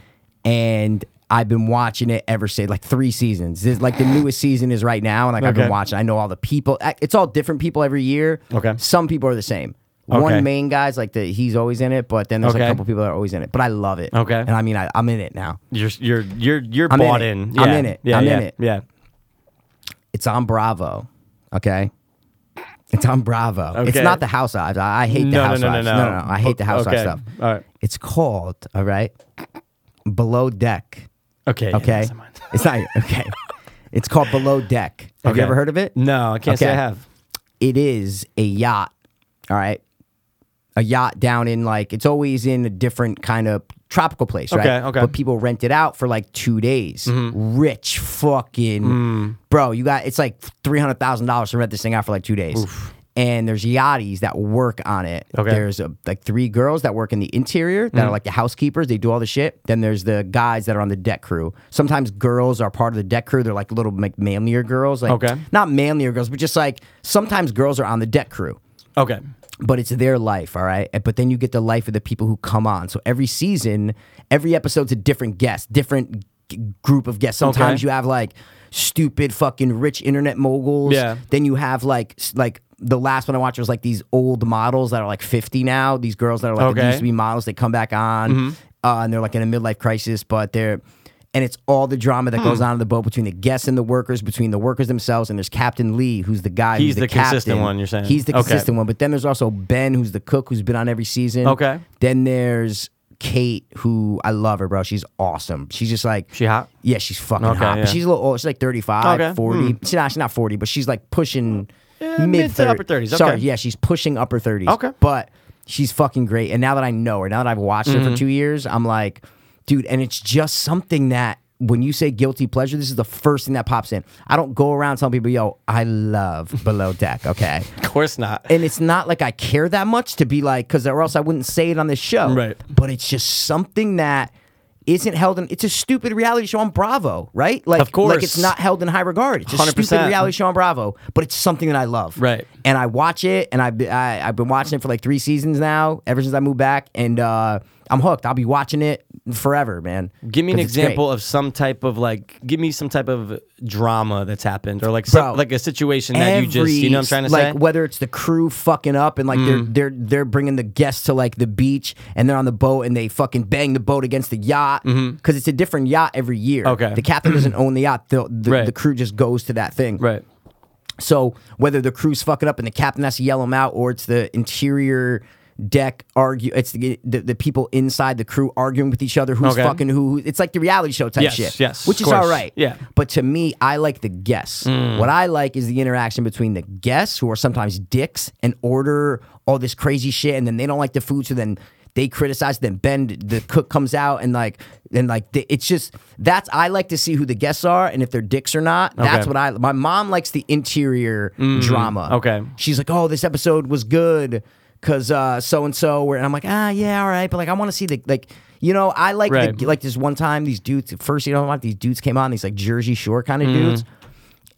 Speaker 1: And I've been watching it ever since, like three seasons. This, like the newest season is right now. And like I've
Speaker 2: Okay.
Speaker 1: been watching, I know all the people. I- It's all different people every year.
Speaker 2: Okay.
Speaker 1: Some people are the same.
Speaker 2: Okay.
Speaker 1: One main guy's like the he's always in it, but then there's
Speaker 2: Okay.
Speaker 1: a couple people that are always in it. But I love it.
Speaker 2: Okay.
Speaker 1: And I mean, I, I'm in it now.
Speaker 2: You're you're you're you're
Speaker 1: I'm in
Speaker 2: bought
Speaker 1: it.
Speaker 2: in.
Speaker 1: I'm
Speaker 2: Yeah.
Speaker 1: in it.
Speaker 2: Yeah,
Speaker 1: I'm
Speaker 2: yeah,
Speaker 1: in it.
Speaker 2: Yeah.
Speaker 1: It's on Bravo. Okay. It's on Bravo. It's
Speaker 2: Okay.
Speaker 1: not the Housewives. I, I hate the
Speaker 2: No, no, no,
Speaker 1: Housewives.
Speaker 2: no, no.
Speaker 1: I hate the
Speaker 2: Okay.
Speaker 1: Housewives stuff.
Speaker 2: All right.
Speaker 1: It's called, all right, Below Deck.
Speaker 2: Okay. yeah,
Speaker 1: Okay.
Speaker 2: that's mine.
Speaker 1: it's not, okay. It's called Below Deck. Have you
Speaker 2: Okay.
Speaker 1: ever heard of it?
Speaker 2: No, I can't say I
Speaker 1: Okay.
Speaker 2: have.
Speaker 1: It is a yacht. All right. A yacht down in like, it's always in a different kind of tropical place, right?
Speaker 2: Okay, okay.
Speaker 1: But people rent it out for like two days.
Speaker 2: Mm-hmm.
Speaker 1: Rich fucking
Speaker 2: Mm.
Speaker 1: bro, you got it's like three hundred thousand dollars to rent this thing out for like two days. And there's yachties that work on it.
Speaker 2: Okay. Mm.
Speaker 1: There's a, like three girls that work in the interior that are like the housekeepers. They do all the shit. Then there's the guys that are on the deck crew. Sometimes girls are part of the deck crew. They're like little like, manlier girls. Like
Speaker 2: Okay.
Speaker 1: not manlier girls, but just like sometimes girls are on the deck crew
Speaker 2: Okay.
Speaker 1: but it's their life, all right? But then you get the life of the people who come on. So every season, every episode's a different guest, different g- group of guests. Sometimes
Speaker 2: Okay.
Speaker 1: you have like stupid fucking rich internet moguls.
Speaker 2: Yeah.
Speaker 1: Then you have like s- like the last one I watched was like these old models that are like 50 now. These girls that are like they
Speaker 2: Okay. Mm-hmm.
Speaker 1: used to be models, they come back on uh, and they're like in a midlife crisis, but they're and it's all the drama that
Speaker 2: Hmm.
Speaker 1: goes on in the boat between the guests and the workers, between the workers themselves, and there's Captain Lee, who's the guy.
Speaker 2: He's
Speaker 1: who's the,
Speaker 2: the consistent
Speaker 1: captain.
Speaker 2: one, you're saying.
Speaker 1: He's the
Speaker 2: Okay.
Speaker 1: consistent one, but then there's also Ben, who's the cook, who's been on every season.
Speaker 2: Okay.
Speaker 1: Then there's Kate, who I love her, bro. She's awesome. She's just like
Speaker 2: She hot?
Speaker 1: Yeah, she's fucking
Speaker 2: Okay,
Speaker 1: hot.
Speaker 2: yeah.
Speaker 1: But she's a little old. She's like 35,
Speaker 2: Okay. hmm.
Speaker 1: 40. She's, not, she's not 40, but she's like pushing
Speaker 2: Yeah,
Speaker 1: mid
Speaker 2: mid to upper 30s, okay.
Speaker 1: Sorry, yeah, she's pushing upper 30s.
Speaker 2: Okay.
Speaker 1: But she's fucking great. And now that I know her, now that I've watched
Speaker 2: Mm-hmm.
Speaker 1: her for two years, I'm like, dude, and it's just something that when you say guilty pleasure, this is the first thing that pops in. I don't go around telling people, yo, I love below deck, okay?
Speaker 2: Of course not.
Speaker 1: and it's not like I care that much to be like, because or else I wouldn't say it on this show.
Speaker 2: Right.
Speaker 1: But it's just something that isn't held in. It's a stupid reality show on Bravo, right? Like,
Speaker 2: Of course.
Speaker 1: like it's not held in high regard. It's a stupid
Speaker 2: 100%.
Speaker 1: reality show on Bravo, but it's something that I love.
Speaker 2: Right.
Speaker 1: And I watch it, and I've been, I, I've been watching it for like three seasons now, ever since I moved back, and uh, I'm hooked. I'll be watching it forever, man.
Speaker 2: Give me an
Speaker 1: 'Cause it's great.
Speaker 2: example of some type of like, give me some type of drama that's happened or like
Speaker 1: Bro,
Speaker 2: some, like a situation that you just, you know what I'm trying to
Speaker 1: like
Speaker 2: say? Mm.
Speaker 1: whether it's the crew fucking up and like they're they're they're bringing the guests to like the beach and they're on the boat and they fucking bang the boat against the yacht because it's a different yacht every year.
Speaker 2: Mm-hmm. Okay.
Speaker 1: the captain doesn't own the yacht; the, the,
Speaker 2: Right.
Speaker 1: the crew just goes to that thing.
Speaker 2: Right.
Speaker 1: So whether the crew's fucking up and the captain has to yell them out, or it's the interior deck argue, it's the the, the people inside the crew arguing with each other who's
Speaker 2: Okay.
Speaker 1: fucking who. It's like the reality show type
Speaker 2: Yes,
Speaker 1: shit.
Speaker 2: yes,
Speaker 1: which
Speaker 2: of
Speaker 1: is all
Speaker 2: course.
Speaker 1: right.
Speaker 2: Yeah.
Speaker 1: But to me, I like the guests.
Speaker 2: Mm.
Speaker 1: What I like is the interaction between the guests who are sometimes dicks and order all this crazy shit, and then they don't like the food, so then. They criticize, then Ben, the cook comes out and like, and like, th- it's just that's I like to see who the guests are and if they're dicks or not. That's
Speaker 2: Okay. Mm-hmm.
Speaker 1: what I. My mom likes the interior drama.
Speaker 2: Okay.
Speaker 1: She's like, oh, this episode was good because uh, so and so were, and I'm like, ah, yeah, all right, but like, I want to see the like. You know, I like
Speaker 2: Right.
Speaker 1: the, like this one time these dudes first you know what these dudes came on these like Jersey Shore kind of dudes,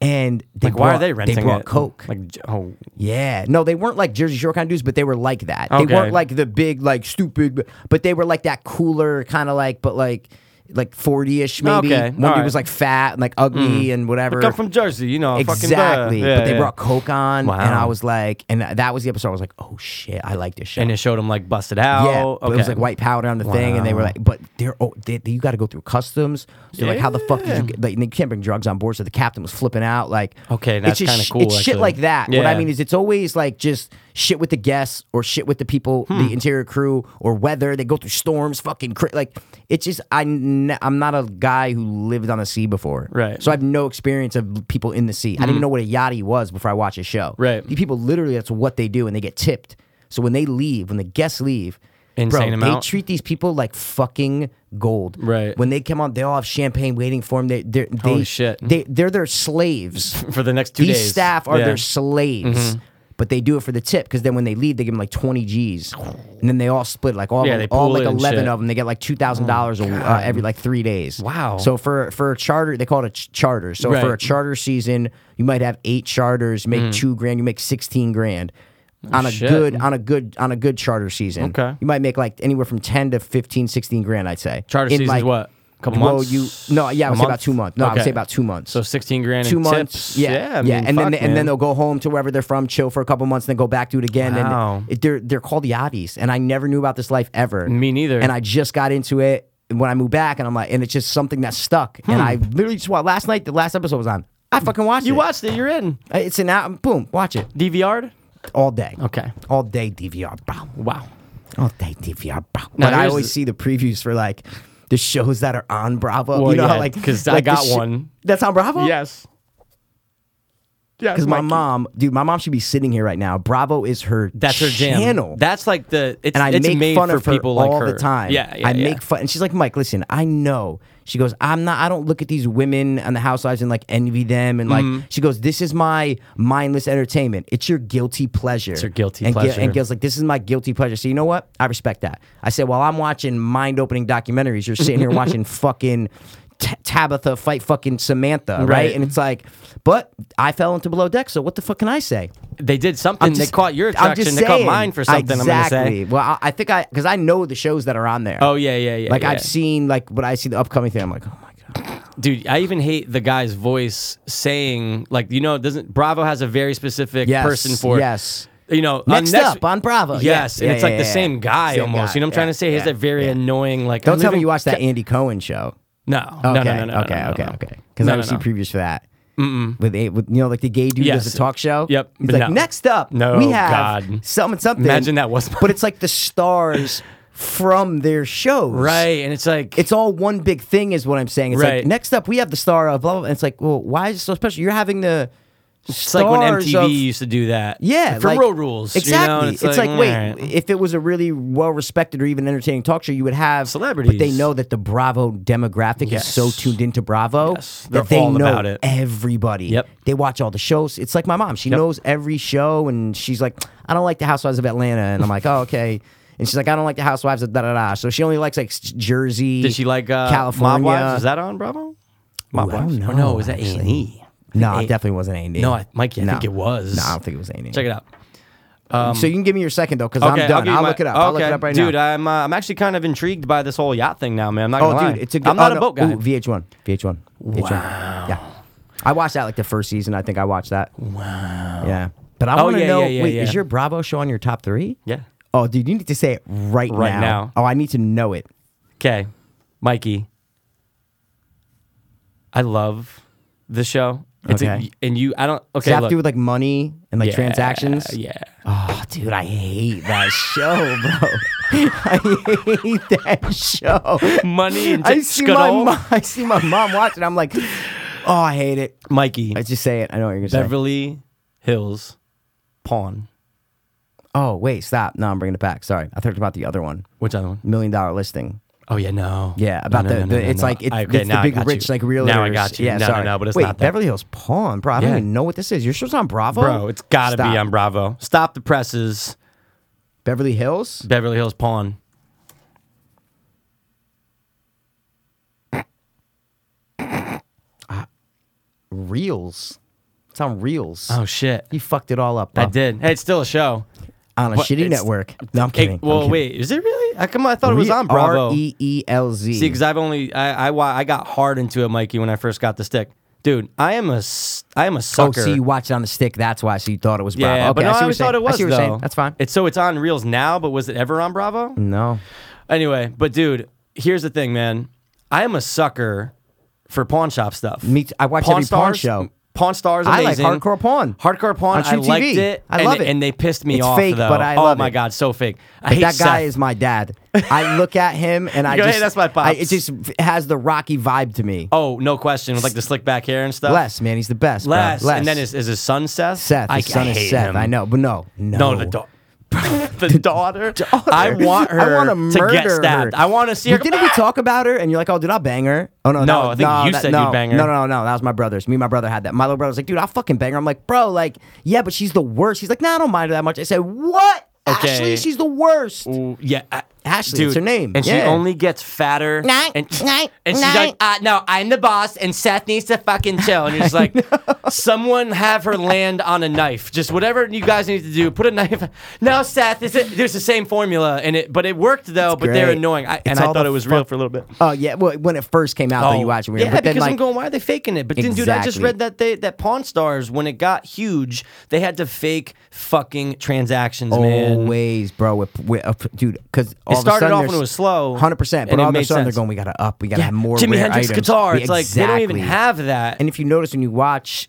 Speaker 1: and they
Speaker 2: Mm-hmm. Like,
Speaker 1: brought,
Speaker 2: why are they renting
Speaker 1: they brought
Speaker 2: it?
Speaker 1: coke.
Speaker 2: Like, j- oh,
Speaker 1: Yeah. No, they weren't like Jersey Shore kind of dudes, but they were like that. They
Speaker 2: Okay.
Speaker 1: weren't like the big, like stupid, but they were like that cooler kind of like, but like, like 40 ish maybe.
Speaker 2: Okay.
Speaker 1: One dude
Speaker 2: Alright.
Speaker 1: was like fat and like ugly and whatever.
Speaker 2: I come from Jersey, you know.
Speaker 1: exactly.
Speaker 2: Fucking, duh. Yeah,
Speaker 1: but they
Speaker 2: yeah.
Speaker 1: brought Coke on.
Speaker 2: Wow.
Speaker 1: And I was like, and that was the episode. I was like, oh shit, I like this show.
Speaker 2: And it showed them like busted out.
Speaker 1: Yeah,
Speaker 2: okay.
Speaker 1: but it was like white powder on the thing, and they were
Speaker 2: Wow.
Speaker 1: like, "But they're oh, they, they- you got to go through customs." So like, how the fuck did you? Get, like, and they can't bring drugs on board, so the captain was flipping out. Like,
Speaker 2: Okay,
Speaker 1: it's
Speaker 2: that's
Speaker 1: just
Speaker 2: kinda
Speaker 1: sh-
Speaker 2: cool,
Speaker 1: It's shit
Speaker 2: actually.
Speaker 1: like that. What I
Speaker 2: Yeah.
Speaker 1: mean is, it's always like just shit with the guests or shit with the people,
Speaker 2: Hmm.
Speaker 1: the interior crew, or weather. They go through storms, fucking cra- like it's just I n- I'm not a guy who lived on the sea before,
Speaker 2: Right.
Speaker 1: So I have no experience of people in the sea. I didn't even know what a yachty was before I watched a show,
Speaker 2: Mm-hmm. Right.
Speaker 1: These people literally that's what they do, and they get tipped. So when they leave, when the guests leave,
Speaker 2: Insane
Speaker 1: Bro,
Speaker 2: amount.
Speaker 1: They treat these people like fucking gold.
Speaker 2: Right.
Speaker 1: When they come on, they all have champagne waiting for them. They, they're, they,
Speaker 2: Holy shit.
Speaker 1: They, they're their slaves.
Speaker 2: for the next two
Speaker 1: these
Speaker 2: days.
Speaker 1: staff are
Speaker 2: Yeah. Mm-hmm.
Speaker 1: their slaves. But they do it for the tip because then when they leave, they give them like twenty G's, and then they all split like all,
Speaker 2: Yeah, they
Speaker 1: all
Speaker 2: pool
Speaker 1: like
Speaker 2: it and
Speaker 1: eleven
Speaker 2: shit. Oh,
Speaker 1: of them. They get like two thousand dollars uh, every like three days.
Speaker 2: Wow.
Speaker 1: So for for a charter, they call it a ch- charter. So for
Speaker 2: Right. Mm.
Speaker 1: a charter season, you might have eight charters, make two grand, you make sixteen grand on a
Speaker 2: Oh, shit.
Speaker 1: good on a good on a good charter season.
Speaker 2: Okay.
Speaker 1: You might make like anywhere from 10 to 15, 16 grand, I'd say.
Speaker 2: Charter
Speaker 1: In,
Speaker 2: season's
Speaker 1: like-
Speaker 2: what? A couple
Speaker 1: well,
Speaker 2: months?
Speaker 1: you no, yeah, I
Speaker 2: A
Speaker 1: would say about
Speaker 2: month?
Speaker 1: two months. No, I would
Speaker 2: Okay.
Speaker 1: say about two months.
Speaker 2: So 16 grand
Speaker 1: two
Speaker 2: in
Speaker 1: months.
Speaker 2: tips.
Speaker 1: Yeah,
Speaker 2: I mean,
Speaker 1: and then
Speaker 2: fuck,
Speaker 1: they, and
Speaker 2: man.
Speaker 1: then they'll go home to wherever they're from, chill for a couple months, and then go back do it again.
Speaker 2: Wow.
Speaker 1: And it, they're they're called yachties, and I never knew about this life ever.
Speaker 2: Me neither.
Speaker 1: And I just got into it when I moved back, and I'm like, and it's just something that stuck. And I literally just watched last night. The last episode was on. I fucking watched
Speaker 2: Hmm. You
Speaker 1: it.
Speaker 2: watched it. You're in.
Speaker 1: It's an hour. Boom, watch it
Speaker 2: DVR'd?
Speaker 1: all day.
Speaker 2: Okay.
Speaker 1: all day DVR, bro.
Speaker 2: Wow.
Speaker 1: Oh, they DVR, bro.
Speaker 2: Now,
Speaker 1: but I
Speaker 2: here's
Speaker 1: always
Speaker 2: the-
Speaker 1: see the previews for like the shows that are on Bravo.
Speaker 2: Well,
Speaker 1: you know,
Speaker 2: yeah,
Speaker 1: like
Speaker 2: 'cause I
Speaker 1: like the
Speaker 2: got
Speaker 1: shi-
Speaker 2: one.
Speaker 1: That's on Bravo.
Speaker 2: Yes. Yes.
Speaker 1: because my mom, dude, my mom should be sitting here right now. Bravo is her
Speaker 2: That's her jam.
Speaker 1: channel.
Speaker 2: That's like the. It's,
Speaker 1: and I
Speaker 2: it's
Speaker 1: make
Speaker 2: made
Speaker 1: fun
Speaker 2: for
Speaker 1: of her
Speaker 2: people
Speaker 1: all
Speaker 2: like her.
Speaker 1: the time.
Speaker 2: Yeah. yeah
Speaker 1: I
Speaker 2: yeah.
Speaker 1: make fun, and she's like, Mike, listen, I know. She goes, I'm not. I don't look at these women on the housewives and like envy them. And like,
Speaker 2: Mm-hmm.
Speaker 1: she goes, this is my mindless entertainment. It's your guilty pleasure. It's
Speaker 2: your guilty
Speaker 1: and Gil-
Speaker 2: pleasure.
Speaker 1: and Gil's like, this is my guilty pleasure. So you know what? I respect that. I said, well, I'm watching mind opening documentaries. You're sitting here watching fucking. T- Tabitha fight fucking Samantha, right?
Speaker 2: Right.
Speaker 1: And it's like, but I fell into below deck, so what the fuck can I say?
Speaker 2: They did something. they caught your
Speaker 1: I'm just
Speaker 2: attraction. They caught
Speaker 1: saying.
Speaker 2: mine for something.
Speaker 1: Exactly.
Speaker 2: I'm gonna say.
Speaker 1: Well, I, I think I because I know the shows that are on there.
Speaker 2: Oh yeah, yeah, yeah.
Speaker 1: like
Speaker 2: yeah.
Speaker 1: I've seen like when I see the upcoming thing, I'm like, oh my god.
Speaker 2: dude. I even hate the guy's voice saying like you know it doesn't Bravo has a very specific
Speaker 1: Yes,
Speaker 2: person for
Speaker 1: yes.
Speaker 2: You know,
Speaker 1: Next
Speaker 2: on next,
Speaker 1: up on Bravo. Yeah.
Speaker 2: Yes, and
Speaker 1: Yeah,
Speaker 2: it's
Speaker 1: yeah,
Speaker 2: like the
Speaker 1: yeah,
Speaker 2: same
Speaker 1: yeah.
Speaker 2: guy
Speaker 1: Same
Speaker 2: almost.
Speaker 1: guy.
Speaker 2: You know, what I'm trying
Speaker 1: Yeah,
Speaker 2: to say. He has
Speaker 1: yeah,
Speaker 2: that very
Speaker 1: yeah.
Speaker 2: annoying like.
Speaker 1: Don't
Speaker 2: I'm
Speaker 1: tell me
Speaker 2: leaving-
Speaker 1: you watched that Andy Cohen show.
Speaker 2: No,
Speaker 1: Okay.
Speaker 2: no, no, no, no, no,
Speaker 1: okay,
Speaker 2: no, no,
Speaker 1: okay,
Speaker 2: no.
Speaker 1: okay. Because
Speaker 2: No,
Speaker 1: I
Speaker 2: no,
Speaker 1: would see
Speaker 2: no.
Speaker 1: previews for that. Mm-mm. With, a, with you know, like the gay dude does
Speaker 2: Yes.
Speaker 1: a talk show.
Speaker 2: Yep,
Speaker 1: He's
Speaker 2: but
Speaker 1: like,
Speaker 2: no.
Speaker 1: next up,
Speaker 2: No,
Speaker 1: we have
Speaker 2: God.
Speaker 1: something, something.
Speaker 2: Imagine that was-
Speaker 1: but it's like the stars from their shows,
Speaker 2: Right, and it's like
Speaker 1: It's all one big thing, is what I'm saying. It's like
Speaker 2: Right.
Speaker 1: next up, we have the star of blah blah. blah. And it's like, well, why is it so special? You're having the
Speaker 2: It's like when
Speaker 1: stars
Speaker 2: MTV
Speaker 1: of-
Speaker 2: used to do that.
Speaker 1: yeah,
Speaker 2: For
Speaker 1: like-
Speaker 2: road rules. you know,
Speaker 1: Exactly.
Speaker 2: and
Speaker 1: it's, like, wait,
Speaker 2: all right.
Speaker 1: if it was a really well respected or even entertaining talk show, you would have But they
Speaker 2: Celebrities.
Speaker 1: know that the Bravo demographic
Speaker 2: Yes.
Speaker 1: is so tuned into Bravo
Speaker 2: Yes. They're
Speaker 1: that they
Speaker 2: all
Speaker 1: know
Speaker 2: about it.
Speaker 1: everybody.
Speaker 2: Yep.
Speaker 1: They watch all the shows. It's like my mom; she
Speaker 2: Yep.
Speaker 1: knows every show, and she's like, "I don't like the Housewives of Atlanta," and I'm like, "Oh, okay." And she's like, "I don't like the Housewives of da da da." So she only likes like Jersey.
Speaker 2: did she like uh,
Speaker 1: California?
Speaker 2: Mob Wives? Was that on Bravo? Mob
Speaker 1: Ooh, I don't
Speaker 2: Wives? Or
Speaker 1: know,
Speaker 2: no, was that A
Speaker 1: actually.
Speaker 2: and E?
Speaker 1: No, it definitely wasn't Andy.
Speaker 2: No, I, Mikey, I
Speaker 1: No.
Speaker 2: think it was.
Speaker 1: No, I don't think it was E. Andy.
Speaker 2: Check it out.
Speaker 1: so you can give me your second though, because
Speaker 2: Um, Okay,
Speaker 1: I'm done.
Speaker 2: give you
Speaker 1: I'll
Speaker 2: my-
Speaker 1: look it up.
Speaker 2: Okay,
Speaker 1: I'll look it up right now.
Speaker 2: dude. I'm uh, I'm actually kind of intrigued by this whole yacht thing now, man. I'm not gonna
Speaker 1: Oh,
Speaker 2: lie.
Speaker 1: dude, it's a.
Speaker 2: I'm not
Speaker 1: oh,
Speaker 2: a boat
Speaker 1: no.
Speaker 2: guy.
Speaker 1: Ooh, VH1, VH1, VH1.
Speaker 2: Wow.
Speaker 1: Yeah, I watched that like the first season. I think I watched that. Wow. Yeah, but I
Speaker 2: Oh,
Speaker 1: want to
Speaker 2: yeah,
Speaker 1: know.
Speaker 2: yeah, yeah,
Speaker 1: wait,
Speaker 2: yeah.
Speaker 1: is your Bravo show on your top three?
Speaker 2: yeah.
Speaker 1: Oh, dude, you need to say it right,
Speaker 2: Right now.
Speaker 1: Oh, I need to know it.
Speaker 2: Okay, Mikey. I love the show. It's a,
Speaker 1: Okay.
Speaker 2: and you, I don't.
Speaker 1: Does it
Speaker 2: Okay,
Speaker 1: have
Speaker 2: look.
Speaker 1: to do with like money and like
Speaker 2: Yeah,
Speaker 1: transactions?
Speaker 2: Yeah.
Speaker 1: Oh, dude, I hate that show, bro. I hate that show.
Speaker 2: Money and
Speaker 1: I
Speaker 2: t-
Speaker 1: see my
Speaker 2: scuttle.
Speaker 1: mom, I see my mom watching. I'm like, oh, I hate it.
Speaker 2: Mikey.
Speaker 1: I just say it. I know what you're gonna say.
Speaker 2: Beverly Hills Pawn.
Speaker 1: Oh, wait, stop. No, I'm bringing it back. Sorry, I talked about the other one,
Speaker 2: Which other one?
Speaker 1: million dollar listing.
Speaker 2: Oh yeah, no.
Speaker 1: Yeah, about
Speaker 2: No, no,
Speaker 1: the,
Speaker 2: no,
Speaker 1: the
Speaker 2: no, no,
Speaker 1: it's
Speaker 2: no.
Speaker 1: like it,
Speaker 2: I- okay,
Speaker 1: it's
Speaker 2: now
Speaker 1: the
Speaker 2: I
Speaker 1: big
Speaker 2: got
Speaker 1: rich
Speaker 2: you.
Speaker 1: like realtors.
Speaker 2: Now I got you.
Speaker 1: Yeah,
Speaker 2: no,
Speaker 1: sorry.
Speaker 2: no, no, but it's
Speaker 1: Wait,
Speaker 2: not that.
Speaker 1: Beverly Hills Pawn, bro. I don't
Speaker 2: Yeah.
Speaker 1: even know what this is. Your show's on Bravo,
Speaker 2: Bro, it's gotta
Speaker 1: Stop.
Speaker 2: be on Bravo. Stop the presses.
Speaker 1: Beverly Hills.
Speaker 2: Beverly Hills Pawn.
Speaker 1: Reels. It's on Reels.
Speaker 2: Oh shit.
Speaker 1: you fucked it all up.
Speaker 2: I
Speaker 1: bro.
Speaker 2: did. Hey, it's still a show.
Speaker 1: on a
Speaker 2: What?
Speaker 1: shitty
Speaker 2: It's-
Speaker 1: network. No, I'm
Speaker 2: Hey,
Speaker 1: kidding.
Speaker 2: well, wait, is it really? I come on, I thought it was on Bravo.
Speaker 1: R E E L
Speaker 2: See, because
Speaker 1: Z.
Speaker 2: I've only I, I wa- I got hard into it, Mikey, when I first got the stick. Dude, I am a s- I am a
Speaker 1: Oh,
Speaker 2: sucker.
Speaker 1: so you watched it on the stick. That's why. So you thought it was Bravo.
Speaker 2: yeah,
Speaker 1: okay,
Speaker 2: but no,
Speaker 1: I, see
Speaker 2: I,
Speaker 1: what you're
Speaker 2: always thought
Speaker 1: saying.
Speaker 2: it was
Speaker 1: I see what you're
Speaker 2: though.
Speaker 1: saying. That's fine.
Speaker 2: It's so it's on Reels now, but was it ever on Bravo?
Speaker 1: no.
Speaker 2: Anyway, but dude, here's the thing, man. I am a sucker for pawn shop stuff.
Speaker 1: Me too. I watch every pawn show.
Speaker 2: Pawn stars,
Speaker 1: I like
Speaker 2: amazing.
Speaker 1: hardcore pawn.
Speaker 2: Hardcore pawn.
Speaker 1: On
Speaker 2: I
Speaker 1: True
Speaker 2: liked
Speaker 1: TV.
Speaker 2: it.
Speaker 1: I
Speaker 2: and,
Speaker 1: love it.
Speaker 2: And they pissed me
Speaker 1: It's
Speaker 2: off
Speaker 1: fake,
Speaker 2: though.
Speaker 1: but I
Speaker 2: oh
Speaker 1: love
Speaker 2: my
Speaker 1: it.
Speaker 2: god, so fake. I
Speaker 1: But
Speaker 2: hate
Speaker 1: that guy
Speaker 2: Seth.
Speaker 1: is my dad. I look at him and I
Speaker 2: go, "Hey,
Speaker 1: just
Speaker 2: that's my pops."
Speaker 1: I, it just f- has the Rocky vibe to me.
Speaker 2: Oh, no question. With like the slick back hair and stuff.
Speaker 1: Les, man, he's the best. bro.
Speaker 2: Less.
Speaker 1: Les.
Speaker 2: And then is, is his son Seth?
Speaker 1: Seth.
Speaker 2: I,
Speaker 1: his son
Speaker 2: I
Speaker 1: is
Speaker 2: hate
Speaker 1: Seth.
Speaker 2: him.
Speaker 1: I know, but no, no.
Speaker 2: No, the dog. the daughter. I want her
Speaker 1: I want to
Speaker 2: to
Speaker 1: murder
Speaker 2: get stabbed.
Speaker 1: her.
Speaker 2: I want to see her.
Speaker 1: But Didn't we talk about her? And you're like, oh, dude, I'll bang her. Oh no,
Speaker 2: No,
Speaker 1: that-
Speaker 2: I think you
Speaker 1: that-
Speaker 2: said
Speaker 1: no,
Speaker 2: you'd bang her.
Speaker 1: No, no, no, no. That was my brother's. Me and my brother had that. My little brother's like, dude, I'll fucking bang her. I'm like, bro, like, yeah, but she's the worst. He's like, nah, I don't mind her that much. I said, what?
Speaker 2: Okay.
Speaker 1: Ashley, she's the worst.
Speaker 2: Ooh, yeah, I-
Speaker 1: Ashley,
Speaker 2: dude,
Speaker 1: it's her name.
Speaker 2: and she
Speaker 1: Yeah.
Speaker 2: only gets fatter.
Speaker 1: Night,
Speaker 2: and,
Speaker 1: night,
Speaker 2: and she's
Speaker 1: night.
Speaker 2: like, uh, "No, I'm the boss, and Seth needs to fucking chill." And he's like, "Someone have her land on a knife. Just whatever you guys need to do, put a knife." No, Seth, it's it, there's the same formula, and it, but it worked though. but they're
Speaker 1: great.
Speaker 2: annoying, I, and
Speaker 1: It's
Speaker 2: I
Speaker 1: all
Speaker 2: thought
Speaker 1: the
Speaker 2: it was real for a little bit.
Speaker 1: Oh yeah, well, when it first came out, though, you watched it. we were-
Speaker 2: Oh. yeah,
Speaker 1: but then,
Speaker 2: because
Speaker 1: like,
Speaker 2: I'm going, why are they faking it? But then, dude, I just
Speaker 1: Exactly.
Speaker 2: read that they that Pawn Stars when it got huge, they had to fake fucking transactions,
Speaker 1: Oh,
Speaker 2: man.
Speaker 1: Always, bro. With, with uh, dude, because
Speaker 2: It started off when it was slow,
Speaker 1: hundred percent. But
Speaker 2: and it
Speaker 1: all of a
Speaker 2: made
Speaker 1: sudden they're
Speaker 2: sense.
Speaker 1: going, we gotta up, we gotta have more.
Speaker 2: Jimi
Speaker 1: rare
Speaker 2: Hendrix
Speaker 1: items.
Speaker 2: guitar.
Speaker 1: We-
Speaker 2: It's like they don't even
Speaker 1: exactly.
Speaker 2: have that.
Speaker 1: And if you notice when you watch,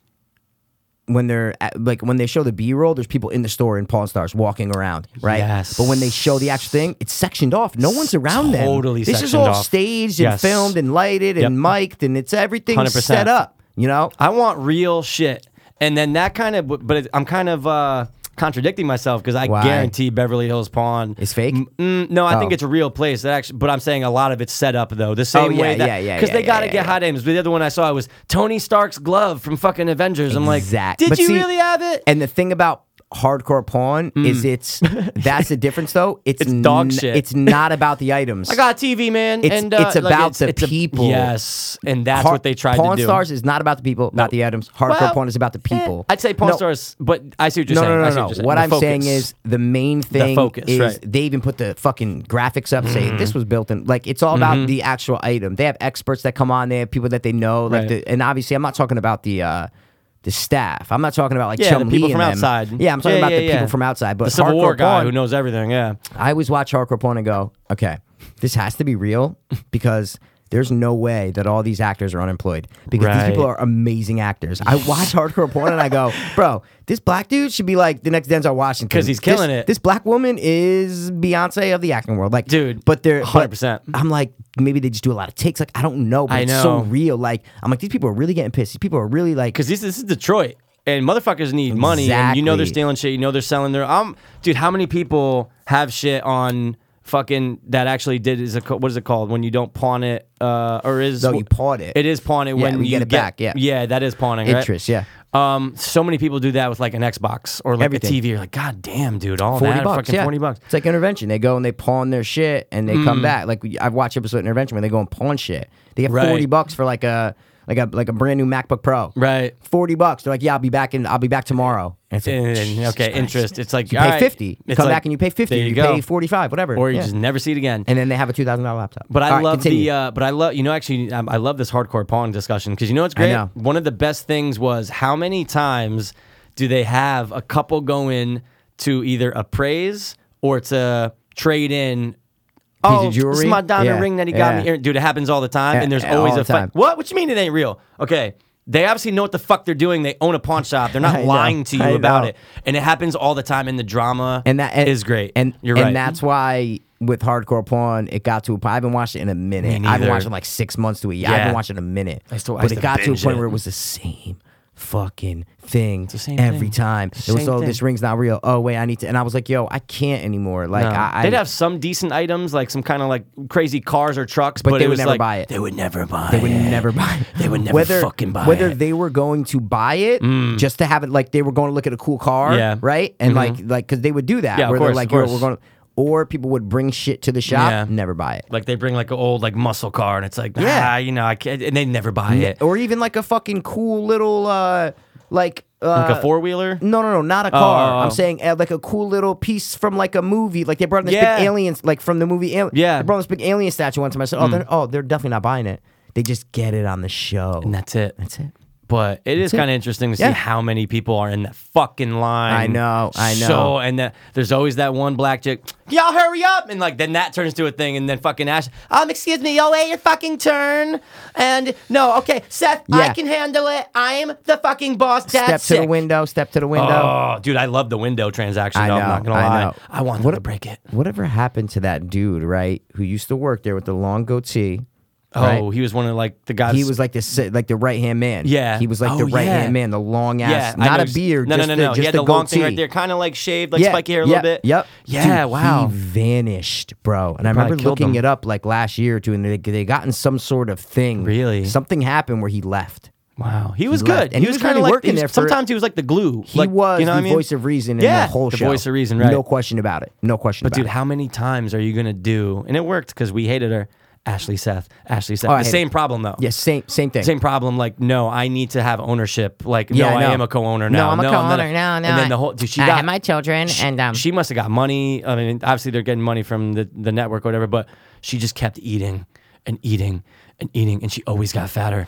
Speaker 1: when they're at, like when they show the B roll, there's people in the store in Pawn Stars walking around, right?
Speaker 2: Yes.
Speaker 1: But when they show the actual thing, it's sectioned off. No one's around them.
Speaker 2: Totally
Speaker 1: This is
Speaker 2: sectioned
Speaker 1: all
Speaker 2: off.
Speaker 1: staged and
Speaker 2: Yes.
Speaker 1: filmed and lighted
Speaker 2: Yep.
Speaker 1: and mic'd, and it's everything
Speaker 2: 100%.
Speaker 1: set up. You know,
Speaker 2: I want real shit. And then that kind of, but it, I'm kind of uh, contradicting myself because I
Speaker 1: Why?
Speaker 2: guarantee Beverly Hills Pawn
Speaker 1: It's fake?
Speaker 2: Mm, mm, no, I think
Speaker 1: Oh.
Speaker 2: it's a real place. That actually, but I'm saying a lot of it's set up though. The same
Speaker 1: yeah,
Speaker 2: way that
Speaker 1: yeah, yeah,
Speaker 2: because
Speaker 1: yeah,
Speaker 2: they
Speaker 1: yeah,
Speaker 2: got to
Speaker 1: yeah,
Speaker 2: get
Speaker 1: yeah.
Speaker 2: hot names. But the other one I saw was Tony Stark's glove from fucking Avengers. I'm like,
Speaker 1: Exact-
Speaker 2: did
Speaker 1: but
Speaker 2: you
Speaker 1: see-
Speaker 2: really have it?
Speaker 1: And the thing about hardcore pawn is it's that's the difference though. It's,
Speaker 2: Mm. It's dog
Speaker 1: n-
Speaker 2: shit.
Speaker 1: It's not about the items.
Speaker 2: I got a TV, man.
Speaker 1: It's-
Speaker 2: and uh,
Speaker 1: it's
Speaker 2: like,
Speaker 1: about the
Speaker 2: a-
Speaker 1: people.
Speaker 2: yes, and that's
Speaker 1: Har-
Speaker 2: what they tried
Speaker 1: Pawn
Speaker 2: to do.
Speaker 1: Stars is not about the people, not the items. Hardcore
Speaker 2: Well, eh,
Speaker 1: pawn is about the people.
Speaker 2: I'd say Pawn
Speaker 1: No,
Speaker 2: Stars, but I see what you're
Speaker 1: No,
Speaker 2: saying.
Speaker 1: no,
Speaker 2: I
Speaker 1: no,
Speaker 2: see
Speaker 1: no. no.
Speaker 2: what you're saying.
Speaker 1: What
Speaker 2: The
Speaker 1: I'm saying
Speaker 2: focus.
Speaker 1: is the main thing
Speaker 2: focus,
Speaker 1: is
Speaker 2: right. Mm-hmm.
Speaker 1: they even put the fucking graphics up saying this was built in. Like it's all about the actual item. They have experts that come on. They have people that they know. Like
Speaker 2: Right.
Speaker 1: the, and obviously, I'm not talking about the. uh the staff. I'm not talking about like
Speaker 2: Yeah,
Speaker 1: Chum
Speaker 2: the people
Speaker 1: Lee
Speaker 2: from
Speaker 1: and them.
Speaker 2: outside.
Speaker 1: Yeah, I'm talking
Speaker 2: Yeah,
Speaker 1: about
Speaker 2: yeah,
Speaker 1: the
Speaker 2: yeah.
Speaker 1: people from outside. But
Speaker 2: the Civil
Speaker 1: hardcore
Speaker 2: War guy
Speaker 1: pawn-
Speaker 2: who knows everything. Yeah,
Speaker 1: I always watch Hardcore Porn and go, okay, this has to be real because there's no way that all these actors are unemployed because these people
Speaker 2: Right.
Speaker 1: are amazing actors. I watch hardcore porn and I go, bro, this black dude should be like the next Denzel Washington
Speaker 2: 'Cause he's
Speaker 1: This-
Speaker 2: killing it.
Speaker 1: This black woman is Beyonce of the acting world, like
Speaker 2: Dude,
Speaker 1: But they're but
Speaker 2: 100%.
Speaker 1: I'm like, maybe they just do a lot of takes. Like I don't know, but
Speaker 2: I
Speaker 1: it's so
Speaker 2: know.
Speaker 1: real. Like I'm like, these people are really getting pissed. These people are really like
Speaker 2: because this, this is Detroit and motherfuckers need money. And you know they're
Speaker 1: Exactly.
Speaker 2: stealing shit. You know they're selling their. Um, dude, how many people have shit on fucking that actually did is a co- what is it called when you don't pawn it uh or is
Speaker 1: No, you pawn it.
Speaker 2: It is pawn it
Speaker 1: Yeah,
Speaker 2: when
Speaker 1: we
Speaker 2: you
Speaker 1: get it back, yeah.
Speaker 2: yeah that is pawning right?
Speaker 1: interest. Yeah,
Speaker 2: Um, so many people do that with like an Xbox or like
Speaker 1: Everything.
Speaker 2: a TV. You're like, God damn, dude, all
Speaker 1: forty
Speaker 2: that
Speaker 1: bucks.
Speaker 2: fucking
Speaker 1: yeah,
Speaker 2: forty bucks. Hmm.
Speaker 1: It's like intervention. They go and they pawn their shit and they come back. Like we- I've watched episode of intervention where they go and pawn shit. They get
Speaker 2: Right.
Speaker 1: forty bucks for like a like a like a brand new MacBook Pro.
Speaker 2: Right.
Speaker 1: Forty bucks. They're like, yeah, I'll be back in. I'll be back tomorrow. And it's like,
Speaker 2: And,
Speaker 1: Jesus
Speaker 2: okay,
Speaker 1: Christ.
Speaker 2: interest. It's like
Speaker 1: You
Speaker 2: all
Speaker 1: pay
Speaker 2: right.
Speaker 1: fifty. You
Speaker 2: It's
Speaker 1: come
Speaker 2: like,
Speaker 1: back and you pay fifty.
Speaker 2: There
Speaker 1: You,
Speaker 2: you, go.
Speaker 1: pay forty five. Whatever.
Speaker 2: or you
Speaker 1: Yeah.
Speaker 2: just never see it again.
Speaker 1: and then they have a two thousand dollar laptop.
Speaker 2: But I
Speaker 1: All right,
Speaker 2: love
Speaker 1: continue.
Speaker 2: the. Uh, but I love you know actually um, I love this hardcore pawn discussion because you know what's great.
Speaker 1: know.
Speaker 2: One of the best things was how many times do they have a couple go in to either appraise or to trade in. Oh, this is
Speaker 1: jewelry?
Speaker 2: my diamond
Speaker 1: Yeah,
Speaker 2: ring that he got
Speaker 1: yeah.
Speaker 2: me. Dude, it happens all the time,
Speaker 1: Yeah,
Speaker 2: and there's
Speaker 1: yeah,
Speaker 2: always
Speaker 1: all
Speaker 2: a
Speaker 1: the
Speaker 2: fight.
Speaker 1: time.
Speaker 2: What? What you mean it ain't real? Okay, they obviously know what the fuck they're doing. They own a pawn shop. They're
Speaker 1: I
Speaker 2: not
Speaker 1: know,
Speaker 2: lying to you
Speaker 1: I
Speaker 2: about
Speaker 1: know.
Speaker 2: it, and it happens all the time. And the drama
Speaker 1: and that and,
Speaker 2: is great.
Speaker 1: And
Speaker 2: you're
Speaker 1: and
Speaker 2: right.
Speaker 1: that's why with hardcore porn, it got to a point. I haven't watched it in a minute.
Speaker 2: Me
Speaker 1: I've been
Speaker 2: neither.
Speaker 1: watching like six months to a year. I
Speaker 2: Yeah.
Speaker 1: haven't watched it in a minute.
Speaker 2: I still- I
Speaker 1: but
Speaker 2: used
Speaker 1: it
Speaker 2: to
Speaker 1: got to a
Speaker 2: binge
Speaker 1: point
Speaker 2: it.
Speaker 1: where it was the same fucking thing
Speaker 2: the same
Speaker 1: every
Speaker 2: thing.
Speaker 1: time. It was
Speaker 2: Same
Speaker 1: oh
Speaker 2: thing.
Speaker 1: this ring's not real. Oh wait, I need to. And I was like, yo, I can't anymore. Like
Speaker 2: No.
Speaker 1: I, I
Speaker 2: Oh. they'd have some decent items, like some kind of like crazy cars or trucks, but,
Speaker 1: they
Speaker 2: it
Speaker 1: would
Speaker 2: was
Speaker 1: never
Speaker 2: like,
Speaker 1: buy it.
Speaker 2: They would never buy.
Speaker 1: They would
Speaker 2: it.
Speaker 1: never buy it.
Speaker 2: They would never
Speaker 1: whether,
Speaker 2: fucking buy
Speaker 1: Whether
Speaker 2: it. Mm.
Speaker 1: they were going to buy it just to have it, like they were going to look at a cool car,
Speaker 2: Yeah. Mm-hmm.
Speaker 1: right? And like, like, because they would do that.
Speaker 2: Yeah, of
Speaker 1: where
Speaker 2: course,
Speaker 1: they're like,
Speaker 2: of
Speaker 1: "Yo,
Speaker 2: course.
Speaker 1: we're going, to, or people would bring shit to the shop,
Speaker 2: Yeah.
Speaker 1: never buy it.
Speaker 2: Like they bring like an old like muscle car, and it's like yeah,
Speaker 1: Yeah.
Speaker 2: you know, I can't, and they never buy it.
Speaker 1: or even like a fucking cool little uh like uh
Speaker 2: Like a four wheeler.
Speaker 1: no no no not a car
Speaker 2: Oh.
Speaker 1: i'm saying uh, like a cool little piece from like a movie like they brought in this
Speaker 2: Yeah.
Speaker 1: big alien like from the movie Alien.
Speaker 2: Yeah. Mm.
Speaker 1: they brought this big alien statue one time i said oh they're oh they're definitely not buying it they just get it on the show
Speaker 2: And that's it.
Speaker 1: that's it
Speaker 2: But it is
Speaker 1: it.
Speaker 2: kind of interesting to see
Speaker 1: Yeah.
Speaker 2: how many people are in that fucking line.
Speaker 1: I know, I know.
Speaker 2: So and that there's always that one black chick. Y'all hurry up! And like then that turns to a thing, and then fucking Ash. Um, excuse me, y'all wait your fucking turn. And no, okay, Seth, I
Speaker 1: Yeah.
Speaker 2: can handle it. I'm the fucking boss. That's
Speaker 1: step to
Speaker 2: it.
Speaker 1: the window step to the window
Speaker 2: Oh, dude, I love the window transaction.
Speaker 1: I
Speaker 2: though,
Speaker 1: know,
Speaker 2: I'm not gonna
Speaker 1: I
Speaker 2: lie.
Speaker 1: know.
Speaker 2: I want them
Speaker 1: What
Speaker 2: to
Speaker 1: a-
Speaker 2: break it.
Speaker 1: whatever happened to that dude right who used to work there with the long goatee
Speaker 2: Oh,
Speaker 1: right?
Speaker 2: he was one of like the guys.
Speaker 1: He was like the si- like the right hand man.
Speaker 2: Yeah.
Speaker 1: he was like
Speaker 2: Oh,
Speaker 1: the right hand
Speaker 2: yeah.
Speaker 1: man, the long
Speaker 2: yeah,
Speaker 1: ass,
Speaker 2: I
Speaker 1: not
Speaker 2: know
Speaker 1: a
Speaker 2: he's-
Speaker 1: beard.
Speaker 2: No,
Speaker 1: just
Speaker 2: no, no,
Speaker 1: the,
Speaker 2: no.
Speaker 1: Just
Speaker 2: he had the,
Speaker 1: the,
Speaker 2: long thing right
Speaker 1: goatee.
Speaker 2: there, kind of like shaved, like spiky hair a
Speaker 1: yeah,
Speaker 2: little bit.
Speaker 1: Yep.
Speaker 2: Yeah.
Speaker 1: Dude,
Speaker 2: wow.
Speaker 1: He vanished, bro. And I
Speaker 2: probably
Speaker 1: remember
Speaker 2: killed
Speaker 1: looking
Speaker 2: him.
Speaker 1: it up like last year or two, and they they gotten some sort of thing.
Speaker 2: Really?
Speaker 1: Something happened where he left.
Speaker 2: Wow, he was
Speaker 1: left.
Speaker 2: good,
Speaker 1: And he was
Speaker 2: kind of
Speaker 1: really
Speaker 2: like,
Speaker 1: working
Speaker 2: he was-
Speaker 1: there for-
Speaker 2: Sometimes he was like the glue.
Speaker 1: He
Speaker 2: like,
Speaker 1: was
Speaker 2: you know
Speaker 1: the
Speaker 2: what I mean?
Speaker 1: voice of reason in
Speaker 2: Yeah,
Speaker 1: the whole
Speaker 2: the
Speaker 1: show.
Speaker 2: voice of reason, right.
Speaker 1: No question about it. No question
Speaker 2: But
Speaker 1: about
Speaker 2: dude,
Speaker 1: it.
Speaker 2: how many times are you gonna do? And it worked because we hated her, Ashley Seth, Ashley Seth.
Speaker 1: Oh, I
Speaker 2: the
Speaker 1: hate
Speaker 2: same
Speaker 1: it.
Speaker 2: problem though.
Speaker 1: yeah, same same thing.
Speaker 2: Same problem. Like, no, I need to have ownership. Like,
Speaker 1: Yeah,
Speaker 2: no,
Speaker 1: I
Speaker 2: I,
Speaker 1: know.
Speaker 2: am a co-owner
Speaker 1: No,
Speaker 2: now.
Speaker 1: I'm a
Speaker 2: not
Speaker 1: co-owner. No, no,
Speaker 2: And then
Speaker 1: I-
Speaker 2: the whole dude, she
Speaker 1: I
Speaker 2: got
Speaker 1: have my children,
Speaker 2: sh-
Speaker 1: and, um,
Speaker 2: she must have got money. I mean, obviously they're getting money from the the network, or whatever. But she just kept eating and eating and eating, and she always got fatter.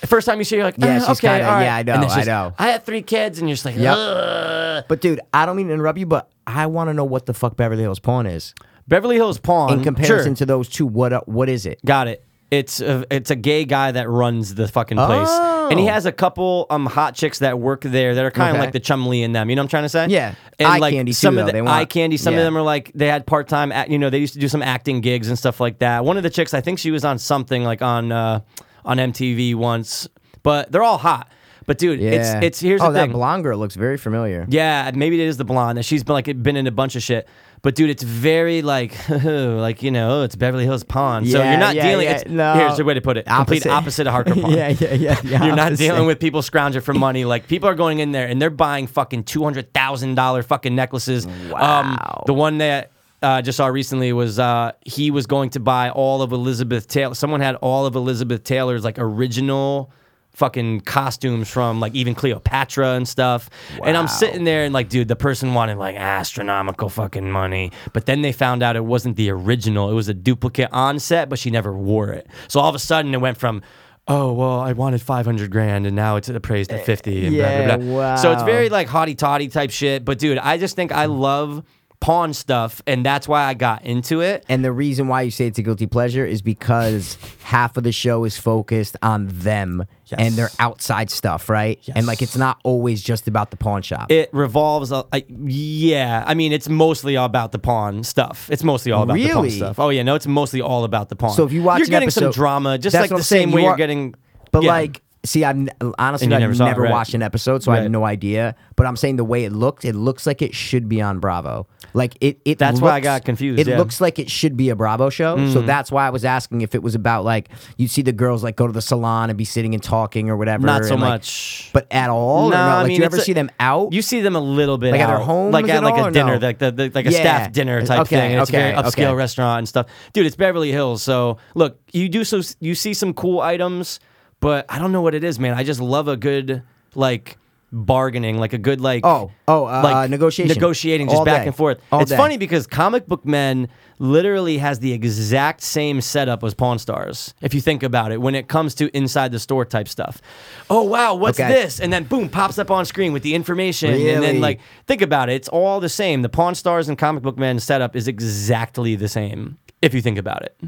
Speaker 2: The first time you see her, you're like,
Speaker 1: Yeah,
Speaker 2: "Uh,
Speaker 1: she's
Speaker 2: okay,
Speaker 1: kinda-
Speaker 2: all right."
Speaker 1: yeah, I know,
Speaker 2: And then she's
Speaker 1: I
Speaker 2: just,
Speaker 1: know.
Speaker 2: I had three kids, and you're just like,
Speaker 1: Yep.
Speaker 2: "Ugh."
Speaker 1: But dude, I don't mean to interrupt you, but I want to know what the fuck Beverly Hills Pawn is
Speaker 2: Beverly Hills Pawn.
Speaker 1: in comparison
Speaker 2: Mm-hmm. sure.
Speaker 1: to those two. What uh, what is it?
Speaker 2: Got it. It's a, it's a gay guy that runs the fucking place,
Speaker 1: Oh.
Speaker 2: and he has a couple um hot chicks that work there that are kind of
Speaker 1: Okay.
Speaker 2: like the Chumley in them. You know what I'm trying to say?
Speaker 1: Yeah.
Speaker 2: And
Speaker 1: Eye
Speaker 2: like
Speaker 1: candy,
Speaker 2: some
Speaker 1: too,
Speaker 2: of
Speaker 1: though.
Speaker 2: the
Speaker 1: They
Speaker 2: eye
Speaker 1: want-
Speaker 2: candy. Some of
Speaker 1: yeah.
Speaker 2: them are like they had part time. You know, they used to do some acting gigs and stuff like that. One of the chicks, I think she was on something like on uh, on MTV once, but they're all hot. But dude,
Speaker 1: Yeah.
Speaker 2: it's it's here's
Speaker 1: oh,
Speaker 2: the
Speaker 1: that
Speaker 2: thing.
Speaker 1: blonde girl looks very familiar.
Speaker 2: Yeah, maybe it is the blonde that she's been like been in a bunch of shit. But dude, it's very like like you know, oh, it's Beverly Hills Pawn. so
Speaker 1: Yeah,
Speaker 2: you're not
Speaker 1: yeah,
Speaker 2: dealing.
Speaker 1: yeah,
Speaker 2: it's,
Speaker 1: no.
Speaker 2: Here's the way to put it: complete opposite of hardcore Pawn.
Speaker 1: yeah, yeah, yeah, yeah.
Speaker 2: You're not
Speaker 1: opposite.
Speaker 2: dealing with people scrounging for money. Like people are going in there and they're buying fucking two hundred thousand dollar fucking necklaces. Um,
Speaker 1: Wow.
Speaker 2: the one that uh, I just saw recently was uh, he was going to buy all of Elizabeth Taylor. Someone had all of Elizabeth Taylor's like original fucking costumes from like even Cleopatra and stuff. And I'm
Speaker 1: Wow.
Speaker 2: sitting there and like, dude, the person wanted like astronomical fucking money. But then they found out it wasn't the original. It was a duplicate on set, but she never wore it. So all of a sudden it went from Oh well, I wanted five hundred grand, and now it's appraised at fifty. And blah, blah,
Speaker 1: Eh, Yeah,
Speaker 2: blah. So it's
Speaker 1: wow.
Speaker 2: very like hottie toddy type shit. But dude, I just think I love pawn stuff, and that's why I got into it.
Speaker 1: And the reason why you say it's a guilty pleasure is because half of the show is focused on them and their
Speaker 2: Yes.
Speaker 1: outside stuff, right? And like it's not always just about the pawn shop.
Speaker 2: It revolves, uh, I, yeah. I mean, it's mostly all about the pawn stuff. It's mostly all about the pawn
Speaker 1: Really?
Speaker 2: stuff. Oh yeah, no, it's mostly all about the pawn.
Speaker 1: so if you watch
Speaker 2: you're
Speaker 1: an
Speaker 2: getting some
Speaker 1: episode-
Speaker 2: drama, just
Speaker 1: That's
Speaker 2: like
Speaker 1: what
Speaker 2: the
Speaker 1: I'm saying,
Speaker 2: same
Speaker 1: you
Speaker 2: way
Speaker 1: are-
Speaker 2: you're getting.
Speaker 1: But
Speaker 2: yeah.
Speaker 1: like, see, I'm honestly
Speaker 2: And you
Speaker 1: I've
Speaker 2: never
Speaker 1: never,
Speaker 2: saw it, right.
Speaker 1: watched an episode, so I
Speaker 2: Right.
Speaker 1: have no idea. But I'm saying the way it looked, it looks like it should be on Bravo. Like it, it
Speaker 2: That's why I
Speaker 1: looks-
Speaker 2: got confused,
Speaker 1: It
Speaker 2: yeah. Mm.
Speaker 1: looks like it should be a Bravo show, so that's why I was asking if it was about like you see the girls like go to the salon and be sitting and talking or whatever.
Speaker 2: Not so
Speaker 1: and, like-
Speaker 2: much.
Speaker 1: but at all. or
Speaker 2: No,
Speaker 1: no?
Speaker 2: I
Speaker 1: Like,
Speaker 2: mean,
Speaker 1: do you
Speaker 2: it's
Speaker 1: ever
Speaker 2: a-
Speaker 1: see them out?
Speaker 2: You see them a little bit
Speaker 1: Like at
Speaker 2: out,
Speaker 1: their homes
Speaker 2: like
Speaker 1: at
Speaker 2: at like
Speaker 1: all,
Speaker 2: a
Speaker 1: or
Speaker 2: dinner,
Speaker 1: no?
Speaker 2: like the, the- like a
Speaker 1: Yeah.
Speaker 2: staff dinner type
Speaker 1: Okay,
Speaker 2: thing. and It's a very
Speaker 1: okay,
Speaker 2: upscale
Speaker 1: okay.
Speaker 2: restaurant and stuff. Dude, it's Beverly Hills, so look, you do so you see some cool items, but I don't know what it is, man. I just love a good like bargaining, like a good like
Speaker 1: Oh, oh, uh, uh, negotiation.
Speaker 2: negotiating just
Speaker 1: All
Speaker 2: back
Speaker 1: day.
Speaker 2: and forth.
Speaker 1: All
Speaker 2: it's
Speaker 1: day.
Speaker 2: funny because Comic Book Men literally has the exact same setup as Pawn Stars. If you think about it, when it comes to inside the store type stuff. Oh wow, what's
Speaker 1: Okay.
Speaker 2: this? And then boom, pops up on screen with the information. And then
Speaker 1: Really?
Speaker 2: like think about it, it's all the same. The Pawn Stars and Comic Book Men setup is exactly the same. If you think about it,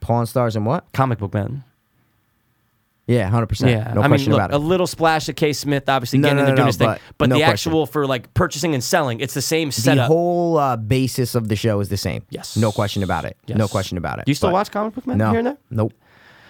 Speaker 1: Pawn Stars and what?
Speaker 2: Comic Book Men.
Speaker 1: Yeah, hundred percent.
Speaker 2: Yeah,
Speaker 1: no
Speaker 2: I mean,
Speaker 1: question
Speaker 2: look,
Speaker 1: about
Speaker 2: a
Speaker 1: it.
Speaker 2: little splash of K. Smith, obviously
Speaker 1: No,
Speaker 2: getting
Speaker 1: no,
Speaker 2: into
Speaker 1: no,
Speaker 2: doing
Speaker 1: no,
Speaker 2: his thing,
Speaker 1: but
Speaker 2: but
Speaker 1: no
Speaker 2: the
Speaker 1: question.
Speaker 2: actual for like purchasing and selling, it's the same
Speaker 1: The
Speaker 2: setup.
Speaker 1: whole uh, basis of the show is the same.
Speaker 2: Yes.
Speaker 1: no question about it. No
Speaker 2: Yes.
Speaker 1: question about it.
Speaker 2: Do you still
Speaker 1: But-
Speaker 2: watch Comic Book Men
Speaker 1: No,
Speaker 2: here and there?
Speaker 1: nope.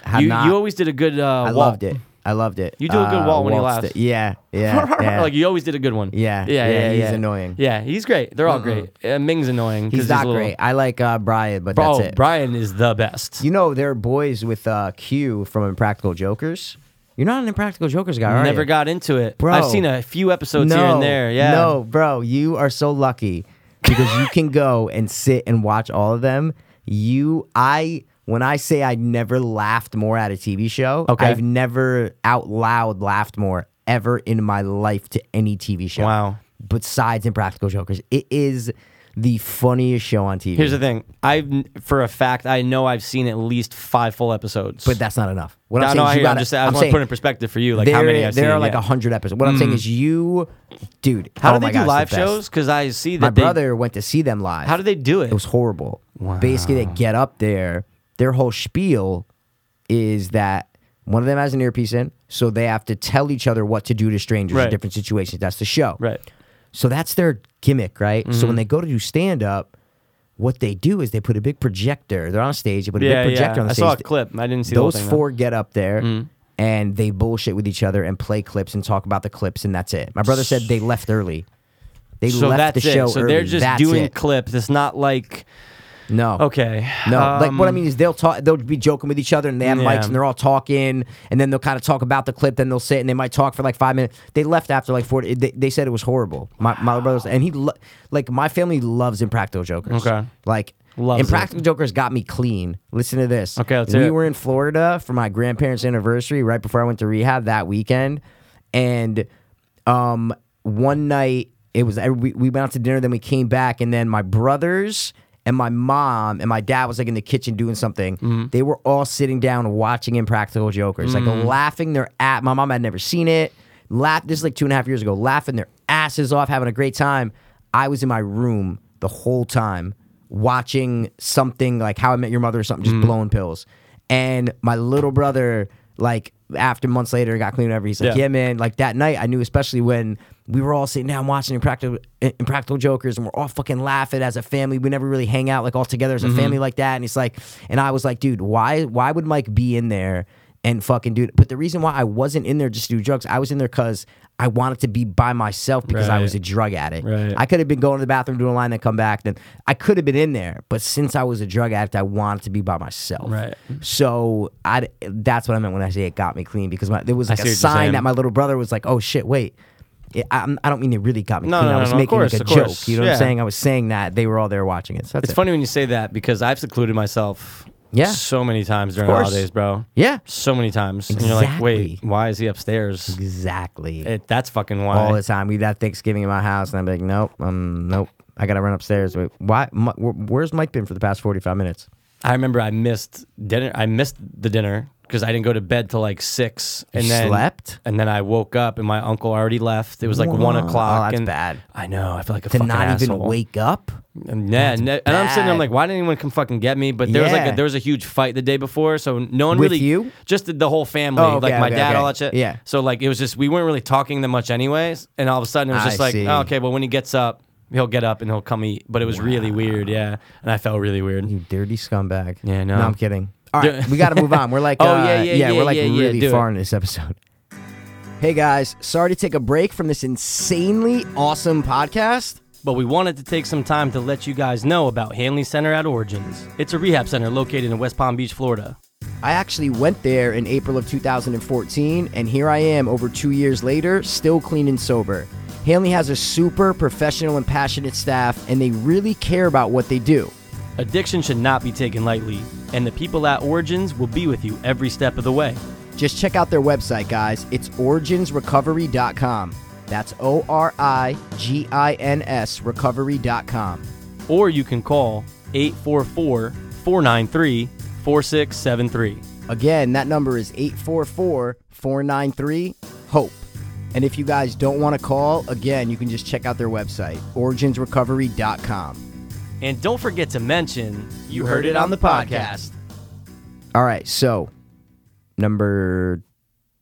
Speaker 1: Have
Speaker 2: you,
Speaker 1: not.
Speaker 2: you always did a good. Uh,
Speaker 1: I
Speaker 2: Walt.
Speaker 1: loved it. I loved it.
Speaker 2: You do a good Walt when he laughs.
Speaker 1: Sta- yeah, yeah, yeah.
Speaker 2: like you always did a good one.
Speaker 1: Yeah,
Speaker 2: yeah, yeah.
Speaker 1: yeah, he's
Speaker 2: yeah.
Speaker 1: annoying.
Speaker 2: Yeah, he's great. They're all great. Uh, Ming's annoying. 'cause
Speaker 1: he's not
Speaker 2: a little-
Speaker 1: great. I like uh, Brian, but
Speaker 2: Bro,
Speaker 1: that's it.
Speaker 2: Brian is the best.
Speaker 1: you know, there are boys with uh, Q from Impractical Jokers. You're not an Impractical Jokers guy, are
Speaker 2: Never
Speaker 1: you?
Speaker 2: got into it.
Speaker 1: Bro.
Speaker 2: I've seen a few episodes here and there. Yeah.
Speaker 1: No, bro, you are so lucky because you can go and sit and watch all of them. You, I, when I say I never laughed more at a TV show,
Speaker 2: Okay.
Speaker 1: I've never out loud laughed more ever in my life to any TV show.
Speaker 2: Wow.
Speaker 1: Besides Impractical Jokers, it is the funniest show on TV.
Speaker 2: Here's the thing. I've for a fact I know I've seen at least five full episodes.
Speaker 1: but that's not enough. What
Speaker 2: no,
Speaker 1: I'm
Speaker 2: no,
Speaker 1: saying is you
Speaker 2: I hear you. I'm
Speaker 1: gotta-
Speaker 2: just saying- I
Speaker 1: I'm
Speaker 2: just want to
Speaker 1: saying
Speaker 2: put in perspective for you, like how
Speaker 1: there-
Speaker 2: many I've seen.
Speaker 1: there are like
Speaker 2: yeah. Hmm.
Speaker 1: a hundred episodes. What I'm saying is you, dude.
Speaker 2: How
Speaker 1: oh
Speaker 2: do
Speaker 1: my
Speaker 2: they
Speaker 1: God,
Speaker 2: do
Speaker 1: it's the
Speaker 2: live
Speaker 1: best.
Speaker 2: shows? Because I see that
Speaker 1: My
Speaker 2: they,
Speaker 1: brother went to see them live.
Speaker 2: How do they do it?
Speaker 1: It was horrible. Basically, they get up there. Their whole spiel is that one of them has an earpiece in, so they have to tell each other what to do to strangers
Speaker 2: Right.
Speaker 1: in different situations. That's the show.
Speaker 2: Right. Mm-hmm.
Speaker 1: So that's their gimmick, right? So when they go to do stand up, what they do is they put a big projector. They're on stage. They put a
Speaker 2: yeah,
Speaker 1: big
Speaker 2: yeah.
Speaker 1: projector on
Speaker 2: I
Speaker 1: the stage.
Speaker 2: saw a clip. I didn't see
Speaker 1: Those
Speaker 2: the whole thing, Mm. though.
Speaker 1: four get up there. And they bullshit with each other and play clips and talk about the clips and that's it. My brother said they left early. They
Speaker 2: So
Speaker 1: left
Speaker 2: that's
Speaker 1: the show
Speaker 2: it. So
Speaker 1: early.
Speaker 2: they're just
Speaker 1: That's
Speaker 2: doing
Speaker 1: it.
Speaker 2: clips. It's not like
Speaker 1: no.
Speaker 2: okay.
Speaker 1: No, like what I
Speaker 2: Um,
Speaker 1: mean is they'll talk. They'll be joking with each other, and they have
Speaker 2: Yeah.
Speaker 1: mics, and they're all talking, and then they'll kind of talk about the clip. Then they'll sit, and they might talk for like five minutes. They left after like forty. They, they said it was horrible. My my brothers and he lo- like my family loves Impractical Jokers.
Speaker 2: Okay.
Speaker 1: like.
Speaker 2: Loves
Speaker 1: Impractical Jokers got me clean. Listen to this.
Speaker 2: Okay, let's
Speaker 1: we
Speaker 2: hear it.
Speaker 1: were in Florida for my grandparents' anniversary right before I went to rehab that weekend, and um, one night it was we, we went out to dinner, then we came back, and then my brothers and my mom and my dad was like in the kitchen doing something.
Speaker 2: Mm-hmm.
Speaker 1: They were all sitting down watching Impractical Jokers,
Speaker 2: Mm.
Speaker 1: like laughing their at. My mom had never seen it. Laugh. This is like two and a half years ago. Laughing their asses off, having a great time. I was in my room the whole time watching something like How I Met Your Mother or something, just
Speaker 2: Mm-hmm.
Speaker 1: blowing pills. And my little brother, like after months later, got clean over. He's like,
Speaker 2: Yeah.
Speaker 1: yeah. man, like that night, I knew especially when we were all sitting down watching Impractical, Impractical Jokers, and we're all fucking laughing as a family. We never really hang out like all together as a
Speaker 2: Mm-hmm.
Speaker 1: family like that. And he's like, and I was like, dude, why, why would Mike be in there? And fucking dude, but the reason why I wasn't in there just to do drugs, I was in there because I wanted to be by myself because I
Speaker 2: Right.
Speaker 1: was a drug addict.
Speaker 2: Right.
Speaker 1: I could have been going to the bathroom, doing a line, then come back. Then I could have been in there, but since I was a drug addict, I wanted to be by myself.
Speaker 2: Right.
Speaker 1: So I that's what I meant when I say it got me clean because my, there was like
Speaker 2: see
Speaker 1: a
Speaker 2: what you're saying.
Speaker 1: sign that my little brother was like, "Oh shit, wait." It, I, I don't mean it really got me
Speaker 2: No,
Speaker 1: clean.
Speaker 2: no,
Speaker 1: I was
Speaker 2: no, no, of
Speaker 1: making
Speaker 2: course,
Speaker 1: like a
Speaker 2: of
Speaker 1: joke.
Speaker 2: course.
Speaker 1: You know what
Speaker 2: Yeah.
Speaker 1: I'm saying? I was saying that they were all there watching it. So that's
Speaker 2: It's
Speaker 1: it.
Speaker 2: funny when you say that because I've secluded myself.
Speaker 1: Yeah.
Speaker 2: So many times during
Speaker 1: course.
Speaker 2: holidays, bro.
Speaker 1: Yeah.
Speaker 2: So many times. And you're like, wait,
Speaker 1: Exactly.
Speaker 2: why is he upstairs?
Speaker 1: Exactly.
Speaker 2: It, that's fucking
Speaker 1: all
Speaker 2: why.
Speaker 1: the time. We'd have Thanksgiving in my house, and I'd be like, "Nope, um, nope, I gotta run upstairs." Wait, why? Mi- wh- where's Mike been for the past forty-five minutes?
Speaker 2: I remember I missed dinner. I missed the dinner because I didn't go to bed till like six, and then
Speaker 1: slept?
Speaker 2: and then I woke up and my uncle already left. It was like one
Speaker 1: Wow.
Speaker 2: o'clock.
Speaker 1: Oh, that's
Speaker 2: and
Speaker 1: bad.
Speaker 2: I know. I feel like a
Speaker 1: to
Speaker 2: fucking
Speaker 1: not even
Speaker 2: asshole.
Speaker 1: wake up.
Speaker 2: And, yeah, and, and I'm sitting. there, I'm
Speaker 1: bad.
Speaker 2: like, why didn't anyone come fucking get me? But there was like
Speaker 1: Yeah.
Speaker 2: a, there was a huge fight the day before, so no one
Speaker 1: With
Speaker 2: really
Speaker 1: you?
Speaker 2: just the, the whole family,
Speaker 1: Oh, okay,
Speaker 2: like my
Speaker 1: okay,
Speaker 2: dad,
Speaker 1: okay.
Speaker 2: all that shit.
Speaker 1: Yeah.
Speaker 2: So like it was just we weren't really talking that much anyways, and all of a sudden it was
Speaker 1: I
Speaker 2: just like,
Speaker 1: see.
Speaker 2: oh, okay, well when he gets up, he'll get up and he'll come eat. But it was really weird, yeah, and I felt really weird.
Speaker 1: You dirty scumbag.
Speaker 2: Yeah, no.
Speaker 1: I'm kidding. All
Speaker 2: Do-
Speaker 1: right, we got to move on. We're like,
Speaker 2: Oh,
Speaker 1: uh,
Speaker 2: yeah, yeah, yeah,
Speaker 1: we're like
Speaker 2: yeah, yeah,
Speaker 1: really
Speaker 2: do
Speaker 1: far
Speaker 2: it.
Speaker 1: in this episode. Hey guys, sorry to take a break from this insanely awesome podcast.
Speaker 2: But we wanted to take some time to let you guys know about Hanley Center at Origins. It's a rehab center located in West Palm Beach, Florida.
Speaker 1: I actually went there in April of 2014, and here I am over two years later, still clean and sober. Hanley has a super professional and passionate staff, and they really care about what they do.
Speaker 2: Addiction should not be taken lightly, and the people at Origins will be with you every step of the way.
Speaker 1: Just check out their website, guys. It's originsrecovery.com. That's O R I G I N S recovery.com.
Speaker 2: Or you can call 844 493 4673.
Speaker 1: Again, that number is 844 493 HOPE. E. And if you guys don't want to call, again, you can just check out their website, originsrecovery.com.
Speaker 2: And don't forget to mention you heard it on the podcast.
Speaker 1: All right, so number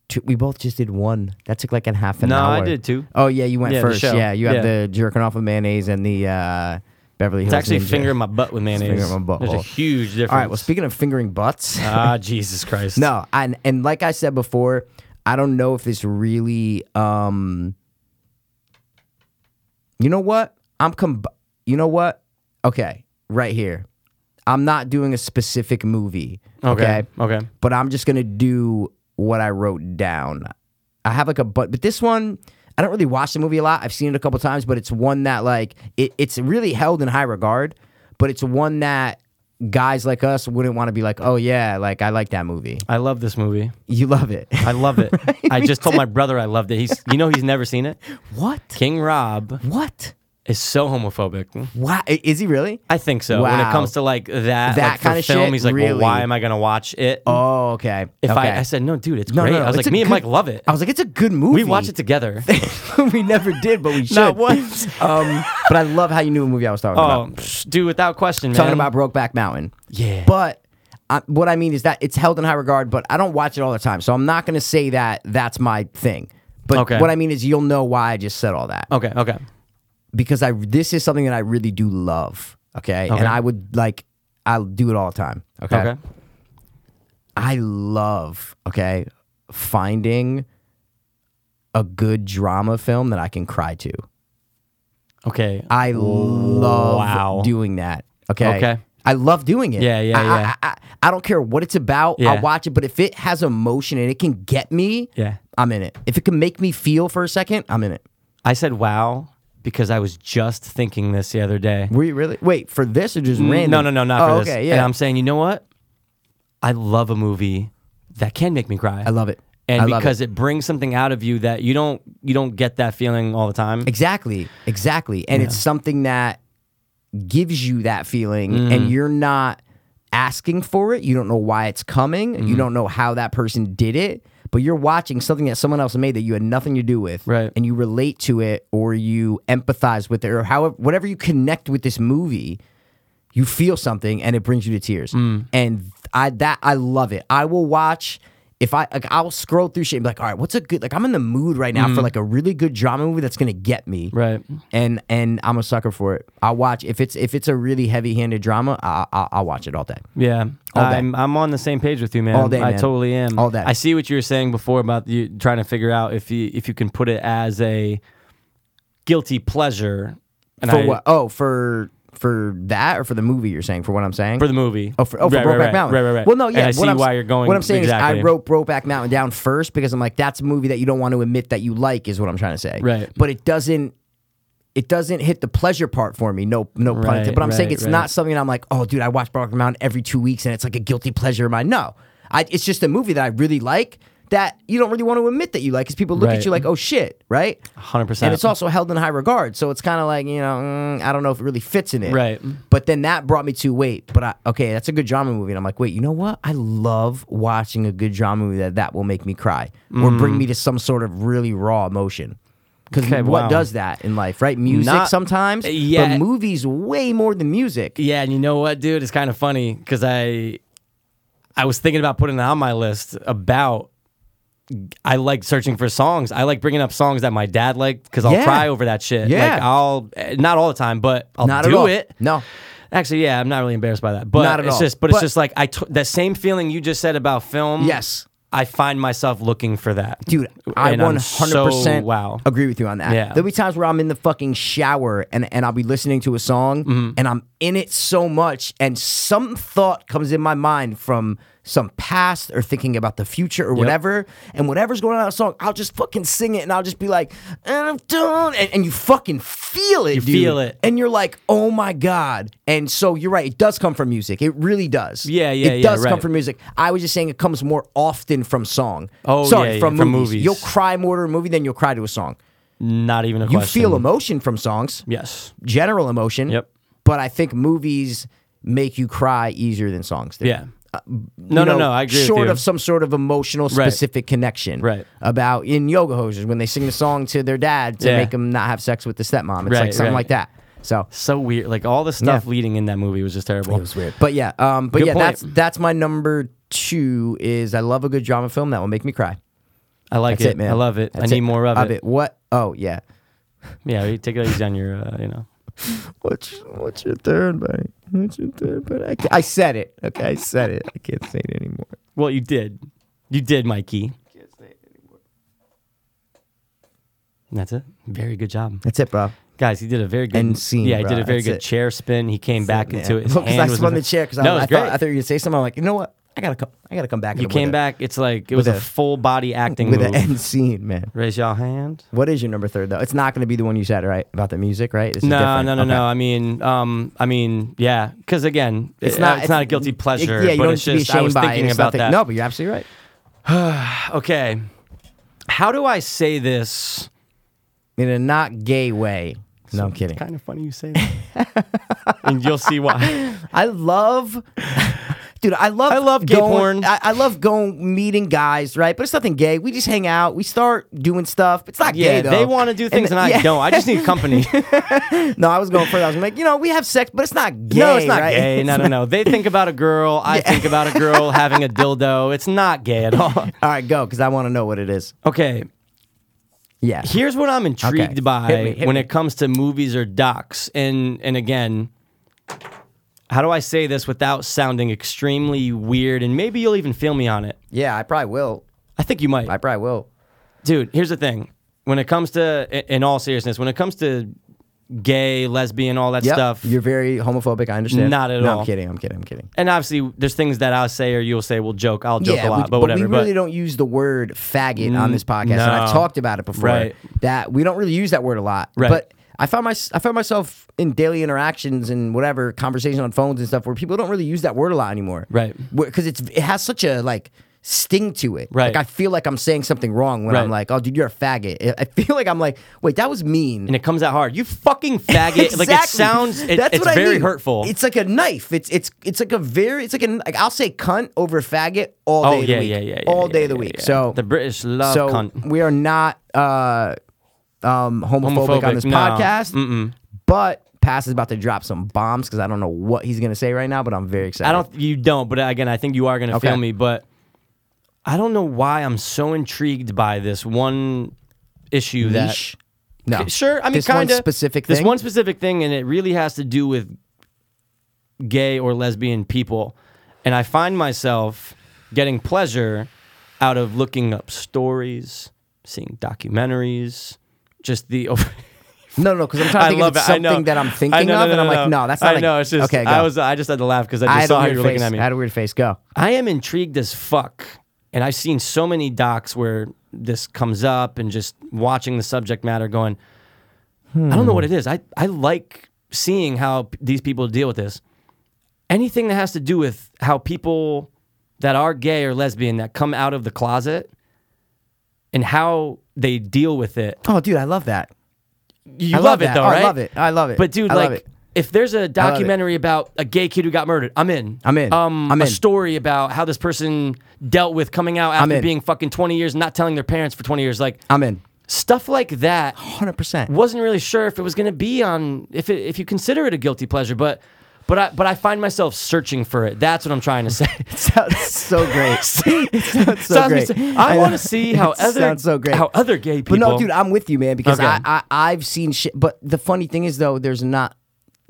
Speaker 1: two. We both just did one. That took like a half an
Speaker 2: No,
Speaker 1: hour.
Speaker 2: I did two.
Speaker 1: Oh, yeah, you went
Speaker 2: Yeah, the
Speaker 1: first.
Speaker 2: show.
Speaker 1: Yeah, you have
Speaker 2: Yeah.
Speaker 1: the jerking off of mayonnaise and the uh, Beverly Hills.
Speaker 2: It's actually
Speaker 1: Ninja.
Speaker 2: finger in my butt with mayonnaise.
Speaker 1: finger in my butt
Speaker 2: There's a
Speaker 1: hole.
Speaker 2: huge difference.
Speaker 1: All right, well, speaking of fingering butts.
Speaker 2: ah, Jesus Christ.
Speaker 1: No, and and like I said before, I don't know if this really. um You know what? I'm com. You know what? Okay, right here. I'm not doing a specific movie. Okay.
Speaker 2: Okay. Okay.
Speaker 1: But I'm just gonna do what I wrote down. I have like a but, but this one. I don't really watch the movie a lot. I've seen it a couple times, but it's one that like it, it's really held in high regard. But it's one that guys like us wouldn't want to be like, oh yeah, like I like that movie.
Speaker 2: I love this movie.
Speaker 1: You love it.
Speaker 2: I love it. I just told my brother I loved it. He's, you know, he's never seen it.
Speaker 1: What?
Speaker 2: King Rob
Speaker 1: What?
Speaker 2: is so homophobic.
Speaker 1: Wow. i- Is he really?
Speaker 2: I think so. When it
Speaker 1: Wow.
Speaker 2: comes to like
Speaker 1: That
Speaker 2: that, like, for
Speaker 1: kinda shit?
Speaker 2: film, he's like, well,
Speaker 1: Really?
Speaker 2: why am I gonna watch it?
Speaker 1: Oh, okay.
Speaker 2: if
Speaker 1: okay.
Speaker 2: I, I said, no, dude, it's
Speaker 1: No,
Speaker 2: great.
Speaker 1: no, no,
Speaker 2: I was
Speaker 1: it's
Speaker 2: like,
Speaker 1: a
Speaker 2: me and
Speaker 1: good-
Speaker 2: Mike love it.
Speaker 1: I was like, it's a good movie.
Speaker 2: we watch it together.
Speaker 1: we never did, but we should.
Speaker 2: Not once.
Speaker 1: Um, but I love how you knew a movie I was talking
Speaker 2: oh,
Speaker 1: about.
Speaker 2: psh, dude, without question, man.
Speaker 1: Talking about Brokeback Mountain.
Speaker 2: Yeah.
Speaker 1: But I, what I mean is that it's held in high regard, but I don't watch it all the time, so I'm not going to say that that's my thing. But
Speaker 2: Okay.
Speaker 1: what I mean is, you'll know why I just said all that.
Speaker 2: Okay, okay.
Speaker 1: because I this is something that I really do love. Okay, and I would like I do it all the time. Okay,
Speaker 2: Okay.
Speaker 1: I love okay finding a good drama film that I can cry to.
Speaker 2: Okay.
Speaker 1: I love
Speaker 2: Wow.
Speaker 1: doing that. Okay.
Speaker 2: Okay.
Speaker 1: I love doing it.
Speaker 2: Yeah, yeah,
Speaker 1: I,
Speaker 2: yeah.
Speaker 1: I, I, I don't care what it's about.
Speaker 2: Yeah.
Speaker 1: I'll watch it, but if it has emotion and it can get me,
Speaker 2: Yeah.
Speaker 1: I'm in it. If it can make me feel for a second, I'm in it.
Speaker 2: I said wow because I was just thinking this the other day.
Speaker 1: Were you really? Wait, for this or just random?
Speaker 2: No, no, no, not
Speaker 1: Oh,
Speaker 2: for this.
Speaker 1: Okay, yeah.
Speaker 2: And I'm saying, you know what? I love a movie that can make me cry.
Speaker 1: I love it.
Speaker 2: and
Speaker 1: I love
Speaker 2: because it. brings something out of you that you don't you don't get that feeling all the time.
Speaker 1: Exactly, exactly. And it's something that gives you that feeling, and you're not asking for it. You don't know why it's coming. You don't know how that person did it, but you're watching something that someone else made that you had nothing to do with,
Speaker 2: Right.
Speaker 1: And you relate to it, or you empathize with it, or however, whatever you connect with this movie. You feel something, and it brings you to tears. And I that I love it. I will watch. If I like, I'll scroll through shit and be like, all right, what's a good like? I'm in the mood right now for like a really good drama movie that's gonna get me
Speaker 2: Right.
Speaker 1: and and I'm a sucker for it. I watch if it's if it's a really heavy handed drama, I, I I'll watch it all day.
Speaker 2: Yeah.
Speaker 1: All day.
Speaker 2: I'm I'm on the same page with you, man.
Speaker 1: All day,
Speaker 2: I
Speaker 1: man.
Speaker 2: totally am.
Speaker 1: All day.
Speaker 2: I see what you were saying before about you trying to figure out if you if you can put it as a guilty pleasure and
Speaker 1: for
Speaker 2: I-
Speaker 1: what? Oh, for for that or for the movie you're saying? For what I'm saying?
Speaker 2: for the movie.
Speaker 1: oh for, oh, for
Speaker 2: right,
Speaker 1: Brokeback
Speaker 2: right, right,
Speaker 1: Mountain.
Speaker 2: Right, right, right.
Speaker 1: Well, no,
Speaker 2: And
Speaker 1: yeah.
Speaker 2: I
Speaker 1: what
Speaker 2: see
Speaker 1: I'm-
Speaker 2: why you're going.
Speaker 1: What I'm saying
Speaker 2: exactly.
Speaker 1: is, I wrote Brokeback Mountain down first because I'm like, that's a movie that you don't want to admit that you like, is what I'm trying to say.
Speaker 2: Right.
Speaker 1: But it doesn't. It doesn't hit the pleasure part for me. No, no pun
Speaker 2: Right,
Speaker 1: intended. But I'm saying
Speaker 2: right,
Speaker 1: it's
Speaker 2: right.
Speaker 1: not something I'm like, oh, dude, I watch Brokeback Mountain every two weeks, and it's like a guilty pleasure of mine. No, I, it's just a movie that I really like that you don't really want to admit that you like because people look
Speaker 2: Right.
Speaker 1: at you like, oh shit, right?
Speaker 2: 100%.
Speaker 1: And it's also held in high regard. So it's kind of like, you know, mm, I don't know if it really fits in it.
Speaker 2: Right.
Speaker 1: But then that brought me to wait, but I, okay, that's a good drama movie. And I'm like, wait, you know what? I love watching a good drama movie that that will make me cry or
Speaker 2: Mm.
Speaker 1: bring me to some sort of really raw emotion. Because
Speaker 2: Okay,
Speaker 1: what
Speaker 2: wow.
Speaker 1: does that in life, right? Music
Speaker 2: Not-
Speaker 1: sometimes,
Speaker 2: Yeah.
Speaker 1: but movies way more than music.
Speaker 2: Yeah, and you know what, dude? It's kind of funny because I, I was thinking about putting it on my list about. I like searching for songs. I like bringing up songs that my dad liked because I'll
Speaker 1: Yeah.
Speaker 2: cry over that shit.
Speaker 1: Yeah.
Speaker 2: like I'll eh, not all the time, but I'll
Speaker 1: Not
Speaker 2: do
Speaker 1: at all.
Speaker 2: it.
Speaker 1: No.
Speaker 2: Actually, yeah, I'm not really embarrassed by that. But
Speaker 1: Not at
Speaker 2: it's
Speaker 1: all.
Speaker 2: just, but, it's
Speaker 1: But-
Speaker 2: just like I t- that same feeling you just said about film.
Speaker 1: Yes.
Speaker 2: I find myself looking for that,
Speaker 1: Dude, I
Speaker 2: And I'm
Speaker 1: one hundred percent
Speaker 2: so- wow.
Speaker 1: agree with you on that.
Speaker 2: Yeah.
Speaker 1: There'll be times where I'm in the fucking shower and, and I'll be listening to a song
Speaker 2: Mm-hmm.
Speaker 1: and I'm in it so much and some thought comes in my mind from some past or thinking about the future or whatever. And whatever's going on in that song, I'll just fucking sing it and I'll just be like, and I'm done. And, and you fucking feel it,
Speaker 2: You
Speaker 1: dude.
Speaker 2: feel it.
Speaker 1: And you're like, oh my God. And so you're right, it does come from music. It really does.
Speaker 2: Yeah, yeah,
Speaker 1: It
Speaker 2: yeah,
Speaker 1: does come
Speaker 2: right.
Speaker 1: from music. I was just saying it comes more often from song.
Speaker 2: Oh,
Speaker 1: Sorry,
Speaker 2: yeah,
Speaker 1: from,
Speaker 2: yeah, from
Speaker 1: movies.
Speaker 2: movies.
Speaker 1: You'll cry more to a movie than you'll cry to a song.
Speaker 2: not even a
Speaker 1: You
Speaker 2: question.
Speaker 1: feel emotion from songs,
Speaker 2: yes,
Speaker 1: general emotion.
Speaker 2: Yep.
Speaker 1: But I think movies make you cry easier than songs do.
Speaker 2: yeah. no,
Speaker 1: You
Speaker 2: no,
Speaker 1: know,
Speaker 2: no. I agree. with
Speaker 1: Short
Speaker 2: you.
Speaker 1: of some sort of emotional
Speaker 2: Right.
Speaker 1: specific connection.
Speaker 2: Right.
Speaker 1: About in yoga hoses when they sing the song to their dad to
Speaker 2: Yeah.
Speaker 1: make him not have sex with the stepmom. It's
Speaker 2: Right,
Speaker 1: like something
Speaker 2: right.
Speaker 1: like that. So
Speaker 2: so weird. Like all the stuff
Speaker 1: Yeah. Oh,
Speaker 2: leading in that movie was just terrible.
Speaker 1: it was weird. But yeah, um, but
Speaker 2: Good
Speaker 1: yeah,
Speaker 2: point.
Speaker 1: that's that's my number two is I love a good drama film that will make me cry.
Speaker 2: I like
Speaker 1: That's
Speaker 2: it.
Speaker 1: it, man.
Speaker 2: I love it.
Speaker 1: That's
Speaker 2: I need more of, it.
Speaker 1: What oh yeah.
Speaker 2: Yeah, you take it easy on your, uh, you know.
Speaker 1: What's what's your third buddy? What's your third buddy? I, ca- I said it. Okay, I said it. I can't say it anymore.
Speaker 2: Well, you did. You did, Mikey. And That's it. Very good job,
Speaker 1: That's it, bro.
Speaker 2: guys. He did a very good
Speaker 1: End scene,
Speaker 2: Yeah, he did
Speaker 1: bro.
Speaker 2: a very
Speaker 1: That's
Speaker 2: good
Speaker 1: it.
Speaker 2: chair spin. He came back into it. His
Speaker 1: Because
Speaker 2: hand
Speaker 1: I
Speaker 2: was
Speaker 1: spun
Speaker 2: in-
Speaker 1: the chair because
Speaker 2: no,
Speaker 1: I, "Oh,
Speaker 2: it's
Speaker 1: I
Speaker 2: great.
Speaker 1: thought I thought you were gonna say something. I'm like, you know what? I gotta come. I gotta come back.
Speaker 2: you came back. It's like it was
Speaker 1: with
Speaker 2: a,
Speaker 1: a-
Speaker 2: full body acting
Speaker 1: with
Speaker 2: move.
Speaker 1: an end scene, man.
Speaker 2: Raise your hand.
Speaker 1: What is your number third though? It's not gonna be the one you said, right? About the music, right? This is
Speaker 2: No,
Speaker 1: different.
Speaker 2: no, no,
Speaker 1: Okay.
Speaker 2: no. I mean, um, I mean, yeah. Because again, it's not, it's not a guilty
Speaker 1: it-
Speaker 2: pleasure.
Speaker 1: yeah, you
Speaker 2: but
Speaker 1: don't
Speaker 2: it's
Speaker 1: need to be
Speaker 2: just, I was
Speaker 1: ashamed by it.
Speaker 2: thinking
Speaker 1: It's
Speaker 2: about
Speaker 1: nothing-
Speaker 2: that.
Speaker 1: No, but you're absolutely right.
Speaker 2: Okay. How do I say this?
Speaker 1: In a not gay way. No, I'm kidding.
Speaker 2: Kind of funny you say that. and you'll see why.
Speaker 1: I love, dude. I love.
Speaker 2: I love gay
Speaker 1: going-
Speaker 2: porn.
Speaker 1: I, I love going meeting guys, right? But it's nothing gay. We just hang out. We start doing stuff. It's not
Speaker 2: Yeah,
Speaker 1: gay though.
Speaker 2: they want to do things and, I
Speaker 1: yeah.
Speaker 2: don't. I just need company.
Speaker 1: No, I was going further. I was like, you know, we have sex, but it's not gay.
Speaker 2: no, it's not
Speaker 1: right?
Speaker 2: gay. No, no, no. They think about a girl. I think about a girl having a dildo. It's not gay at all.
Speaker 1: All right, go because I want to know what it is.
Speaker 2: Okay.
Speaker 1: Yeah.
Speaker 2: Here's what I'm intrigued
Speaker 1: Hit
Speaker 2: by
Speaker 1: me, hit
Speaker 2: when
Speaker 1: me.
Speaker 2: it comes to movies or docs. And and again, how do I say this without sounding extremely weird? And maybe you'll even feel me on it.
Speaker 1: yeah, I probably will.
Speaker 2: I think you might.
Speaker 1: I probably will.
Speaker 2: dude here's the thing when it comes to i- in all seriousness when it comes to gay lesbian all that
Speaker 1: Yep,
Speaker 2: stuff
Speaker 1: You're very homophobic. I understand.
Speaker 2: Not at
Speaker 1: no,
Speaker 2: all.
Speaker 1: I'm kidding. I'm kidding. I'm kidding.
Speaker 2: and obviously there's things that i'll say or you'll say we'll joke i'll joke
Speaker 1: yeah,
Speaker 2: a
Speaker 1: we-
Speaker 2: lot but whatever
Speaker 1: we really
Speaker 2: but Mm,
Speaker 1: don't use the word faggot on this podcast, and I've
Speaker 2: no.
Speaker 1: talked about it before.
Speaker 2: Right.
Speaker 1: That we don't really use that word a lot.
Speaker 2: Right.
Speaker 1: But I found my I found myself in daily interactions and whatever conversations on phones and stuff where people don't really use that word a lot anymore.
Speaker 2: Right.
Speaker 1: Because it's it has such a like sting to it.
Speaker 2: Right.
Speaker 1: Like I feel like I'm saying something wrong when
Speaker 2: Right.
Speaker 1: I'm like, "Oh, dude, you're a faggot." I- I feel like I'm like, "Wait, that was mean."
Speaker 2: and it comes out hard you fucking faggot like it
Speaker 1: Exactly.
Speaker 2: sounds it,
Speaker 1: That's
Speaker 2: it's
Speaker 1: what I
Speaker 2: very
Speaker 1: mean.
Speaker 2: hurtful
Speaker 1: It's like a knife. It's it's it's like a very it's like an like I'll say cunt over faggot all day
Speaker 2: oh
Speaker 1: of the
Speaker 2: yeah,
Speaker 1: week.
Speaker 2: yeah yeah yeah
Speaker 1: all
Speaker 2: yeah,
Speaker 1: day of the
Speaker 2: yeah,
Speaker 1: week.
Speaker 2: yeah.
Speaker 1: So
Speaker 2: the british love
Speaker 1: so
Speaker 2: cunt
Speaker 1: we are not uh, um, homophobic,
Speaker 2: Homophobic,
Speaker 1: on this
Speaker 2: no.
Speaker 1: podcast. But Pass is about to drop some bombs because I don't know what he's gonna say right now, but I'm very excited.
Speaker 2: i don't you don't but again i think you are gonna
Speaker 1: Okay.
Speaker 2: feel me but i don't know why i'm so intrigued by this one issue that
Speaker 1: Yeesh. no.
Speaker 2: Sure, I mean,
Speaker 1: This one
Speaker 2: kind of
Speaker 1: specific
Speaker 2: This
Speaker 1: thing?
Speaker 2: one specific thing, and it really has to do with gay or lesbian people. And I find myself getting pleasure out of looking up stories, seeing documentaries, just the.
Speaker 1: no, no, because I'm trying to
Speaker 2: I
Speaker 1: think
Speaker 2: love
Speaker 1: of
Speaker 2: it. I
Speaker 1: something
Speaker 2: know
Speaker 1: that I'm
Speaker 2: I
Speaker 1: thinking
Speaker 2: know,
Speaker 1: of, and I'm like, no, that's not.
Speaker 2: I
Speaker 1: a-
Speaker 2: know. It's just.
Speaker 1: okay. Go.
Speaker 2: I was. I just had to laugh because I
Speaker 1: I
Speaker 2: just
Speaker 1: had a
Speaker 2: saw how
Speaker 1: weird
Speaker 2: you were
Speaker 1: face.
Speaker 2: looking at me.
Speaker 1: I had a weird face. Go.
Speaker 2: I am intrigued as fuck. And I've seen so many docs where this comes up and just watching the subject matter going, I don't know what it is. I, I like seeing how p- these people deal with this. Anything that has to do with how people that are gay or lesbian that come out of the closet and how they deal with it.
Speaker 1: Oh, dude, I love that.
Speaker 2: You
Speaker 1: I
Speaker 2: love,
Speaker 1: love
Speaker 2: it
Speaker 1: that.
Speaker 2: though,
Speaker 1: Oh, I
Speaker 2: right?
Speaker 1: love it. I love it.
Speaker 2: But dude,
Speaker 1: I love
Speaker 2: like
Speaker 1: it.
Speaker 2: if there's a
Speaker 1: love it.
Speaker 2: documentary about a gay kid who got murdered, I'm in.
Speaker 1: I'm in.
Speaker 2: Um,
Speaker 1: I'm
Speaker 2: a
Speaker 1: in.
Speaker 2: story about how this person dealt with coming out
Speaker 1: I'm
Speaker 2: after
Speaker 1: in.
Speaker 2: being fucking 20 years and not telling their parents for 20 years, like
Speaker 1: I'm in.
Speaker 2: stuff like that.
Speaker 1: 100%.
Speaker 2: Wasn't really sure if it was going to be on if it, if you consider it a guilty pleasure, but but I but I find myself searching for it. That's what I'm trying to say.
Speaker 1: Sounds so great. It sounds so
Speaker 2: Sounds
Speaker 1: great.
Speaker 2: insane. I wanna
Speaker 1: know.
Speaker 2: see how
Speaker 1: It
Speaker 2: other-
Speaker 1: sounds so great.
Speaker 2: how other gay
Speaker 1: But no,
Speaker 2: people-
Speaker 1: dude, I'm with you, man, because
Speaker 2: Okay.
Speaker 1: I, I I've seen shit. But the funny thing is, though, there's not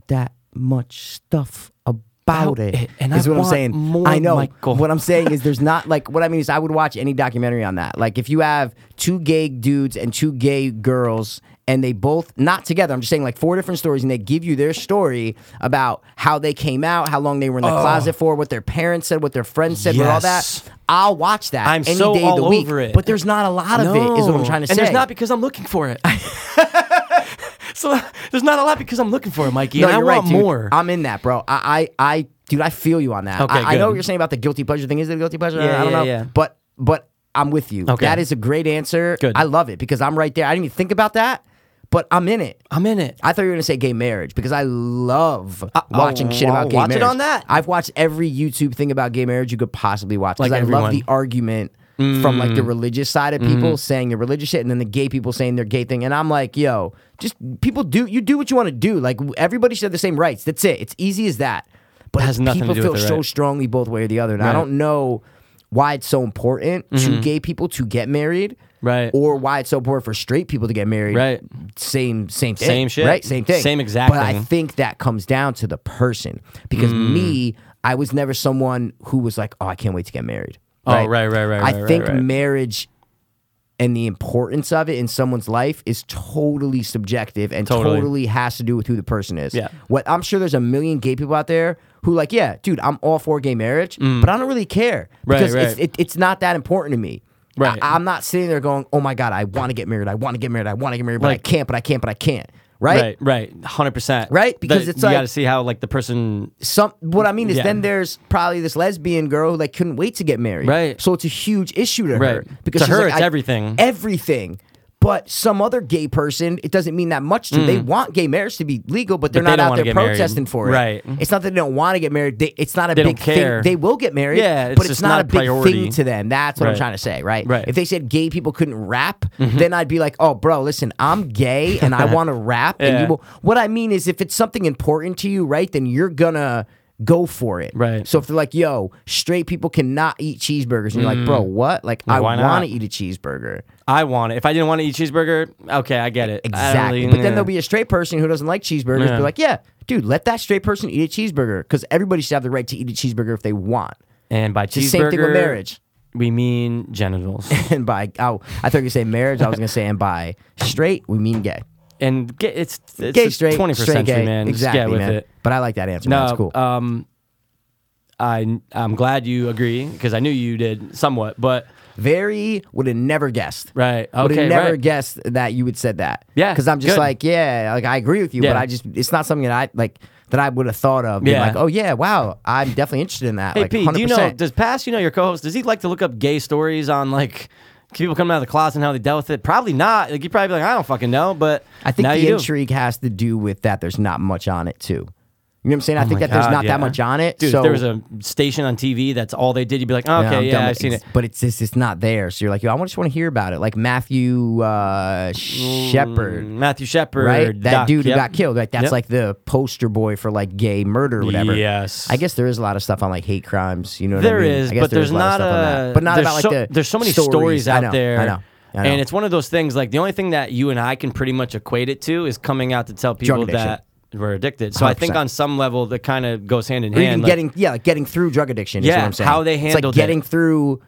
Speaker 1: that much stuff about
Speaker 2: About
Speaker 1: it.
Speaker 2: it, and
Speaker 1: is
Speaker 2: I
Speaker 1: what
Speaker 2: want
Speaker 1: I'm saying.
Speaker 2: more,
Speaker 1: I know.
Speaker 2: Michael.
Speaker 1: What I'm saying is, there's not like what I mean is, I would watch any documentary on that. Like if you have two gay dudes and two gay girls. And they both not together. I'm just saying, like four different stories, and they give you their story about how they came out, how long they were in the closet for, what their parents said, what their friends said, what all that.
Speaker 2: Oh. Yes.
Speaker 1: I'll watch that
Speaker 2: I'm
Speaker 1: any
Speaker 2: so
Speaker 1: day of the
Speaker 2: all
Speaker 1: week.
Speaker 2: over it.
Speaker 1: But there's not a lot of it, is what I'm trying to say.
Speaker 2: And there's not because I'm looking for it. so there's not a lot because I'm looking for it, Mikey.
Speaker 1: No,
Speaker 2: and I
Speaker 1: you're
Speaker 2: want
Speaker 1: right, dude.
Speaker 2: more.
Speaker 1: I'm in that, bro. I, I, I dude, I feel you on that.
Speaker 2: Okay,
Speaker 1: I, I know
Speaker 2: good.
Speaker 1: what you're saying about the guilty pleasure thing. Is it a guilty pleasure?
Speaker 2: Yeah,
Speaker 1: I don't
Speaker 2: yeah,
Speaker 1: know.
Speaker 2: yeah.
Speaker 1: But, but I'm with you.
Speaker 2: Okay.
Speaker 1: That is a great answer.
Speaker 2: Good.
Speaker 1: I love it because I'm right there. I didn't even think about that, but I'm in it.
Speaker 2: I'm in it.
Speaker 1: I thought you were gonna say gay marriage because I love watching shit about gay
Speaker 2: Uh, oh, watch it
Speaker 1: marriage.
Speaker 2: on that.
Speaker 1: I've watched every YouTube thing about gay marriage you could possibly watch. Because
Speaker 2: Like
Speaker 1: I love
Speaker 2: everyone. Mm. Mm-hmm.
Speaker 1: the argument from like the religious side of people saying the religious shit, and then the gay people saying their gay thing. And I'm like, yo, just people do you do what you want to do. Like everybody should have the same rights. That's it. It's easy as that. But
Speaker 2: It has nothing to
Speaker 1: people
Speaker 2: do
Speaker 1: feel
Speaker 2: with it,
Speaker 1: so
Speaker 2: right?
Speaker 1: strongly both way or the other, and I
Speaker 2: Right. Mm-hmm.
Speaker 1: don't know why it's so important to gay people to get married.
Speaker 2: Right.
Speaker 1: Or why it's so important for straight people to get married.
Speaker 2: Right.
Speaker 1: Same same thing.
Speaker 2: Same shit.
Speaker 1: Right? Same thing.
Speaker 2: Same exact
Speaker 1: But I
Speaker 2: thing. Hmm.
Speaker 1: think that comes down to the person because me, I was never someone who was like, oh, I can't wait to get married.
Speaker 2: Oh, right, right,
Speaker 1: I
Speaker 2: right, right,
Speaker 1: think
Speaker 2: right, right.
Speaker 1: marriage and the importance of it in someone's life is totally subjective and totally,
Speaker 2: Totally.
Speaker 1: has to do with who the person is.
Speaker 2: Yeah.
Speaker 1: What I'm sure there's a million gay people out there who like, yeah, dude, I'm all for gay marriage, but I don't really care
Speaker 2: Mm. Right,
Speaker 1: because It's,
Speaker 2: right.
Speaker 1: it, it's not that important to me.
Speaker 2: Right.
Speaker 1: I, am not sitting there going, oh my god, I want to get married, I want to get married, I want to get married, but I
Speaker 2: Like-
Speaker 1: can't, but I can't, but I can't.
Speaker 2: Right, right, hundred percent.
Speaker 1: Right? Because it's
Speaker 2: you
Speaker 1: like-
Speaker 2: got to see how like the person.
Speaker 1: some what I mean is
Speaker 2: Yeah.
Speaker 1: then there's probably this lesbian girl who like couldn't wait to get married.
Speaker 2: Right.
Speaker 1: So it's a huge issue to her.
Speaker 2: Right.
Speaker 1: Because
Speaker 2: To
Speaker 1: she's
Speaker 2: her,
Speaker 1: like,
Speaker 2: it's
Speaker 1: I-
Speaker 2: everything.
Speaker 1: Everything. But some other gay person, it doesn't mean that much to. They want gay marriage to be legal, but they're
Speaker 2: Mm. But they don't
Speaker 1: not
Speaker 2: wanna
Speaker 1: out there
Speaker 2: get married.
Speaker 1: protesting for it.
Speaker 2: Right.
Speaker 1: It's not that they don't want to get married. They, it's not a
Speaker 2: They
Speaker 1: big
Speaker 2: don't care.
Speaker 1: thing. They will get married.
Speaker 2: Yeah, it's
Speaker 1: but it's
Speaker 2: just
Speaker 1: not,
Speaker 2: not
Speaker 1: a
Speaker 2: a
Speaker 1: big
Speaker 2: priority.
Speaker 1: thing to them. That's what I'm
Speaker 2: Right.
Speaker 1: trying to say. Right.
Speaker 2: Right. Mm-hmm.
Speaker 1: If they said gay people couldn't rap, then I'd be like, oh, bro, listen, I'm gay and I want to rap, and you
Speaker 2: Yeah.
Speaker 1: will what I mean is, if it's something important to you, right, then you're gonna go for it.
Speaker 2: Right.
Speaker 1: So if they're like, yo, straight people cannot eat cheeseburgers, and you're like, bro, what? Like, I
Speaker 2: Mm. why not?
Speaker 1: want to eat a cheeseburger.
Speaker 2: I want it. If I didn't want to eat cheeseburger, okay, I get it. I don't
Speaker 1: Exactly.
Speaker 2: really-
Speaker 1: but then
Speaker 2: yeah.
Speaker 1: there'll be a straight person who doesn't like cheeseburgers,
Speaker 2: Yeah.
Speaker 1: be like, yeah, dude, let that straight person eat a cheeseburger because everybody should have the right to eat a cheeseburger if they want.
Speaker 2: and by
Speaker 1: the
Speaker 2: cheeseburger,
Speaker 1: same thing with marriage.
Speaker 2: We mean genitals.
Speaker 1: And by, oh, I thought you say marriage. I was gonna say, and by straight, we mean gay.
Speaker 2: and get, it's it's
Speaker 1: Gay straight,
Speaker 2: twenty first
Speaker 1: straight
Speaker 2: century
Speaker 1: gay.
Speaker 2: man. Just
Speaker 1: Exactly,
Speaker 2: get with
Speaker 1: man.
Speaker 2: it.
Speaker 1: But I like that answer. man.
Speaker 2: No,
Speaker 1: It's cool.
Speaker 2: um, I I'm glad you agree because I knew you did somewhat, but
Speaker 1: Very would have never guessed.
Speaker 2: right, okay,
Speaker 1: would have never
Speaker 2: right.
Speaker 1: guessed that you would said that.
Speaker 2: Yeah,
Speaker 1: because I'm just
Speaker 2: good.
Speaker 1: like, yeah, like I agree with you, but
Speaker 2: Yeah.
Speaker 1: I just it's not something that I like that I would have thought of. Being
Speaker 2: Yeah.
Speaker 1: like, oh yeah, wow, I'm definitely interested in that.
Speaker 2: Hey
Speaker 1: like,
Speaker 2: Pete,
Speaker 1: 100%.
Speaker 2: do you know does Pass? You know your co-host. Does he like to look up gay stories on like people coming out of the closet and how they dealt with it? Probably not. Like you probably be like, I don't fucking know. But
Speaker 1: I think
Speaker 2: now
Speaker 1: the
Speaker 2: you do.
Speaker 1: intrigue has to do with that. There's not much on it too. You know what I'm saying? I think
Speaker 2: Oh my
Speaker 1: that there's
Speaker 2: God,
Speaker 1: not
Speaker 2: yeah.
Speaker 1: that much on it.
Speaker 2: Dude,
Speaker 1: so
Speaker 2: if there was a station on TV that's all they did, you'd be like, okay,
Speaker 1: I'm
Speaker 2: yeah,
Speaker 1: done with
Speaker 2: I've seen it.
Speaker 1: it's- But it's just it's not there. So you're like, yo, I just want to hear about it. Like Matthew uh, Shepard.
Speaker 2: Matthew Shepard,
Speaker 1: right? That
Speaker 2: Mm, Doc,
Speaker 1: dude who
Speaker 2: yep.
Speaker 1: got killed. Like that's
Speaker 2: Yep.
Speaker 1: like the poster boy for like gay murder or whatever.
Speaker 2: Yes.
Speaker 1: I guess there is a lot of stuff on like hate crimes. You know,
Speaker 2: There
Speaker 1: what I mean?
Speaker 2: is,
Speaker 1: I guess
Speaker 2: but
Speaker 1: there
Speaker 2: there's
Speaker 1: is a lot
Speaker 2: not
Speaker 1: of stuff on that.
Speaker 2: a.
Speaker 1: but not
Speaker 2: there's
Speaker 1: about like
Speaker 2: so,
Speaker 1: the
Speaker 2: There's so many
Speaker 1: stories,
Speaker 2: stories,
Speaker 1: I
Speaker 2: out
Speaker 1: know,
Speaker 2: there.
Speaker 1: I know, I know.
Speaker 2: And it's one of those things. Like the only thing that you and I can pretty much equate it to is coming out to tell people
Speaker 1: addiction.
Speaker 2: that we're addicted. So I think
Speaker 1: 100%.
Speaker 2: on some level that kind of goes hand in
Speaker 1: Or
Speaker 2: hand.
Speaker 1: even
Speaker 2: like-
Speaker 1: getting yeah, like getting through drug addiction. is
Speaker 2: Yeah,
Speaker 1: what I'm saying.
Speaker 2: how they
Speaker 1: it's like
Speaker 2: handled it.
Speaker 1: getting through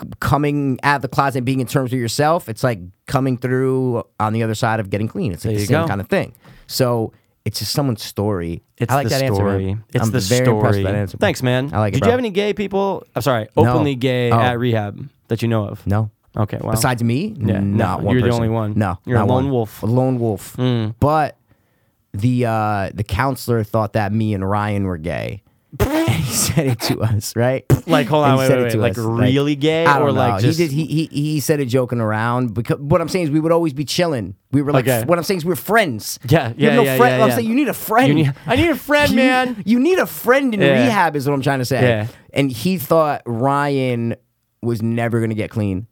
Speaker 1: c- coming out of the closet and being in terms with yourself. It's like coming through on the other side of getting clean. It's like
Speaker 2: There
Speaker 1: the
Speaker 2: you
Speaker 1: same
Speaker 2: go.
Speaker 1: kind of thing. So it's just someone's story.
Speaker 2: It's
Speaker 1: I like
Speaker 2: the
Speaker 1: that answer.
Speaker 2: story.
Speaker 1: man.
Speaker 2: It's
Speaker 1: I'm
Speaker 2: the
Speaker 1: very
Speaker 2: story.
Speaker 1: impressed with that answer.
Speaker 2: Thanks, man.
Speaker 1: I like it.
Speaker 2: Did
Speaker 1: bro.
Speaker 2: you have any gay people? I'm sorry, openly gay
Speaker 1: Oh.
Speaker 2: at rehab that you know of?
Speaker 1: No.
Speaker 2: Okay. Wow.
Speaker 1: Besides me,
Speaker 2: Yeah,
Speaker 1: not
Speaker 2: no,
Speaker 1: one.
Speaker 2: you're the
Speaker 1: person.
Speaker 2: only one.
Speaker 1: No,
Speaker 2: You're a
Speaker 1: not
Speaker 2: lone
Speaker 1: one.
Speaker 2: wolf. Mm.
Speaker 1: A lone wolf. But the uh, the counselor thought that me and Ryan were gay, and he said it to us, right?
Speaker 2: Like, hold
Speaker 1: And
Speaker 2: on,
Speaker 1: he
Speaker 2: wait,
Speaker 1: said
Speaker 2: wait,
Speaker 1: it
Speaker 2: wait.
Speaker 1: to
Speaker 2: Like,
Speaker 1: us,
Speaker 2: really gay
Speaker 1: I don't
Speaker 2: or
Speaker 1: know.
Speaker 2: like just
Speaker 1: he, did, he he he said it joking around because what I'm saying is we would always be chilling. We were like
Speaker 2: Okay.
Speaker 1: what I'm saying is we're friends.
Speaker 2: Yeah,
Speaker 1: You have
Speaker 2: yeah,
Speaker 1: no
Speaker 2: yeah,
Speaker 1: friend.
Speaker 2: yeah,
Speaker 1: I'm
Speaker 2: yeah.
Speaker 1: saying you need a friend.
Speaker 2: You need- I need a friend,
Speaker 1: You-
Speaker 2: man.
Speaker 1: You need a friend in
Speaker 2: Yeah.
Speaker 1: rehab is what I'm trying to say.
Speaker 2: Yeah.
Speaker 1: And he thought Ryan was never gonna get clean.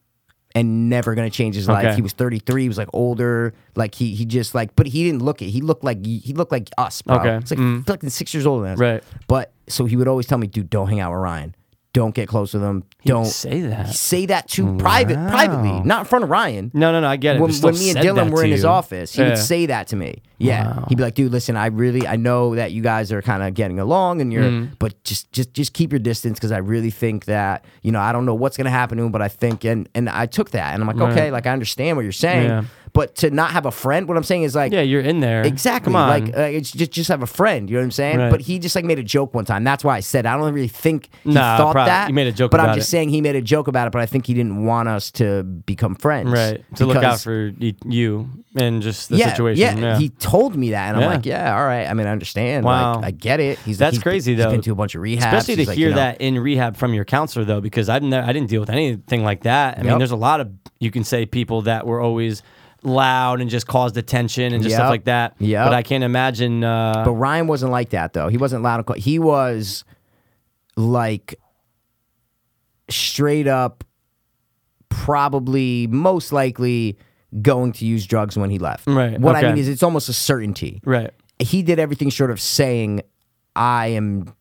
Speaker 1: And never gonna change his life.
Speaker 2: Okay.
Speaker 1: He was 33. He was like older. Like he he just like, but he didn't look it. He looked like he looked like us, bro.
Speaker 2: Okay. Mm.
Speaker 1: It's like fucking six years older than us.
Speaker 2: Right.
Speaker 1: But so he would always tell me, dude, don't hang out with Ryan. Don't get close with him. don't
Speaker 2: say that.
Speaker 1: say that to private privately, not in front of Ryan.
Speaker 2: No, no, no. I get it.
Speaker 1: When,
Speaker 2: But still
Speaker 1: when me and
Speaker 2: said that
Speaker 1: Dylan were
Speaker 2: to
Speaker 1: in his
Speaker 2: you.
Speaker 1: office, he
Speaker 2: Yeah.
Speaker 1: would say that to me. Yeah, he'd be like, "Dude, listen, I really, I know that you guys are kind of getting along, and you're,
Speaker 2: Mm.
Speaker 1: but just, just, just keep your distance because I really think that, you know, I don't know what's gonna happen to him, but I think, and and I took that, and I'm like, okay, like I understand what you're saying,
Speaker 2: Yeah.
Speaker 1: but to not have a friend, what I'm saying is like,
Speaker 2: Yeah, you're in there.
Speaker 1: Exactly.
Speaker 2: Come on.
Speaker 1: Like, uh, it's just just have a friend. You know what I'm saying?
Speaker 2: Right.
Speaker 1: But he just like made a joke one time. That's why I said I don't really think he
Speaker 2: Nah,
Speaker 1: thought
Speaker 2: probably.
Speaker 1: that.
Speaker 2: He made a joke
Speaker 1: But I'm
Speaker 2: about
Speaker 1: just
Speaker 2: it.
Speaker 1: saying he made a joke about it. But I think he didn't want us to become friends.
Speaker 2: right. To look out
Speaker 1: Because-
Speaker 2: for y- you and just the
Speaker 1: yeah,
Speaker 2: situation.
Speaker 1: Yeah. he told me that, and I'm
Speaker 2: Yeah.
Speaker 1: like, yeah, all right. I mean, I understand.
Speaker 2: Wow.
Speaker 1: Like, I get it. He's
Speaker 2: That's
Speaker 1: he's-
Speaker 2: crazy,
Speaker 1: He's
Speaker 2: though.
Speaker 1: been to a bunch of rehabs.
Speaker 2: Especially to
Speaker 1: He's like, you
Speaker 2: hear
Speaker 1: know,
Speaker 2: that in rehab from your counselor, though, because I've never, I didn't deal with anything like that. I mean,
Speaker 1: Yep.
Speaker 2: there's a lot of you can say people that were always loud and just caused attention and just stuff
Speaker 1: Yep.
Speaker 2: like that.
Speaker 1: Yep.
Speaker 2: But I can't imagine. Uh,
Speaker 1: But Ryan wasn't like that though. He wasn't loud. And qu- he was like straight up, probably most likely going to use drugs when he left.
Speaker 2: Right,
Speaker 1: What
Speaker 2: okay.
Speaker 1: I mean is, it's almost a certainty.
Speaker 2: right.
Speaker 1: He did everything short of saying, "I am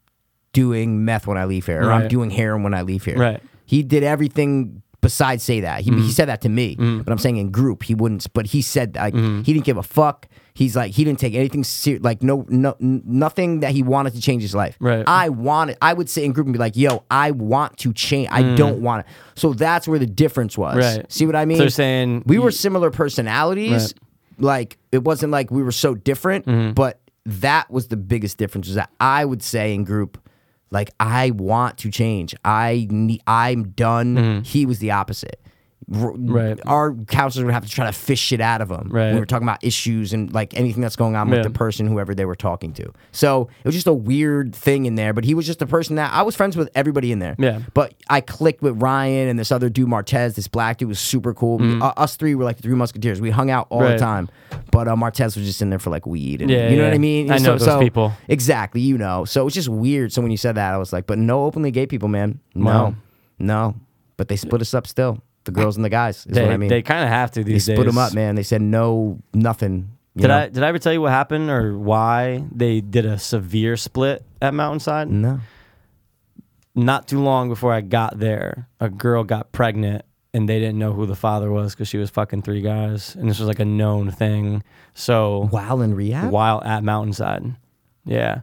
Speaker 1: doing meth when I leave here," or "I'm
Speaker 2: Right.
Speaker 1: doing heroin when I leave here."
Speaker 2: Right. Mm-hmm.
Speaker 1: He did everything. Besides, say that he, he said that to me, but I'm saying in group he wouldn't. But he said like
Speaker 2: Mm-hmm.
Speaker 1: he didn't give a fuck. He's like he didn't take anything serious. Like no, no, n- nothing that he wanted to change his life.
Speaker 2: Right.
Speaker 1: I wanted. I would sit in group and be like, "Yo, I want to change. I don't want it." So that's where the difference was.
Speaker 2: Mm. Right.
Speaker 1: See what I mean?
Speaker 2: So they're saying
Speaker 1: we were
Speaker 2: you-
Speaker 1: similar personalities. Like it wasn't like we were so different,
Speaker 2: Mm-hmm.
Speaker 1: but that was the biggest difference. Was that I would say in group, like I want to change. I need, I'm done. He was the opposite. R-
Speaker 2: Mm-hmm. Right.
Speaker 1: Our counselors would have to try to fish shit out of him.
Speaker 2: Right.
Speaker 1: We were talking about issues and like anything that's going on
Speaker 2: Yeah.
Speaker 1: with the person, whoever they were talking to. So it was just a weird thing in there. But he was just a person that I was friends with everybody in there.
Speaker 2: Yeah.
Speaker 1: But I clicked with Ryan and this other dude, Martez. This black dude was super cool. U- us three were like the three musketeers. We hung out all
Speaker 2: Mm-hmm. Right.
Speaker 1: the time. But uh, Martez was just in there for like weed. And,
Speaker 2: Yeah,
Speaker 1: you know
Speaker 2: yeah.
Speaker 1: what I mean?
Speaker 2: I know
Speaker 1: so,
Speaker 2: those
Speaker 1: so-
Speaker 2: people.
Speaker 1: Exactly. You know. So it was just weird. So when you said that, I was like, but no openly gay people, man. No.
Speaker 2: Wow.
Speaker 1: No. But they split us up still. The girls and the guys is
Speaker 2: They,
Speaker 1: what I mean.
Speaker 2: they kind of have to
Speaker 1: They
Speaker 2: these
Speaker 1: split
Speaker 2: days.
Speaker 1: them up, man. They said no, nothing. you
Speaker 2: Did
Speaker 1: know?
Speaker 2: I did I ever tell you what happened or why they did a severe split at Mountainside?
Speaker 1: No.
Speaker 2: Not too long before I got there, a girl got pregnant and they didn't know who the father was because she was fucking three guys, and this was like a known thing. So
Speaker 1: While in rehab?
Speaker 2: while at Mountainside, yeah,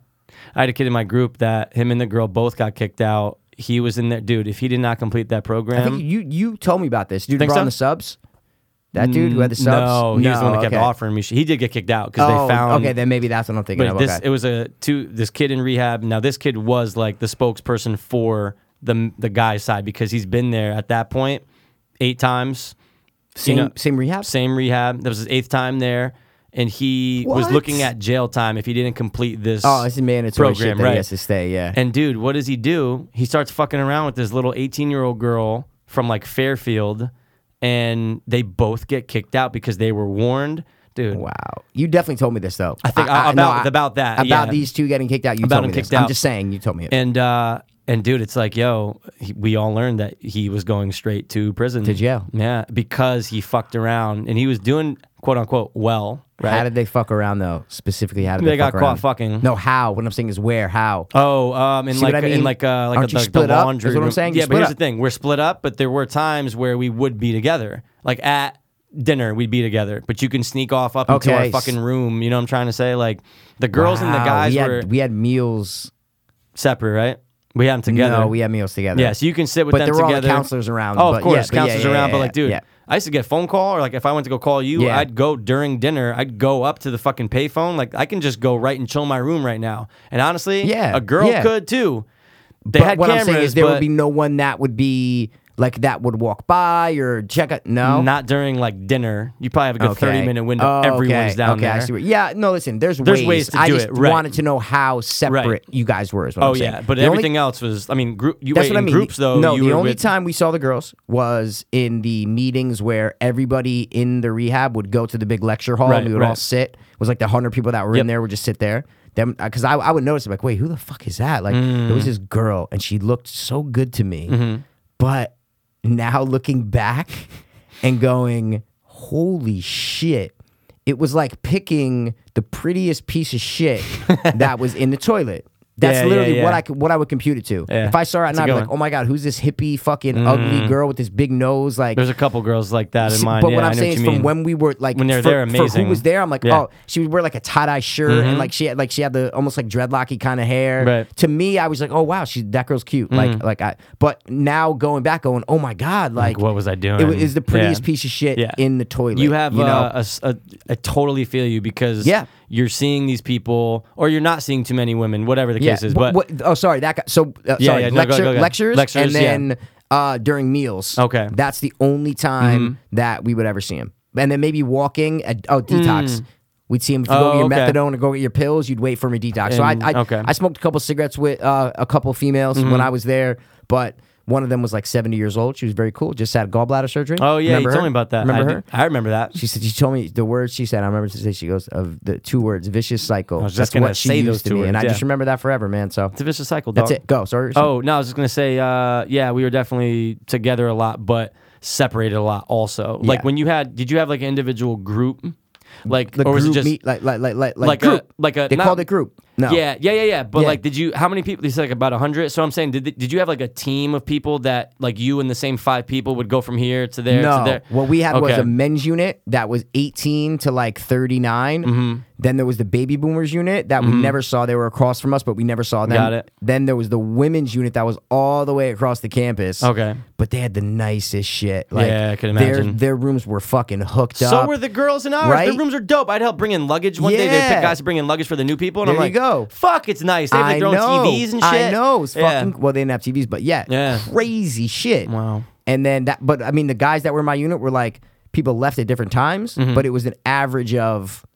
Speaker 2: I had a kid in my group that him and the girl both got kicked out. He was in there, dude. If he did not complete that program,
Speaker 1: I think you you told me about this. Dude
Speaker 2: Think
Speaker 1: brought
Speaker 2: so? Mm,
Speaker 1: in the subs. That dude who had the subs.
Speaker 2: No, he was the one that kept
Speaker 1: okay.
Speaker 2: offering me. shit. He did get kicked out because
Speaker 1: Oh,
Speaker 2: they found.
Speaker 1: Okay, then maybe that's what I'm thinking
Speaker 2: But
Speaker 1: of.
Speaker 2: this
Speaker 1: okay.
Speaker 2: it was a two this kid in rehab. Now this kid was like the spokesperson for the the guy's side because he's been there at that point eight times. you
Speaker 1: same
Speaker 2: know-
Speaker 1: same rehab.
Speaker 2: Same rehab. That was his eighth time there, and he was
Speaker 1: What?
Speaker 2: looking at jail time if he didn't complete this.
Speaker 1: Oh, it's a mandatory
Speaker 2: program,
Speaker 1: shit that
Speaker 2: right?
Speaker 1: he has to stay. Yeah.
Speaker 2: And dude, what does he do? He starts fucking around with this little 18 year old girl from like Fairfield, and they both get kicked out because they were warned. Dude,
Speaker 1: wow, you definitely told me this though. I
Speaker 2: think about- about that,
Speaker 1: about
Speaker 2: yeah.
Speaker 1: these two getting kicked out. You
Speaker 2: About
Speaker 1: told
Speaker 2: him
Speaker 1: me this.
Speaker 2: kicked out.
Speaker 1: I'm just saying you told me it.
Speaker 2: And uh, and dude, it's like, yo, he, we all learned that he was going straight to prison to
Speaker 1: jail.
Speaker 2: Yeah, because he fucked around and he was doing quote unquote well. Right?
Speaker 1: How did they fuck around though? Specifically, how did
Speaker 2: They
Speaker 1: they,
Speaker 2: got
Speaker 1: fuck
Speaker 2: caught
Speaker 1: around?
Speaker 2: fucking.
Speaker 1: No, how? What I'm saying is where? How?
Speaker 2: Oh, um, in
Speaker 1: See
Speaker 2: like
Speaker 1: what I
Speaker 2: in
Speaker 1: mean?
Speaker 2: like uh, like
Speaker 1: Aren't
Speaker 2: the,
Speaker 1: you
Speaker 2: like
Speaker 1: split
Speaker 2: the
Speaker 1: up?
Speaker 2: laundry.
Speaker 1: Is what I'm
Speaker 2: room.
Speaker 1: saying? You're
Speaker 2: Yeah, but
Speaker 1: split
Speaker 2: here's
Speaker 1: up.
Speaker 2: the thing: we're split up, but there were times where we would be together, like at dinner, we'd be together. But you can sneak off up into our
Speaker 1: Okay.
Speaker 2: fucking room. You know what I'm trying to say? Like the girls and the
Speaker 1: Wow,
Speaker 2: guys
Speaker 1: we had,
Speaker 2: were
Speaker 1: we had meals.
Speaker 2: separate, right? We had them together.
Speaker 1: No, we had meals together.
Speaker 2: Yeah, so you can sit with
Speaker 1: But
Speaker 2: them
Speaker 1: there were all the
Speaker 2: together.
Speaker 1: counselors around,
Speaker 2: Oh, of
Speaker 1: but yeah,
Speaker 2: course,
Speaker 1: but yeah,
Speaker 2: counselors
Speaker 1: yeah,
Speaker 2: around.
Speaker 1: yeah,
Speaker 2: but like,
Speaker 1: yeah,
Speaker 2: dude,
Speaker 1: yeah.
Speaker 2: I used to get phone call, or like if I went to go call you,
Speaker 1: Yeah.
Speaker 2: I'd go during dinner. I'd go up to the fucking payphone. Like I can just go right and chill in my room right now. And honestly,
Speaker 1: Yeah,
Speaker 2: a girl
Speaker 1: yeah.
Speaker 2: could too. They
Speaker 1: but
Speaker 2: had
Speaker 1: what
Speaker 2: cameras,
Speaker 1: I'm saying is there
Speaker 2: but
Speaker 1: would be no one that would be like that would walk by or check it. No,
Speaker 2: Not during like dinner. You probably have a good thirty
Speaker 1: Okay.
Speaker 2: minute window.
Speaker 1: Oh,
Speaker 2: Everyone's
Speaker 1: okay.
Speaker 2: down
Speaker 1: okay, I
Speaker 2: there.
Speaker 1: see what- yeah, no, listen, there's,
Speaker 2: There's
Speaker 1: ways.
Speaker 2: ways to
Speaker 1: I
Speaker 2: do
Speaker 1: just
Speaker 2: it, right.
Speaker 1: wanted to know how separate you guys were. Is what
Speaker 2: oh
Speaker 1: I'm saying.
Speaker 2: yeah, but
Speaker 1: The only-
Speaker 2: everything else was. I mean, group. You
Speaker 1: that's
Speaker 2: wait,
Speaker 1: what I
Speaker 2: in
Speaker 1: mean.
Speaker 2: Groups though.
Speaker 1: No,
Speaker 2: you
Speaker 1: the
Speaker 2: were
Speaker 1: only
Speaker 2: with,
Speaker 1: time we saw the girls was in the meetings where everybody in the rehab would go to the big lecture hall and
Speaker 2: Right,
Speaker 1: we would all
Speaker 2: right.
Speaker 1: sit. It was like the hundred people that were in
Speaker 2: Yep.
Speaker 1: there would just sit there. Them, because I, I would notice like, wait, who the fuck is that? Like, there
Speaker 2: Mm.
Speaker 1: was this girl and she looked so good to me,
Speaker 2: Mm-hmm.
Speaker 1: but now looking back and going, holy shit. It was like picking the prettiest piece of shit that was in the toilet. That's
Speaker 2: Yeah, yeah,
Speaker 1: literally what
Speaker 2: yeah.
Speaker 1: I could- what I would compute it to.
Speaker 2: Yeah.
Speaker 1: If I saw her, and
Speaker 2: That's a
Speaker 1: I'd be
Speaker 2: good
Speaker 1: like,
Speaker 2: one.
Speaker 1: "Oh my god, who's this hippie fucking ugly girl with this big nose?" Like,
Speaker 2: Mm. There's a couple girls like that in
Speaker 1: See,
Speaker 2: mine.
Speaker 1: but
Speaker 2: yeah,
Speaker 1: what
Speaker 2: I
Speaker 1: I'm
Speaker 2: know
Speaker 1: saying
Speaker 2: what
Speaker 1: is,
Speaker 2: you
Speaker 1: from
Speaker 2: mean.
Speaker 1: when we were like,
Speaker 2: When they're
Speaker 1: for,
Speaker 2: there,
Speaker 1: for who
Speaker 2: amazing.
Speaker 1: was there? I'm like,
Speaker 2: Yeah. Mm-hmm.
Speaker 1: oh, she would wear like a tie dye shirt and like she had like she had the almost like dreadlocky kind of hair.
Speaker 2: Right. Mm-hmm.
Speaker 1: To me, I was like, oh wow, she that girl's cute. Like like I. But now going back, going, oh my god, like,
Speaker 2: Like, what was I doing?
Speaker 1: It wa- is the prettiest
Speaker 2: Yeah.
Speaker 1: piece of shit
Speaker 2: Yeah.
Speaker 1: in the toilet.
Speaker 2: you have
Speaker 1: you know?
Speaker 2: uh, a s- a- I totally feel you because
Speaker 1: Yeah.
Speaker 2: you're seeing these people or you're not seeing too many women, whatever the case is.
Speaker 1: wh-
Speaker 2: But
Speaker 1: what, oh, sorry, that guy. So uh,
Speaker 2: Yeah,
Speaker 1: sorry,
Speaker 2: yeah, no, go,
Speaker 1: lecture,
Speaker 2: go, go.
Speaker 1: lectures,
Speaker 2: Lectures,
Speaker 1: and
Speaker 2: yeah.
Speaker 1: then uh, during meals.
Speaker 2: Okay. Mm-hmm.
Speaker 1: that's the only time that we would ever see him. And then maybe walking. At, oh, detox. We'd see him if you go
Speaker 2: Hmm. Oh,
Speaker 1: get your
Speaker 2: okay.
Speaker 1: methadone or go get your pills. You'd wait for him to detox. so I,
Speaker 2: And-
Speaker 1: I,
Speaker 2: okay. Mm-hmm.
Speaker 1: I smoked a couple cigarettes with uh, a couple females when I was there, but. One of them was like 70 years old. She was very cool. Just had gallbladder surgery.
Speaker 2: oh yeah,
Speaker 1: Remember
Speaker 2: you told
Speaker 1: her?
Speaker 2: me about that.
Speaker 1: Remember
Speaker 2: I,
Speaker 1: her?
Speaker 2: do- I remember that.
Speaker 1: She said she told me the words she said. I remember to say she goes of the two words vicious cycle.
Speaker 2: was
Speaker 1: That's
Speaker 2: just gonna
Speaker 1: what she
Speaker 2: say
Speaker 1: used
Speaker 2: those
Speaker 1: to
Speaker 2: two
Speaker 1: me, and I
Speaker 2: words,
Speaker 1: just
Speaker 2: yeah.
Speaker 1: remember that forever, man. So
Speaker 2: It's a vicious cycle.
Speaker 1: that's
Speaker 2: dog.
Speaker 1: it. Go. Sorry.
Speaker 2: Oh no, I was just gonna say, uh, yeah, we were definitely together a lot, but separated a lot also.
Speaker 1: Yeah.
Speaker 2: Like when you had, did you have like an individual group? Like
Speaker 1: the
Speaker 2: or was
Speaker 1: group
Speaker 2: it just
Speaker 1: meet, like like like like, like
Speaker 2: like
Speaker 1: group.
Speaker 2: a like a
Speaker 1: they
Speaker 2: not-
Speaker 1: called it group. No.
Speaker 2: Yeah, yeah, yeah, yeah. But
Speaker 1: Yeah.
Speaker 2: like, did you? How many people? You said like about hundred. So I'm saying, did did you have like a team of people that like you and the same five people would go from here to there to
Speaker 1: No.
Speaker 2: there?
Speaker 1: What we had was
Speaker 2: Okay.
Speaker 1: a men's unit that was 18 to like 39.
Speaker 2: Mm-hmm.
Speaker 1: Then there was the baby boomers unit that we never saw. They were across from us, but we never saw them.
Speaker 2: Got it.
Speaker 1: Then there was the women's unit that was all the way across the campus.
Speaker 2: Okay.
Speaker 1: But they had the nicest shit. Like,
Speaker 2: Yeah, I could
Speaker 1: Their,
Speaker 2: imagine.
Speaker 1: their rooms were fucking hooked up.
Speaker 2: So were the girls in ours.
Speaker 1: right?
Speaker 2: The rooms are dope. I'd help bring in luggage one day. They
Speaker 1: Yeah.
Speaker 2: pick guys to bring in luggage for the new people, and
Speaker 1: There
Speaker 2: I'm
Speaker 1: you
Speaker 2: like,
Speaker 1: go.
Speaker 2: fuck, it's nice. They have like,
Speaker 1: I
Speaker 2: their own
Speaker 1: know.
Speaker 2: TVs and shit.
Speaker 1: I know. It's
Speaker 2: Yeah.
Speaker 1: fucking well, they didn't have TVs, but yeah,
Speaker 2: Yeah.
Speaker 1: crazy shit.
Speaker 2: Wow.
Speaker 1: And then that, but I mean, the guys that were in my unit were like people left at different times,
Speaker 2: Mm-hmm.
Speaker 1: but it was an average of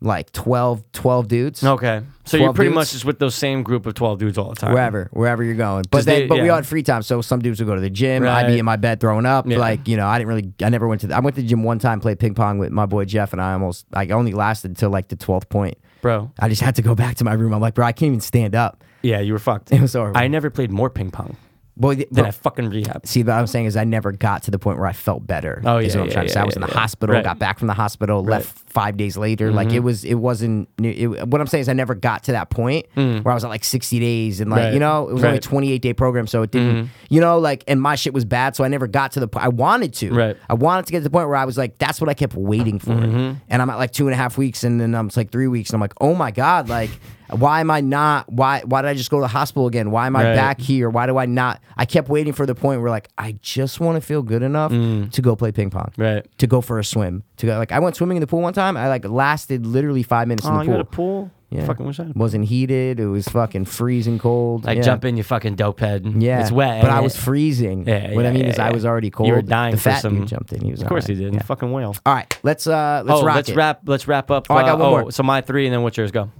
Speaker 1: like 12, 12 dudes.
Speaker 2: Okay, so you're
Speaker 1: 12
Speaker 2: pretty
Speaker 1: dudes?
Speaker 2: much just with those same group of twelve dudes all the time.
Speaker 1: Wherever, wherever you're going, but
Speaker 2: 'Cause
Speaker 1: then,
Speaker 2: they-
Speaker 1: but we
Speaker 2: yeah.
Speaker 1: all had free time, so some dudes would go to the gym. I'd be
Speaker 2: Right.
Speaker 1: in my bed throwing up,
Speaker 2: Yeah.
Speaker 1: like you know, I didn't really, I never went to. The, I went to the gym one time, played ping pong with my boy Jeff, and I almost, I only lasted till like the twelfth point.
Speaker 2: bro.
Speaker 1: I just had to go back to my room. I'm like, bro, I can't even stand up.
Speaker 2: Yeah, you were fucked.
Speaker 1: It was horrible.
Speaker 2: I never played more ping pong
Speaker 1: Boy, th-
Speaker 2: than
Speaker 1: bro-
Speaker 2: I fucking rehab.
Speaker 1: See, what I'm saying is I never got to the point where I felt better.
Speaker 2: Oh,
Speaker 1: is
Speaker 2: yeah,
Speaker 1: what I'm
Speaker 2: yeah,
Speaker 1: trying to say.
Speaker 2: yeah,
Speaker 1: I was in the
Speaker 2: yeah, yeah.
Speaker 1: hospital,
Speaker 2: Right. Mm-hmm.
Speaker 1: got back from the hospital, left five days later. Like it was, it wasn't. It, what I'm saying is I never got to that point where I was at like 60 days and like
Speaker 2: Mm. Right.
Speaker 1: you know it was only a
Speaker 2: Right. Mm-hmm.
Speaker 1: 28 day program, so it didn't. You know, like and my shit was bad, so I never got to the. po- I wanted to.
Speaker 2: Right.
Speaker 1: I wanted to get to the point where I was like, that's what I kept waiting for,
Speaker 2: Mm-hmm.
Speaker 1: and I'm at like two and a half weeks, and then I'm it's like three weeks, and I'm like, oh my god, like. Why am I not? Why? Why did I just go to the hospital again? Why am I
Speaker 2: Right.
Speaker 1: back here? Why do I not? I kept waiting for the point where like I just want to feel good enough
Speaker 2: Mm.
Speaker 1: to go play ping pong,
Speaker 2: Right.
Speaker 1: To go for a swim, to go like I went swimming in the pool one time. I like lasted literally five minutes in
Speaker 2: Oh,
Speaker 1: the
Speaker 2: you
Speaker 1: pool.
Speaker 2: had a pool.
Speaker 1: Yeah,
Speaker 2: Fucking wish I had a pool.
Speaker 1: wasn't heated. It was fucking freezing cold.
Speaker 2: Like
Speaker 1: yeah.
Speaker 2: jump in, you fucking dope head.
Speaker 1: Yeah,
Speaker 2: it's wet.
Speaker 1: But I
Speaker 2: ain't
Speaker 1: was
Speaker 2: it?
Speaker 1: freezing.
Speaker 2: Yeah,
Speaker 1: what I
Speaker 2: yeah,
Speaker 1: mean
Speaker 2: yeah,
Speaker 1: is I
Speaker 2: yeah.
Speaker 1: was already cold.
Speaker 2: You were dying
Speaker 1: the
Speaker 2: for
Speaker 1: fat
Speaker 2: some-
Speaker 1: dude jumped in. He was
Speaker 2: Of course
Speaker 1: alright.
Speaker 2: he did.
Speaker 1: Yeah.
Speaker 2: Fucking whale.
Speaker 1: All right, let's uh let's
Speaker 2: oh,
Speaker 1: rock
Speaker 2: let's
Speaker 1: it.
Speaker 2: wrap. Let's wrap up.
Speaker 1: Oh, I got
Speaker 2: uh,
Speaker 1: one more.
Speaker 2: So my three, and then what's yours? Go.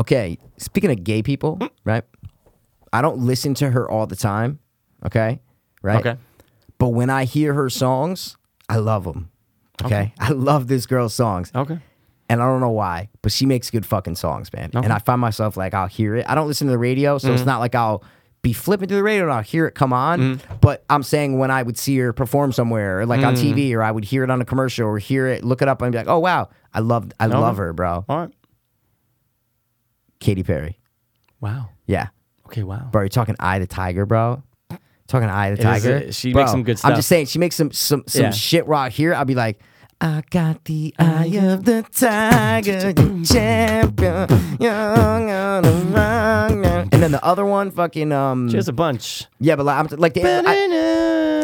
Speaker 1: Okay, speaking of gay people,
Speaker 2: Mm.
Speaker 1: right? I don't listen to her all the time. Okay, right?
Speaker 2: Okay.
Speaker 1: But when I hear her songs, I love them. Okay? I love this girl's songs.
Speaker 2: Okay.
Speaker 1: And I don't know why, but she makes good fucking songs, man. And I find myself like, I'll hear it. I don't listen to the radio, so it's not like I'll be flipping through the radio and I'll hear it come on. But I'm saying when I would see her perform somewhere, or like on TV, or I would hear it on a commercial, or hear it, look it up, and be like, oh, wow, I love, I love her, bro.
Speaker 2: All right.
Speaker 1: Katy Perry.
Speaker 2: Wow.
Speaker 1: Yeah.
Speaker 2: Okay. Wow.
Speaker 1: Bro, you're talking Eye the Tiger, bro. Talking Eye the
Speaker 2: is- uh,
Speaker 1: Tiger.
Speaker 2: she
Speaker 1: Bro,
Speaker 2: makes some good
Speaker 1: I'm
Speaker 2: stuff.
Speaker 1: just saying, she makes some some some
Speaker 2: Yeah.
Speaker 1: shit rock here. I'll be like, I got the eye of the tiger, the champion, young on the run. And then the other one, fucking um,
Speaker 2: She has a bunch.
Speaker 1: yeah, but like, I'm t- like the I,
Speaker 2: I,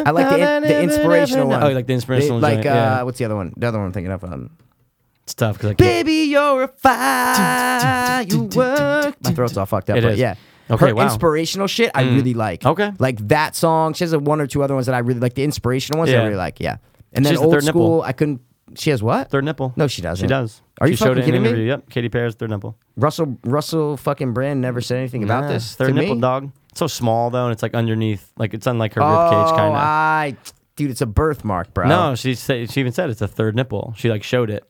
Speaker 1: I like the, in- the inspirational one.
Speaker 2: Oh, you like the inspirational
Speaker 1: Like
Speaker 2: joint,
Speaker 1: uh,
Speaker 2: yeah.
Speaker 1: what's the other one? The other one I'm thinking of. Um,
Speaker 2: It's tough because I can't.
Speaker 1: Baby, you're a firework. My throat's all fucked up,
Speaker 2: It
Speaker 1: but
Speaker 2: is.
Speaker 1: yeah.
Speaker 2: Okay,
Speaker 1: her
Speaker 2: wow. Mm.
Speaker 1: inspirational shit I really like.
Speaker 2: Okay.
Speaker 1: like that song. She has a one or two other ones that I really like. The inspirational ones I
Speaker 2: Yeah.
Speaker 1: really like. Yeah, and then
Speaker 2: She's the
Speaker 1: old
Speaker 2: third nipple.
Speaker 1: school. I couldn't. She has what?
Speaker 2: Third nipple.
Speaker 1: No, she doesn't.
Speaker 2: She does.
Speaker 1: Are you
Speaker 2: she showed
Speaker 1: fucking
Speaker 2: it
Speaker 1: kidding
Speaker 2: in an
Speaker 1: me?
Speaker 2: interview. Yep. Katy Perry's third nipple.
Speaker 1: Russell Russell fucking Brand never said anything about
Speaker 2: Nah,
Speaker 1: this.
Speaker 2: Third
Speaker 1: to
Speaker 2: nipple
Speaker 1: me?
Speaker 2: dog. It's so small though, and it's like underneath, like it's on like her
Speaker 1: Oh,
Speaker 2: rib cage kind of.
Speaker 1: I, dude, it's a birthmark, bro.
Speaker 2: No, she said she even said it's a third nipple. She like showed it.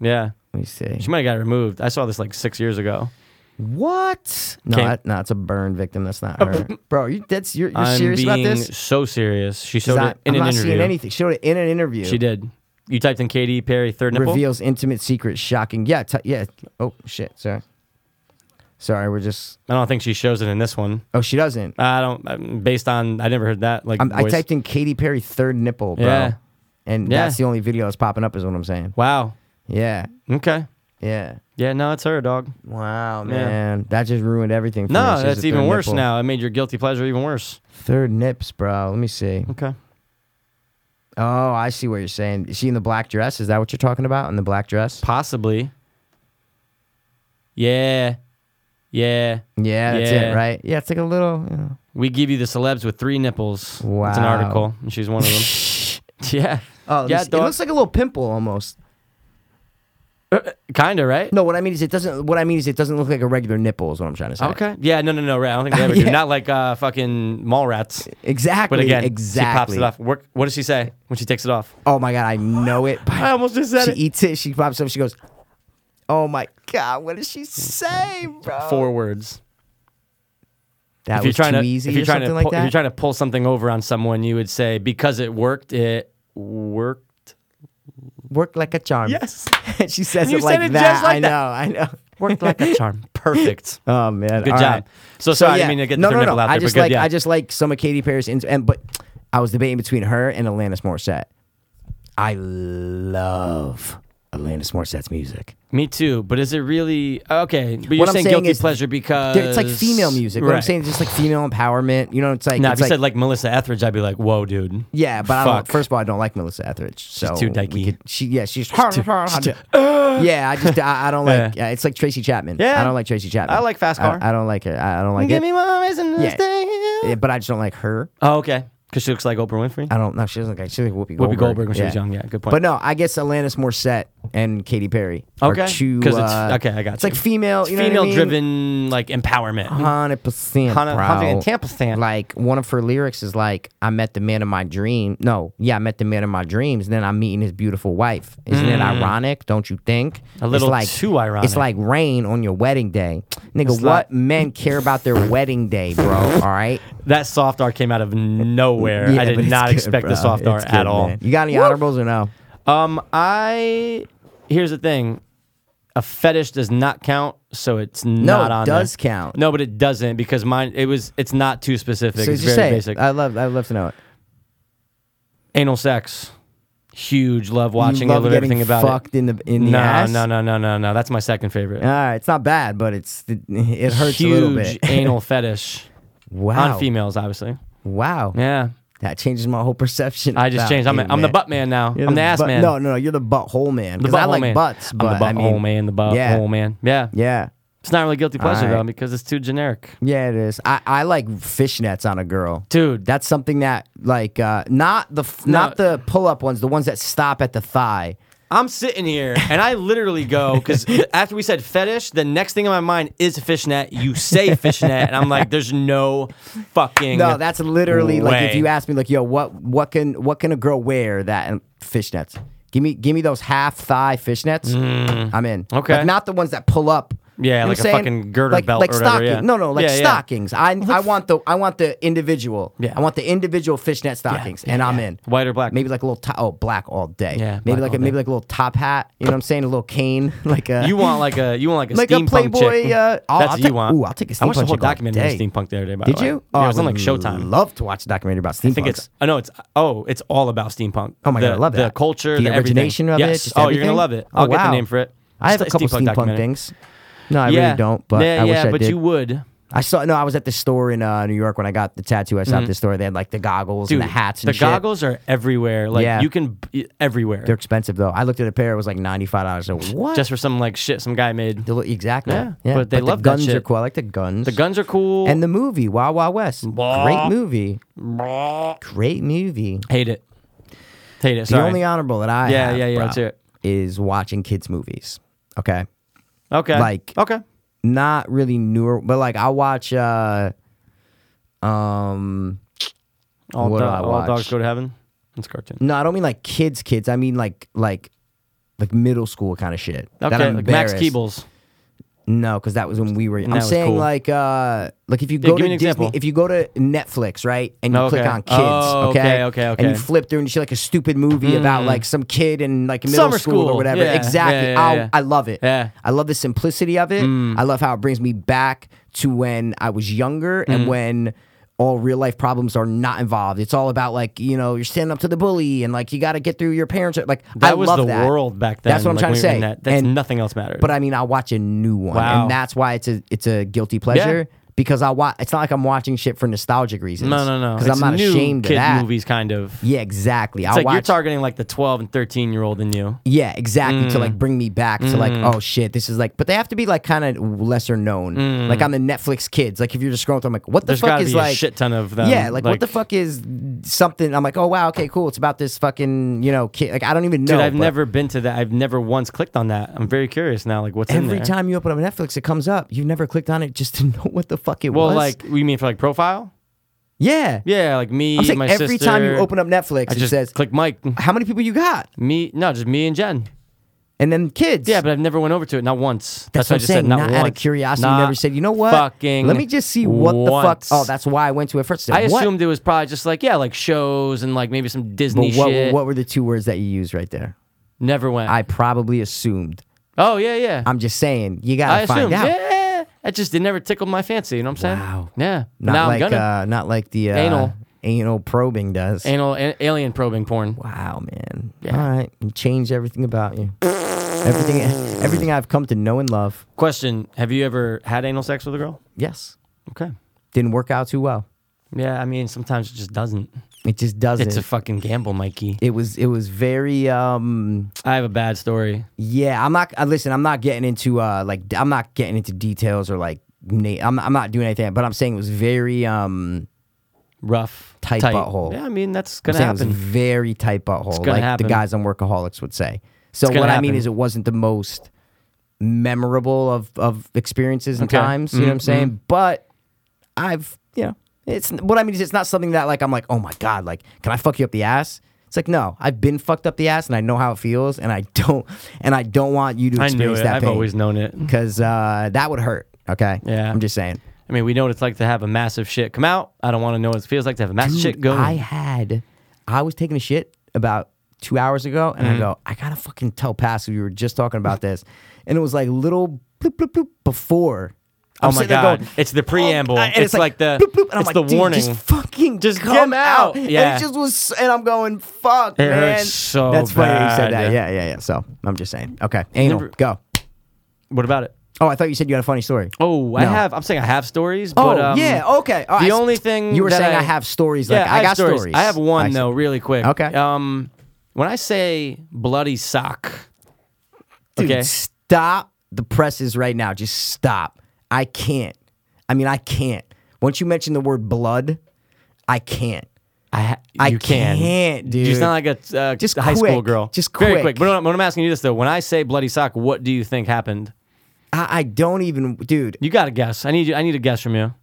Speaker 2: Yeah,
Speaker 1: let me see.
Speaker 2: she might have got it removed. I saw this like six years ago.
Speaker 1: What? No,
Speaker 2: Can't-
Speaker 1: that, no, it's a burn victim. That's not her, bro. Are you that's you're, you're
Speaker 2: I'm
Speaker 1: serious about
Speaker 2: being
Speaker 1: this?
Speaker 2: so serious. She
Speaker 1: 'Cause
Speaker 2: showed
Speaker 1: I,
Speaker 2: it in
Speaker 1: am
Speaker 2: an
Speaker 1: not
Speaker 2: interview.
Speaker 1: seeing anything. She showed it in an interview.
Speaker 2: She did. You typed in Katy Perry third nipple.
Speaker 1: reveals intimate secrets. Shocking. Yeah. T- yeah. Oh shit. Sorry. Sorry. We're just.
Speaker 2: I don't think she shows it in this one.
Speaker 1: Oh, she doesn't.
Speaker 2: I don't. um, Based on, I never heard that. Like
Speaker 1: I'm, I
Speaker 2: voice.
Speaker 1: typed in Katy Perry third nipple, bro.
Speaker 2: Yeah.
Speaker 1: And
Speaker 2: Yeah.
Speaker 1: that's the only video that's popping up, is what I'm saying.
Speaker 2: Wow.
Speaker 1: Yeah.
Speaker 2: Okay.
Speaker 1: Yeah.
Speaker 2: Yeah. No, it's her dog.
Speaker 1: Wow, man. That just ruined everything for me.
Speaker 2: No,
Speaker 1: She has a
Speaker 2: that's
Speaker 1: third
Speaker 2: even worse
Speaker 1: nipple.
Speaker 2: now. It made your guilty pleasure even worse.
Speaker 1: Third nips, bro. Let me see.
Speaker 2: Okay.
Speaker 1: Oh, I see what you're saying. Is she in the black dress? Is that what you're talking about? In the black dress?
Speaker 2: Possibly. Yeah. Yeah.
Speaker 1: Yeah, that's
Speaker 2: Yeah.
Speaker 1: it, right? Yeah, it's like a little. You know.
Speaker 2: We give you the celebs with three nipples. It's an
Speaker 1: Wow.
Speaker 2: article, and she's one of them. yeah.
Speaker 1: Oh,
Speaker 2: yeah,
Speaker 1: yeah, it looks like a little pimple almost.
Speaker 2: kind of, right?
Speaker 1: No, what I mean is it doesn't. What I mean is it doesn't look like a regular nipple. Is what I'm trying to say.
Speaker 2: Okay. Yeah, no, no, no, right. I don't think they ever do.
Speaker 1: Yeah.
Speaker 2: Not like uh, fucking mall rats.
Speaker 1: Exactly.
Speaker 2: But again,
Speaker 1: exactly.
Speaker 2: she pops it off. Work, what does she say when she takes it off?
Speaker 1: Oh my god, I know it.
Speaker 2: I almost just said
Speaker 1: she
Speaker 2: it.
Speaker 1: eats it. She pops up. She goes, "Oh my god, what does she say, bro?"
Speaker 2: Four words.
Speaker 1: that
Speaker 2: if you're
Speaker 1: was
Speaker 2: trying
Speaker 1: too
Speaker 2: to,
Speaker 1: easy
Speaker 2: if you're
Speaker 1: or
Speaker 2: trying
Speaker 1: something
Speaker 2: to,
Speaker 1: like
Speaker 2: pull, if
Speaker 1: that.
Speaker 2: you're trying to pull something over on someone, you would say because it worked. It worked.
Speaker 1: Work like a charm. she says
Speaker 2: You
Speaker 1: it
Speaker 2: said
Speaker 1: like
Speaker 2: it just
Speaker 1: that.
Speaker 2: like
Speaker 1: I know.
Speaker 2: that.
Speaker 1: I know.
Speaker 2: worked like a charm. Perfect.
Speaker 1: Oh man,
Speaker 2: Good
Speaker 1: All
Speaker 2: job.
Speaker 1: right.
Speaker 2: So sorry, I mean to get
Speaker 1: no,
Speaker 2: the
Speaker 1: no,
Speaker 2: nipple
Speaker 1: no.
Speaker 2: out there,
Speaker 1: I just
Speaker 2: but good,
Speaker 1: like
Speaker 2: yeah.
Speaker 1: I just like some of Katy Perry's ins- and but I was debating between her and Alanis Morissette. I love Alanis Morissette's music.
Speaker 2: Me too. But is it really okay? But you're
Speaker 1: What I'm
Speaker 2: saying,
Speaker 1: saying
Speaker 2: guilty
Speaker 1: is-
Speaker 2: pleasure because
Speaker 1: Dude, It's like female music. What I'm
Speaker 2: Right.
Speaker 1: saying is just like female empowerment. You know, it's like
Speaker 2: Now, if
Speaker 1: it's
Speaker 2: you
Speaker 1: like,
Speaker 2: said like Melissa Etheridge, I'd be like, "Whoa, dude."
Speaker 1: yeah, but I don't,
Speaker 2: Fuck.
Speaker 1: first of all, I don't like Melissa Etheridge. So
Speaker 2: too
Speaker 1: we
Speaker 2: dykey.
Speaker 1: could- She yeah, she's, yeah. I just I, I don't like. Yeah. it's like Tracy Chapman.
Speaker 2: uh. Yeah.
Speaker 1: I don't like Tracy Chapman.
Speaker 2: I like Fast Car.
Speaker 1: I, I don't like her. I, I don't like
Speaker 2: Give
Speaker 1: it.
Speaker 2: me one reason to
Speaker 1: Yeah.
Speaker 2: stay.
Speaker 1: Yeah, but I just don't like her.
Speaker 2: Oh, okay. Because she looks like Oprah Winfrey.
Speaker 1: I don't know. She doesn't like. She's like Whoopi Goldberg.
Speaker 2: Whoopi Goldberg when she was young. Yeah, good point.
Speaker 1: But no, I guess Alanis Morissette and Katy Perry. are
Speaker 2: Okay,
Speaker 1: two,
Speaker 2: 'cause it's-
Speaker 1: uh,
Speaker 2: okay, I got
Speaker 1: It's
Speaker 2: you.
Speaker 1: like female, you know what I mean? Uh-huh.
Speaker 2: female-driven like empowerment.
Speaker 1: Hundred percent,
Speaker 2: Hundred-
Speaker 1: bro.
Speaker 2: hundred and ten percent.
Speaker 1: Like one of her lyrics is like, "I met the man of my dream." No, yeah, I met the man of my dreams, and then I'm meeting his beautiful wife. Isn't it ironic? Don't you think?
Speaker 2: Mm. A little
Speaker 1: it's like,
Speaker 2: too ironic.
Speaker 1: It's like rain on your wedding day, nigga.
Speaker 2: It's
Speaker 1: what
Speaker 2: like-
Speaker 1: men care about their wedding day, bro? All right.
Speaker 2: That soft R came out of nowhere.
Speaker 1: Yeah,
Speaker 2: I
Speaker 1: but
Speaker 2: did
Speaker 1: it's
Speaker 2: not
Speaker 1: good,
Speaker 2: expect
Speaker 1: bro.
Speaker 2: the soft R
Speaker 1: It's
Speaker 2: at
Speaker 1: good,
Speaker 2: all.
Speaker 1: man. You got any honorables or no?
Speaker 2: Um, I here's the thing. A fetish does not count, so it's not
Speaker 1: it
Speaker 2: on.
Speaker 1: does
Speaker 2: there.
Speaker 1: count.
Speaker 2: No, but it doesn't because mine. It was. It's not too specific.
Speaker 1: So
Speaker 2: it's
Speaker 1: just say.
Speaker 2: very
Speaker 1: it. Uh,
Speaker 2: basic.
Speaker 1: I love. I would love to know it.
Speaker 2: Anal sex. Huge. Love
Speaker 1: You
Speaker 2: watching. it,
Speaker 1: love
Speaker 2: love
Speaker 1: getting
Speaker 2: everything about
Speaker 1: fucked
Speaker 2: it.
Speaker 1: in the in the
Speaker 2: no,
Speaker 1: ass.
Speaker 2: no, no, no, no, no. That's my second favorite.
Speaker 1: Ah, it's not bad, but it's it, hurts
Speaker 2: Huge
Speaker 1: a little bit.
Speaker 2: anal fetish
Speaker 1: wow,
Speaker 2: on females, obviously.
Speaker 1: Wow,
Speaker 2: Yeah.
Speaker 1: that changes my whole perception.
Speaker 2: I just
Speaker 1: about
Speaker 2: changed. I'm,
Speaker 1: you,
Speaker 2: a, I'm the
Speaker 1: man.
Speaker 2: butt man now.
Speaker 1: You're
Speaker 2: I'm the, ass
Speaker 1: butt-
Speaker 2: man.
Speaker 1: No, no, no, you're the butthole man.
Speaker 2: the
Speaker 1: Because I
Speaker 2: butthole
Speaker 1: like
Speaker 2: man.
Speaker 1: butts, but
Speaker 2: I'm the
Speaker 1: I
Speaker 2: butthole
Speaker 1: mean,
Speaker 2: man. The butthole
Speaker 1: yeah.
Speaker 2: man. Yeah.
Speaker 1: Yeah,
Speaker 2: It's not really guilty pleasure
Speaker 1: Alright.
Speaker 2: though because it's too generic.
Speaker 1: yeah, it is. I, I like fishnets on a girl,
Speaker 2: Dude.
Speaker 1: That's something that like uh, not the f-
Speaker 2: No.
Speaker 1: not the pull up ones, the ones that stop at the thigh.
Speaker 2: I'm sitting here and I literally go because after we said fetish, the next thing in my mind is fishnet. You say fishnet, and I'm like, there's no fucking.
Speaker 1: No, that's literally like if
Speaker 2: way.
Speaker 1: you ask me, like, yo, what what can what can a girl wear that and fishnets? Give me give me those half thigh fishnets. I'm in.
Speaker 2: Mm. Okay.
Speaker 1: Like, not the ones that pull up.
Speaker 2: Yeah,
Speaker 1: You know what I'm
Speaker 2: like a
Speaker 1: saying?
Speaker 2: fucking girder
Speaker 1: like,
Speaker 2: belt
Speaker 1: like
Speaker 2: or whatever,
Speaker 1: stocking-
Speaker 2: yeah.
Speaker 1: No, no, like
Speaker 2: Yeah, yeah.
Speaker 1: stockings. I I want the I want the individual.
Speaker 2: Yeah.
Speaker 1: I want the individual fishnet stockings, and I'm in.
Speaker 2: White or black?
Speaker 1: Maybe like a little top. Oh, black all day.
Speaker 2: Yeah,
Speaker 1: Maybe like
Speaker 2: black
Speaker 1: a,
Speaker 2: all
Speaker 1: maybe
Speaker 2: day.
Speaker 1: like a little top hat. You know what I'm saying? A little cane, like uh, a
Speaker 2: you want like a you want like a
Speaker 1: Like a
Speaker 2: steampunk
Speaker 1: Playboy,
Speaker 2: chick.
Speaker 1: uh, oh,
Speaker 2: that's
Speaker 1: I'll
Speaker 2: what
Speaker 1: take-
Speaker 2: you want.
Speaker 1: ooh, I'll take a
Speaker 2: I watched
Speaker 1: steampunk
Speaker 2: the whole
Speaker 1: chick all
Speaker 2: documentary
Speaker 1: day.
Speaker 2: on steampunk the other day. By
Speaker 1: Did
Speaker 2: the way.
Speaker 1: you? Oh,
Speaker 2: Yeah,
Speaker 1: I
Speaker 2: it was on like
Speaker 1: would
Speaker 2: Showtime.
Speaker 1: Love to watch a documentary about steampunk.
Speaker 2: I think it's. I know it's. Oh, it's all about steampunk.
Speaker 1: Oh my God,
Speaker 2: The-
Speaker 1: I love
Speaker 2: The
Speaker 1: that.
Speaker 2: culture,
Speaker 1: The
Speaker 2: the, everything.
Speaker 1: origination of it,
Speaker 2: Yes.
Speaker 1: just
Speaker 2: oh, you're
Speaker 1: everything?
Speaker 2: gonna love it.
Speaker 1: Oh,
Speaker 2: I'll get
Speaker 1: wow.
Speaker 2: the name for it.
Speaker 1: I have
Speaker 2: It's
Speaker 1: a couple steampunk,
Speaker 2: documentary.
Speaker 1: things. No, I
Speaker 2: yeah.
Speaker 1: really don't, but
Speaker 2: yeah,
Speaker 1: I wish
Speaker 2: yeah,
Speaker 1: I
Speaker 2: but
Speaker 1: did.
Speaker 2: you would.
Speaker 1: I saw no, I was at the store in uh, New York when I got the tattoo. I saw at the store. They had like the goggles and the hats and
Speaker 2: Mm-hmm. the
Speaker 1: shit.
Speaker 2: goggles are everywhere. Like
Speaker 1: Yeah.
Speaker 2: you can b- everywhere.
Speaker 1: They're expensive though. I looked at a pair. It was like ninety five dollars. So what?
Speaker 2: just for some like shit some guy made.
Speaker 1: The li- exactly.
Speaker 2: Yeah, but they
Speaker 1: the
Speaker 2: love that
Speaker 1: guns
Speaker 2: shit.
Speaker 1: are cool. I like the guns.
Speaker 2: The guns are cool.
Speaker 1: and the movie Wild Wild West.
Speaker 2: Blah.
Speaker 1: Great movie. Great movie.
Speaker 2: hate it. Hate it.
Speaker 1: The
Speaker 2: Sorry.
Speaker 1: only honorable that I
Speaker 2: Yeah,
Speaker 1: have,
Speaker 2: yeah, yeah,
Speaker 1: bro,
Speaker 2: let's hear it.
Speaker 1: is watching kids movies. Okay,
Speaker 2: okay.
Speaker 1: like-
Speaker 2: okay.
Speaker 1: not really newer, but like I watch. uh Um,
Speaker 2: All,
Speaker 1: what do
Speaker 2: do-
Speaker 1: I
Speaker 2: all dogs
Speaker 1: watch?
Speaker 2: go to heaven. It's a cartoon.
Speaker 1: no, I don't mean like kids, kids. I mean like like like middle school kind of shit. that
Speaker 2: Okay.
Speaker 1: I'm
Speaker 2: Like Max
Speaker 1: embarrassed.
Speaker 2: Keebles.
Speaker 1: No, because that was when we were. I'm
Speaker 2: that was
Speaker 1: saying
Speaker 2: cool.
Speaker 1: like, uh, like if you
Speaker 2: Yeah,
Speaker 1: go
Speaker 2: give me
Speaker 1: to
Speaker 2: an
Speaker 1: Disney,
Speaker 2: example.
Speaker 1: if you go to Netflix, right, and you click
Speaker 2: Okay.
Speaker 1: on kids,
Speaker 2: Oh,
Speaker 1: okay?
Speaker 2: okay, okay,
Speaker 1: and you
Speaker 2: okay. Mm.
Speaker 1: flip through and you see like a stupid movie about like some kid in like middle
Speaker 2: Summer
Speaker 1: or
Speaker 2: school.
Speaker 1: whatever.
Speaker 2: Yeah,
Speaker 1: Exactly,
Speaker 2: yeah, yeah,
Speaker 1: I'll-
Speaker 2: yeah.
Speaker 1: I love it.
Speaker 2: Yeah. Mm.
Speaker 1: I love the simplicity of it. I love how it brings me back to when I was younger and
Speaker 2: Mm.
Speaker 1: when. All real life problems are not involved. It's all about like you know you're standing up to the bully and like you got to get through your parents. Like I
Speaker 2: That was
Speaker 1: love
Speaker 2: the
Speaker 1: that.
Speaker 2: world back then.
Speaker 1: That's what I'm
Speaker 2: like,
Speaker 1: trying
Speaker 2: when
Speaker 1: to
Speaker 2: we were
Speaker 1: say.
Speaker 2: in That, that's
Speaker 1: And-
Speaker 2: nothing else mattered.
Speaker 1: but I mean, I watch a new one,
Speaker 2: Wow.
Speaker 1: and that's why it's a it's a guilty pleasure because I watch. It's not like I'm watching shit for nostalgic reasons.
Speaker 2: no, no, no.
Speaker 1: Because I'm
Speaker 2: It's
Speaker 1: not
Speaker 2: new
Speaker 1: ashamed
Speaker 2: kid
Speaker 1: of that.
Speaker 2: movies, kind of.
Speaker 1: Yeah, exactly. I
Speaker 2: It's like
Speaker 1: watch.
Speaker 2: you're targeting like the 12 and 13 year old in you.
Speaker 1: yeah, exactly. To
Speaker 2: Mm.
Speaker 1: like bring me back to like, oh shit, this is like. But they have to be like kind of lesser known. Like on the Netflix kids. Like if you're just scrolling through, I'm like, what the
Speaker 2: Mm. There's
Speaker 1: fuck
Speaker 2: gotta
Speaker 1: is
Speaker 2: be
Speaker 1: like
Speaker 2: a shit ton of them.
Speaker 1: Yeah, like, what the fuck is something? I'm like, oh wow, okay, cool. It's about this fucking, you know, kid. Like I don't even know.
Speaker 2: Dude, I've
Speaker 1: but-
Speaker 2: never been to that. I've never once clicked on that. I'm very curious now. Like what's in
Speaker 1: Every
Speaker 2: there?
Speaker 1: time you open up Netflix, it comes up. You've never clicked on it just to know what the fuck it
Speaker 2: Well,
Speaker 1: was.
Speaker 2: like you mean for like profile?
Speaker 1: yeah,
Speaker 2: Yeah, like me,
Speaker 1: I'm saying
Speaker 2: my
Speaker 1: every
Speaker 2: sister.
Speaker 1: time you open up Netflix,
Speaker 2: I
Speaker 1: it
Speaker 2: just
Speaker 1: says
Speaker 2: click Mike.
Speaker 1: how many people you got,
Speaker 2: Me, no, just me and Jen.
Speaker 1: and then kids.
Speaker 2: Yeah, but I've never went over to it, not once.
Speaker 1: that's, what
Speaker 2: what I
Speaker 1: I'm
Speaker 2: just
Speaker 1: saying.
Speaker 2: said. Not,
Speaker 1: not
Speaker 2: once.
Speaker 1: out of curiosity, you
Speaker 2: Not
Speaker 1: never said, you know what?
Speaker 2: Fucking.
Speaker 1: Let me just see what
Speaker 2: once.
Speaker 1: the fuck. Oh, that's why I went to it first.
Speaker 2: I
Speaker 1: What?
Speaker 2: assumed it was probably just like yeah, like shows and like maybe some Disney
Speaker 1: But what,
Speaker 2: shit.
Speaker 1: what were the two words that you used right there?
Speaker 2: never went.
Speaker 1: I probably assumed.
Speaker 2: oh yeah, yeah.
Speaker 1: I'm just saying. You
Speaker 2: I
Speaker 1: gotta
Speaker 2: assumed.
Speaker 1: find out.
Speaker 2: Yeah, it just it never tickled my fancy. You know what I'm saying?
Speaker 1: Wow.
Speaker 2: Yeah.
Speaker 1: Not
Speaker 2: now
Speaker 1: like
Speaker 2: I'm gonna
Speaker 1: uh, not like the uh,
Speaker 2: Anal.
Speaker 1: anal probing does.
Speaker 2: anal a- alien probing porn.
Speaker 1: Wow, man.
Speaker 2: Yeah.
Speaker 1: All right, you changed everything about you. everything, everything I've come to know and love.
Speaker 2: Question: Have you ever had anal sex with a girl?
Speaker 1: Yes,
Speaker 2: Okay.
Speaker 1: didn't work out too well.
Speaker 2: Yeah, I mean sometimes it just doesn't.
Speaker 1: It just doesn't.
Speaker 2: It's a fucking gamble, Mikey.
Speaker 1: it was it was very um
Speaker 2: I have a bad story.
Speaker 1: yeah i'm not uh, listen i'm not getting into uh like i'm not getting into details or like na- I'm, I'm not doing anything but i'm saying it was very um
Speaker 2: Rough,
Speaker 1: Tight
Speaker 2: tight
Speaker 1: butthole.
Speaker 2: Yeah, I mean that's
Speaker 1: i'm
Speaker 2: gonna
Speaker 1: saying it was
Speaker 2: happen.
Speaker 1: very tight butthole
Speaker 2: gonna
Speaker 1: like
Speaker 2: happen.
Speaker 1: the guys on workaholics would say so
Speaker 2: gonna
Speaker 1: what i mean
Speaker 2: happen.
Speaker 1: is it wasn't the most memorable of of experiences and
Speaker 2: Okay. Mm-hmm.
Speaker 1: times you know what i'm saying but i've you know it's what i mean is it's not something that like i'm like oh my god like can i fuck you up the ass it's like no i've been fucked up the ass and i know how it feels and i don't and i don't want you to
Speaker 2: I knew
Speaker 1: experience
Speaker 2: it.
Speaker 1: that
Speaker 2: I've
Speaker 1: pain
Speaker 2: always known it.
Speaker 1: because uh, that would hurt. Okay.
Speaker 2: Yeah.
Speaker 1: I'm just saying.
Speaker 2: I mean, we know what it's like to have a massive shit come out. I don't want to know what it feels like to have a massive shit
Speaker 1: Dude,
Speaker 2: go.
Speaker 1: I
Speaker 2: in.
Speaker 1: had, I was taking a shit about two hours ago, and
Speaker 2: Mm-hmm.
Speaker 1: I go, I gotta fucking tell Pascal we were just talking about this, and it was like little bloop bloop bloop before.
Speaker 2: oh
Speaker 1: I'm
Speaker 2: my
Speaker 1: sitting there
Speaker 2: god,
Speaker 1: going,
Speaker 2: it's the preamble.
Speaker 1: I-
Speaker 2: it's, like, the
Speaker 1: bloop, bloop, and I'm
Speaker 2: it's
Speaker 1: like,
Speaker 2: the
Speaker 1: "Dude,
Speaker 2: warning.
Speaker 1: Just fucking
Speaker 2: Just
Speaker 1: come
Speaker 2: get
Speaker 1: out.
Speaker 2: out." Yeah.
Speaker 1: And it just was, and I'm going, fuck,
Speaker 2: It
Speaker 1: man.
Speaker 2: hurts so
Speaker 1: That's funny that you said
Speaker 2: bad.
Speaker 1: that. Yeah, yeah, yeah. So I'm just saying. Okay, anal,
Speaker 2: Never-
Speaker 1: go.
Speaker 2: what about it?
Speaker 1: Oh, I thought you said you had a funny story.
Speaker 2: Oh, I
Speaker 1: No.
Speaker 2: have. I'm saying I have stories.
Speaker 1: Oh,
Speaker 2: but, um,
Speaker 1: yeah, okay. All right.
Speaker 2: The only thing
Speaker 1: You were
Speaker 2: that
Speaker 1: saying
Speaker 2: I,
Speaker 1: I have stories,
Speaker 2: Yeah,
Speaker 1: like, I
Speaker 2: have
Speaker 1: got stories.
Speaker 2: I have one
Speaker 1: I see.
Speaker 2: though, really quick.
Speaker 1: Okay.
Speaker 2: Um, when I say bloody sock,
Speaker 1: Dude,
Speaker 2: okay,
Speaker 1: stop the presses right now. Just stop. I can't. I mean, I can't. Once you mention the word blood, I can't.
Speaker 2: I ha-
Speaker 1: I
Speaker 2: you can.
Speaker 1: can't,
Speaker 2: You
Speaker 1: dude.
Speaker 2: sound like a uh,
Speaker 1: Just
Speaker 2: high school
Speaker 1: quick.
Speaker 2: girl.
Speaker 1: Just
Speaker 2: very
Speaker 1: quick.
Speaker 2: quick. But when I'm- when I'm asking you this though, when I say bloody sock, what do you think happened?
Speaker 1: I, I don't even, dude.
Speaker 2: You got to guess. I need you. I need a guess from you.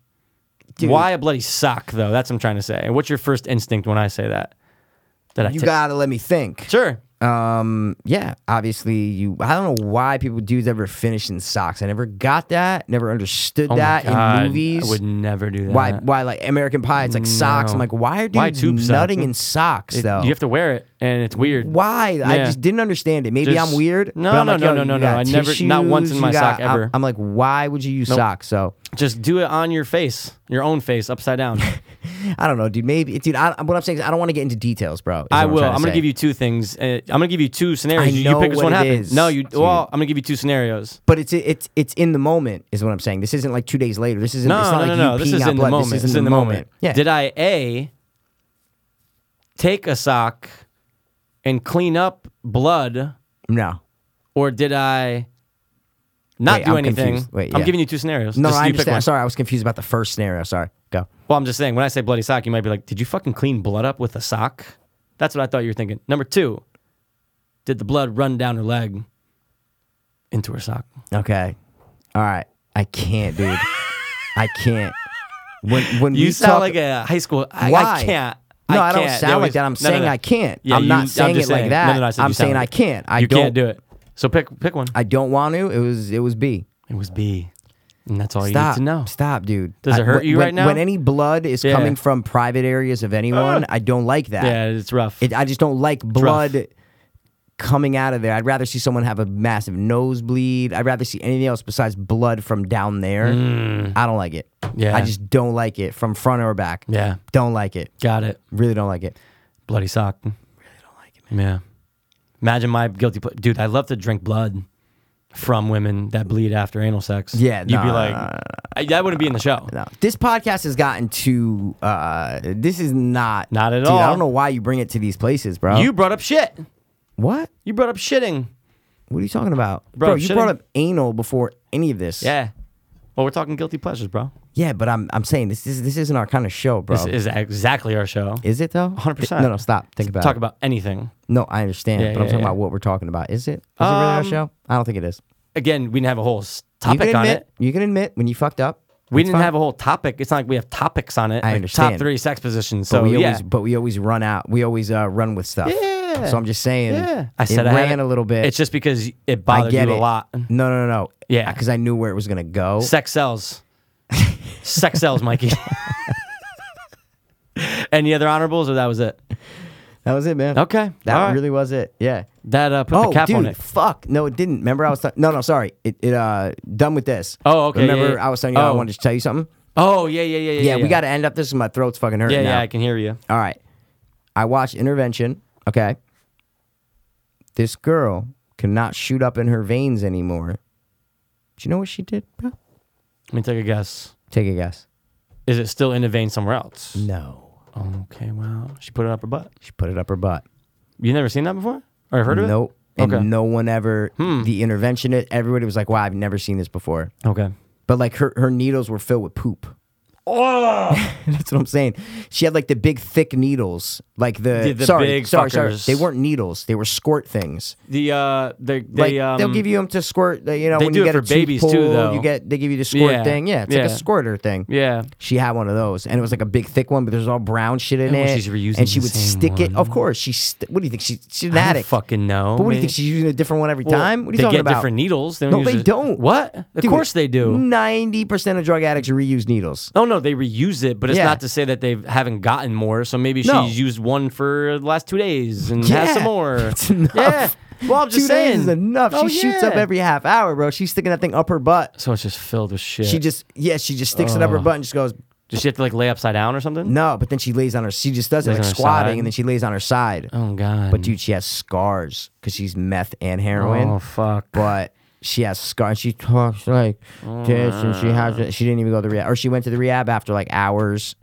Speaker 1: Dude.
Speaker 2: Why a bloody sock though? That's what I'm trying to say. And what's your first instinct when I say that? That I
Speaker 1: You
Speaker 2: take-
Speaker 1: gotta let me think.
Speaker 2: sure.
Speaker 1: Um, yeah, obviously you. I don't know why people dudes ever finish in socks. I never got that. Never understood
Speaker 2: Oh my
Speaker 1: that
Speaker 2: God,
Speaker 1: in movies.
Speaker 2: I would never do that.
Speaker 1: why? Why like American Pie? It's like socks. I'm like, why are
Speaker 2: Why
Speaker 1: dudes
Speaker 2: tube socks?
Speaker 1: nutting in socks
Speaker 2: It-
Speaker 1: though?
Speaker 2: you have to wear it, and it's weird.
Speaker 1: why? I
Speaker 2: Yeah.
Speaker 1: just didn't understand it. Maybe
Speaker 2: Just-
Speaker 1: I'm weird.
Speaker 2: No,
Speaker 1: but I'm
Speaker 2: no,
Speaker 1: like,
Speaker 2: no,
Speaker 1: yo,
Speaker 2: no,
Speaker 1: you
Speaker 2: no, no.
Speaker 1: got
Speaker 2: I never- not once in
Speaker 1: tissues,
Speaker 2: my
Speaker 1: you
Speaker 2: sock
Speaker 1: got- I'm-
Speaker 2: ever.
Speaker 1: I'm, like, why would you use socks? So
Speaker 2: Just do it on your face, your own face, upside down.
Speaker 1: I don't know, dude. Maybe, dude. I, what I'm saying is, I don't want to get into details, bro. is
Speaker 2: I
Speaker 1: what
Speaker 2: will.
Speaker 1: trying
Speaker 2: I'm gonna
Speaker 1: say.
Speaker 2: give you two things. Uh, I'm gonna give you two scenarios. You-
Speaker 1: know
Speaker 2: you pick which
Speaker 1: what
Speaker 2: one
Speaker 1: it
Speaker 2: happens.
Speaker 1: is,
Speaker 2: No, you.
Speaker 1: dude.
Speaker 2: Well, I'm gonna give you two scenarios.
Speaker 1: But it's it's it's in the moment, is what I'm saying. This isn't like two days later. This isn't.
Speaker 2: No,
Speaker 1: it's not
Speaker 2: no,
Speaker 1: like
Speaker 2: no,
Speaker 1: you
Speaker 2: no. This
Speaker 1: peeing
Speaker 2: is
Speaker 1: out
Speaker 2: in the
Speaker 1: blood.
Speaker 2: moment.
Speaker 1: This
Speaker 2: This
Speaker 1: is in the moment. Yeah.
Speaker 2: Did I a take a sock and clean up blood,
Speaker 1: No.
Speaker 2: or did I not
Speaker 1: Wait,
Speaker 2: do
Speaker 1: I'm
Speaker 2: anything?
Speaker 1: confused. Wait,
Speaker 2: I'm
Speaker 1: yeah.
Speaker 2: giving you two scenarios.
Speaker 1: No,
Speaker 2: Just
Speaker 1: I
Speaker 2: you pick
Speaker 1: understand.
Speaker 2: one.
Speaker 1: Sorry, I was confused about the first scenario. Sorry. Go.
Speaker 2: Well, I'm just saying, when I say bloody sock, you might be like, did you fucking clean blood up with a sock? That's what I thought you were thinking. Number two, did the blood run down her leg into her sock?
Speaker 1: Okay. All right. I can't, dude. I can't. When when
Speaker 2: You
Speaker 1: we
Speaker 2: sound
Speaker 1: talk,
Speaker 2: like a high school. I,
Speaker 1: Why?
Speaker 2: I can't.
Speaker 1: No, I,
Speaker 2: I,
Speaker 1: don't
Speaker 2: can't.
Speaker 1: sound
Speaker 2: They
Speaker 1: like
Speaker 2: always-
Speaker 1: that. I'm
Speaker 2: No, no,
Speaker 1: saying
Speaker 2: no.
Speaker 1: I can't.
Speaker 2: Yeah,
Speaker 1: I'm
Speaker 2: you-
Speaker 1: not saying it
Speaker 2: just
Speaker 1: like
Speaker 2: saying.
Speaker 1: that.
Speaker 2: No, no, no, I said
Speaker 1: I'm
Speaker 2: you
Speaker 1: saying
Speaker 2: sound
Speaker 1: I
Speaker 2: like-
Speaker 1: can't. I
Speaker 2: you
Speaker 1: don't.
Speaker 2: can't do it. So pick pick one.
Speaker 1: I don't want to. It was it was B.
Speaker 2: it was B, and that's all you
Speaker 1: Stop.
Speaker 2: need to know.
Speaker 1: Stop, dude.
Speaker 2: Does it
Speaker 1: I-
Speaker 2: hurt
Speaker 1: when-
Speaker 2: you right
Speaker 1: when-
Speaker 2: now?
Speaker 1: When any blood is
Speaker 2: Yeah. Ah.
Speaker 1: coming from private areas of anyone, I don't like that.
Speaker 2: Yeah, it's rough.
Speaker 1: It, I just don't like
Speaker 2: rough.
Speaker 1: blood coming out of there. I'd rather see someone have a massive nosebleed. I'd rather see anything else besides blood from down there. I don't like it.
Speaker 2: Mm. Yeah.
Speaker 1: I just don't like it from front or back.
Speaker 2: yeah,
Speaker 1: Don't like it.
Speaker 2: got it.
Speaker 1: Really don't like it.
Speaker 2: Bloody sock. Really don't like it. Man. Yeah. Imagine my guilty ple- dude. I love to drink blood from women that bleed after anal sex.
Speaker 1: Yeah,
Speaker 2: you'd
Speaker 1: no,
Speaker 2: be
Speaker 1: no,
Speaker 2: like,
Speaker 1: no, no,
Speaker 2: I, that wouldn't be in the show.
Speaker 1: No. This podcast has gotten to uh this is not
Speaker 2: Not at
Speaker 1: Dude, I
Speaker 2: all.
Speaker 1: don't know why you bring it to these places, bro.
Speaker 2: You brought up shit.
Speaker 1: what?
Speaker 2: You brought up shitting.
Speaker 1: What are you talking about?
Speaker 2: Bro,
Speaker 1: you
Speaker 2: shouldn't-
Speaker 1: brought up anal before any of this.
Speaker 2: Yeah. Well, we're talking guilty pleasures, bro.
Speaker 1: Yeah, but I'm I'm saying this is this isn't our kind of show, bro.
Speaker 2: This is exactly our show.
Speaker 1: is it though?
Speaker 2: 100%.
Speaker 1: No, no, stop. Think about
Speaker 2: Talk
Speaker 1: it.
Speaker 2: about anything.
Speaker 1: No, I understand,
Speaker 2: Yeah,
Speaker 1: but I'm
Speaker 2: yeah,
Speaker 1: talking
Speaker 2: yeah.
Speaker 1: about what we're talking about. Is it? Is it really our
Speaker 2: Um,
Speaker 1: show? I don't think it is.
Speaker 2: Again, we didn't have a whole s-
Speaker 1: You
Speaker 2: topic
Speaker 1: can
Speaker 2: on
Speaker 1: admit.
Speaker 2: it.
Speaker 1: You can admit when you fucked up.
Speaker 2: We
Speaker 1: It's
Speaker 2: didn't
Speaker 1: fine.
Speaker 2: have a whole topic. It's not like we have topics on it.
Speaker 1: I
Speaker 2: like
Speaker 1: understand.
Speaker 2: Top three sex positions.
Speaker 1: But
Speaker 2: So
Speaker 1: we
Speaker 2: yeah.
Speaker 1: always, but we always run out. We always uh, run with stuff.
Speaker 2: Yeah.
Speaker 1: So I'm just saying.
Speaker 2: yeah. I
Speaker 1: it
Speaker 2: said I had
Speaker 1: ran
Speaker 2: it.
Speaker 1: a little bit.
Speaker 2: It's just because it
Speaker 1: I
Speaker 2: bothered
Speaker 1: get
Speaker 2: you
Speaker 1: it.
Speaker 2: a lot.
Speaker 1: No, no, no, no.
Speaker 2: Yeah.
Speaker 1: because I knew where it was gonna go.
Speaker 2: Sex sells. Sex sells, Mikey. Any other honorables, or that was it?
Speaker 1: that was it, man.
Speaker 2: Okay,
Speaker 1: That
Speaker 2: all right.
Speaker 1: really was it. Yeah.
Speaker 2: That uh, put
Speaker 1: Oh,
Speaker 2: the cap
Speaker 1: dude,
Speaker 2: on it.
Speaker 1: fuck! No, it didn't. Remember, I was t- no, no, sorry. It, it uh, done with this.
Speaker 2: Oh, okay, yeah,
Speaker 1: Remember,
Speaker 2: yeah.
Speaker 1: I was telling you I
Speaker 2: Oh.
Speaker 1: wanted to tell you something.
Speaker 2: Oh yeah, yeah, yeah, yeah.
Speaker 1: Yeah, we got to end up this. 'cause My throat's fucking hurting.
Speaker 2: Yeah,
Speaker 1: now.
Speaker 2: yeah, I can hear you.
Speaker 1: All right. I watched Intervention. Okay. This girl could not shoot up in her veins anymore. Do you know what she did, bro?
Speaker 2: Let me take a guess.
Speaker 1: Take a guess.
Speaker 2: Is it still in a vein somewhere else?
Speaker 1: No.
Speaker 2: Okay, well, she put it up her butt.
Speaker 1: She put it up her butt.
Speaker 2: You never seen that before, or heard of it?
Speaker 1: Nope. And
Speaker 2: Okay. Hmm.
Speaker 1: no one ever, the interventionist, everybody was like, wow, I've never seen this before.
Speaker 2: Okay.
Speaker 1: But like her, her needles were filled with poop. Oh, that's what I'm saying. She had like the big thick needles, like the,
Speaker 2: Yeah, the
Speaker 1: sorry,
Speaker 2: big
Speaker 1: sorry, sorry.
Speaker 2: fuckers.
Speaker 1: They weren't needles; they were squirt things.
Speaker 2: The uh, they they
Speaker 1: like
Speaker 2: um,
Speaker 1: they'll give you them to squirt. uh, You know,
Speaker 2: they
Speaker 1: when
Speaker 2: do
Speaker 1: you
Speaker 2: it
Speaker 1: get a
Speaker 2: for
Speaker 1: tooth
Speaker 2: babies, too,
Speaker 1: pulled,
Speaker 2: though.
Speaker 1: You get they give you the squirt
Speaker 2: Yeah,
Speaker 1: thing. Yeah, it's like a
Speaker 2: yeah.
Speaker 1: squirter thing.
Speaker 2: Yeah.
Speaker 1: She had one of those, and it was like a big, thick one, but there's all brown shit in
Speaker 2: Oh,
Speaker 1: it.
Speaker 2: she's reusing
Speaker 1: and she
Speaker 2: the
Speaker 1: would
Speaker 2: same
Speaker 1: stick it.
Speaker 2: one.
Speaker 1: Of course, she's. St- what do you think? She, she's an
Speaker 2: I don't
Speaker 1: addict.
Speaker 2: fucking know.
Speaker 1: But what do you think?
Speaker 2: man.
Speaker 1: She's using a different one every
Speaker 2: Well,
Speaker 1: time. What are you
Speaker 2: they
Speaker 1: talking
Speaker 2: get
Speaker 1: about?
Speaker 2: different needles. They
Speaker 1: No,
Speaker 2: use
Speaker 1: they
Speaker 2: it-
Speaker 1: don't.
Speaker 2: What? Of course they do.
Speaker 1: Ninety percent of drug addicts reuse needles.
Speaker 2: Oh no, they reuse it, but it's
Speaker 1: Yeah.
Speaker 2: not to say that they haven't gotten more. So maybe she's
Speaker 1: No. used
Speaker 2: used one for the last two days and has some more.
Speaker 1: That's enough.
Speaker 2: Yeah. Well, I'm just
Speaker 1: Two
Speaker 2: saying.
Speaker 1: days is enough.
Speaker 2: Oh,
Speaker 1: she shoots up
Speaker 2: yeah.
Speaker 1: every half hour, bro. She's sticking that thing up her butt.
Speaker 2: So it's just filled with shit.
Speaker 1: She just, yeah, she just sticks it up her butt and just goes,
Speaker 2: does she have to like lay upside down or something?
Speaker 1: no. But then she lays on her, she just does it
Speaker 2: Lays
Speaker 1: like
Speaker 2: on her
Speaker 1: squatting,
Speaker 2: side?
Speaker 1: and then she lays on her side.
Speaker 2: Oh god.
Speaker 1: But dude, she has scars because she's meth and heroin.
Speaker 2: Oh fuck.
Speaker 1: But she has scars. She talks like this, and she has. She didn't even go to the rehab, or she went to the rehab after like hours,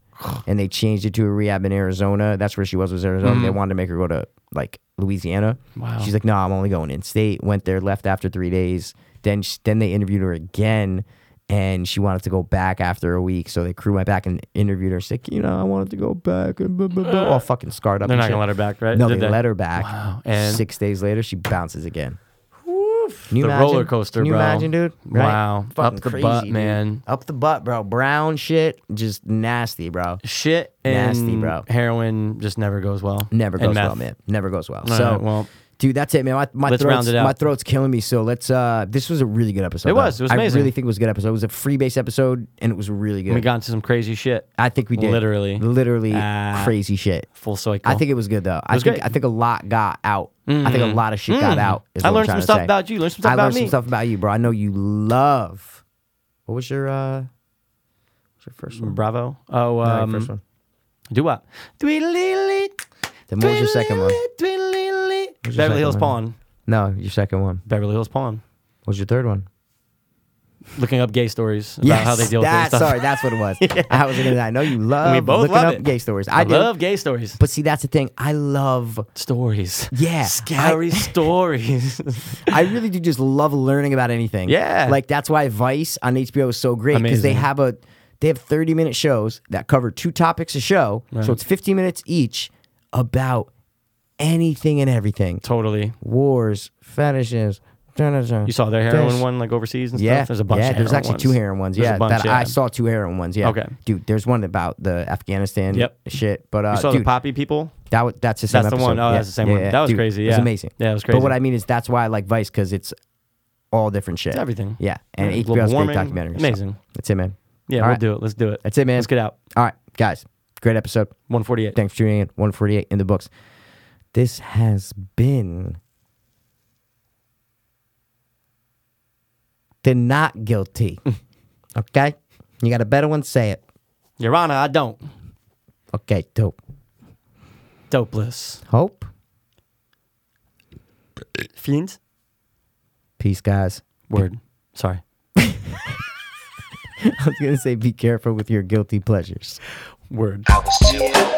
Speaker 1: and they changed it to a rehab in Arizona. That's where she was was Arizona. They wanted to make her go to like Louisiana.
Speaker 2: Mm. Wow.
Speaker 1: She's like, no, I'm only going in state. Went there, left after three days. Then sh then they interviewed her again. And she wanted to go back after a week, so the crew went back and interviewed her. She's like, you know, I wanted to go back, and blah, blah, blah, all fucking scarred up.
Speaker 2: Uh, They're
Speaker 1: and
Speaker 2: not
Speaker 1: shit.
Speaker 2: gonna let her back, right?
Speaker 1: No,
Speaker 2: Uh, Did
Speaker 1: they,
Speaker 2: they?
Speaker 1: let her back.
Speaker 2: Wow. And-
Speaker 1: six days later, she bounces again. Can you
Speaker 2: The
Speaker 1: imagine?
Speaker 2: roller coaster,
Speaker 1: Can you
Speaker 2: bro.
Speaker 1: imagine, dude?
Speaker 2: Wow.
Speaker 1: Fucking
Speaker 2: Up the
Speaker 1: crazy,
Speaker 2: butt,
Speaker 1: dude.
Speaker 2: man.
Speaker 1: Up the butt, bro. Brown shit, just nasty, bro.
Speaker 2: Shit and
Speaker 1: Nasty, bro.
Speaker 2: heroin just never goes well.
Speaker 1: Never
Speaker 2: And
Speaker 1: goes
Speaker 2: meth.
Speaker 1: well, man. Never goes well.
Speaker 2: All
Speaker 1: so,
Speaker 2: right, well-
Speaker 1: dude, that's it, man. My, my
Speaker 2: Let's
Speaker 1: throat's
Speaker 2: round it out.
Speaker 1: my throat's killing me. So let's. uh This was a really good episode.
Speaker 2: It
Speaker 1: though.
Speaker 2: was. It was
Speaker 1: I
Speaker 2: amazing.
Speaker 1: really think it was a good episode. It was a free base episode, and it was really good.
Speaker 2: We got into some crazy shit.
Speaker 1: I think we did
Speaker 2: Literally.
Speaker 1: literally
Speaker 2: Ah.
Speaker 1: crazy shit.
Speaker 2: Full cycle.
Speaker 1: I think it was good though. I
Speaker 2: was
Speaker 1: think
Speaker 2: great. Mm-hmm.
Speaker 1: I think a lot got out. I think a lot of shit got out. is
Speaker 2: Mm. I
Speaker 1: what I'm
Speaker 2: learned
Speaker 1: trying
Speaker 2: some
Speaker 1: to
Speaker 2: stuff
Speaker 1: say.
Speaker 2: about you. Learned some stuff
Speaker 1: I
Speaker 2: about
Speaker 1: learned
Speaker 2: me.
Speaker 1: some stuff about you, bro. I know you love. What was your uh? What's your first one?
Speaker 2: Bravo.
Speaker 1: No,
Speaker 2: Oh,
Speaker 1: your
Speaker 2: um,
Speaker 1: first one.
Speaker 2: Do what?
Speaker 1: Then what was your second one? your
Speaker 2: Beverly
Speaker 1: second
Speaker 2: Hills
Speaker 1: one?
Speaker 2: Pawn.
Speaker 1: No, your second one.
Speaker 2: Beverly Hills Pawn.
Speaker 1: What was your third one?
Speaker 2: Looking up gay stories about how they deal with
Speaker 1: that,
Speaker 2: gay stuff.
Speaker 1: Sorry, that's what it was. I was gonna. I know you love
Speaker 2: we both
Speaker 1: looking
Speaker 2: love
Speaker 1: up
Speaker 2: it.
Speaker 1: gay stories. I,
Speaker 2: I,
Speaker 1: do.
Speaker 2: love gay stories.
Speaker 1: But see, that's the thing. I love.
Speaker 2: Stories.
Speaker 1: Yeah,
Speaker 2: Scary
Speaker 1: I-
Speaker 2: stories.
Speaker 1: I really do just love learning about anything.
Speaker 2: Yeah.
Speaker 1: Like that's why Vice on HBO is so great because they
Speaker 2: Amazing.
Speaker 1: have a they have 30 minute shows that cover two topics a show. So it's 15 minutes each about anything and everything.
Speaker 2: totally.
Speaker 1: Wars, fetishes.
Speaker 2: You saw their heroin one like overseas and
Speaker 1: Yeah,
Speaker 2: stuff. There's a bunch.
Speaker 1: Yeah,
Speaker 2: of
Speaker 1: there's
Speaker 2: heroin
Speaker 1: actually
Speaker 2: ones.
Speaker 1: two heroin ones.
Speaker 2: There's a
Speaker 1: Yeah,
Speaker 2: bunch,
Speaker 1: that
Speaker 2: yeah.
Speaker 1: I saw two heroin ones. Yeah,
Speaker 2: Okay.
Speaker 1: dude, there's one about the Afghanistan
Speaker 2: Yep.
Speaker 1: shit. But uh,
Speaker 2: You saw
Speaker 1: dude,
Speaker 2: the poppy people.
Speaker 1: that was, that's the same.
Speaker 2: That's the
Speaker 1: episode.
Speaker 2: one. Oh,
Speaker 1: yeah.
Speaker 2: that's the same
Speaker 1: yeah,
Speaker 2: one.
Speaker 1: yeah,
Speaker 2: That was
Speaker 1: dude,
Speaker 2: crazy,
Speaker 1: It was
Speaker 2: yeah.
Speaker 1: amazing.
Speaker 2: Yeah, it was
Speaker 1: But what
Speaker 2: crazy.
Speaker 1: I mean is that's why I like Vice because it's all different shit.
Speaker 2: Everything.
Speaker 1: Yeah, and
Speaker 2: Yeah,
Speaker 1: yeah,
Speaker 2: global
Speaker 1: HBO's great
Speaker 2: warming.
Speaker 1: documentary.
Speaker 2: Amazing.
Speaker 1: That's it, man.
Speaker 2: Yeah,
Speaker 1: All
Speaker 2: we'll
Speaker 1: right.
Speaker 2: do it. Let's do it.
Speaker 1: That's it, man.
Speaker 2: Let's get out.
Speaker 1: All right, guys. Great episode.
Speaker 2: 148.
Speaker 1: Thanks for tuning in. 148 in the books. This has been the not guilty. okay? You got a better one? Say it.
Speaker 2: Your Honor, I don't.
Speaker 1: Okay, dope.
Speaker 2: Dopeless.
Speaker 1: Hope.
Speaker 2: Fiends.
Speaker 1: Peace, guys.
Speaker 2: Word. Sorry.
Speaker 1: I was going to say be careful with your guilty pleasures.
Speaker 2: Word.
Speaker 4: I was too dope.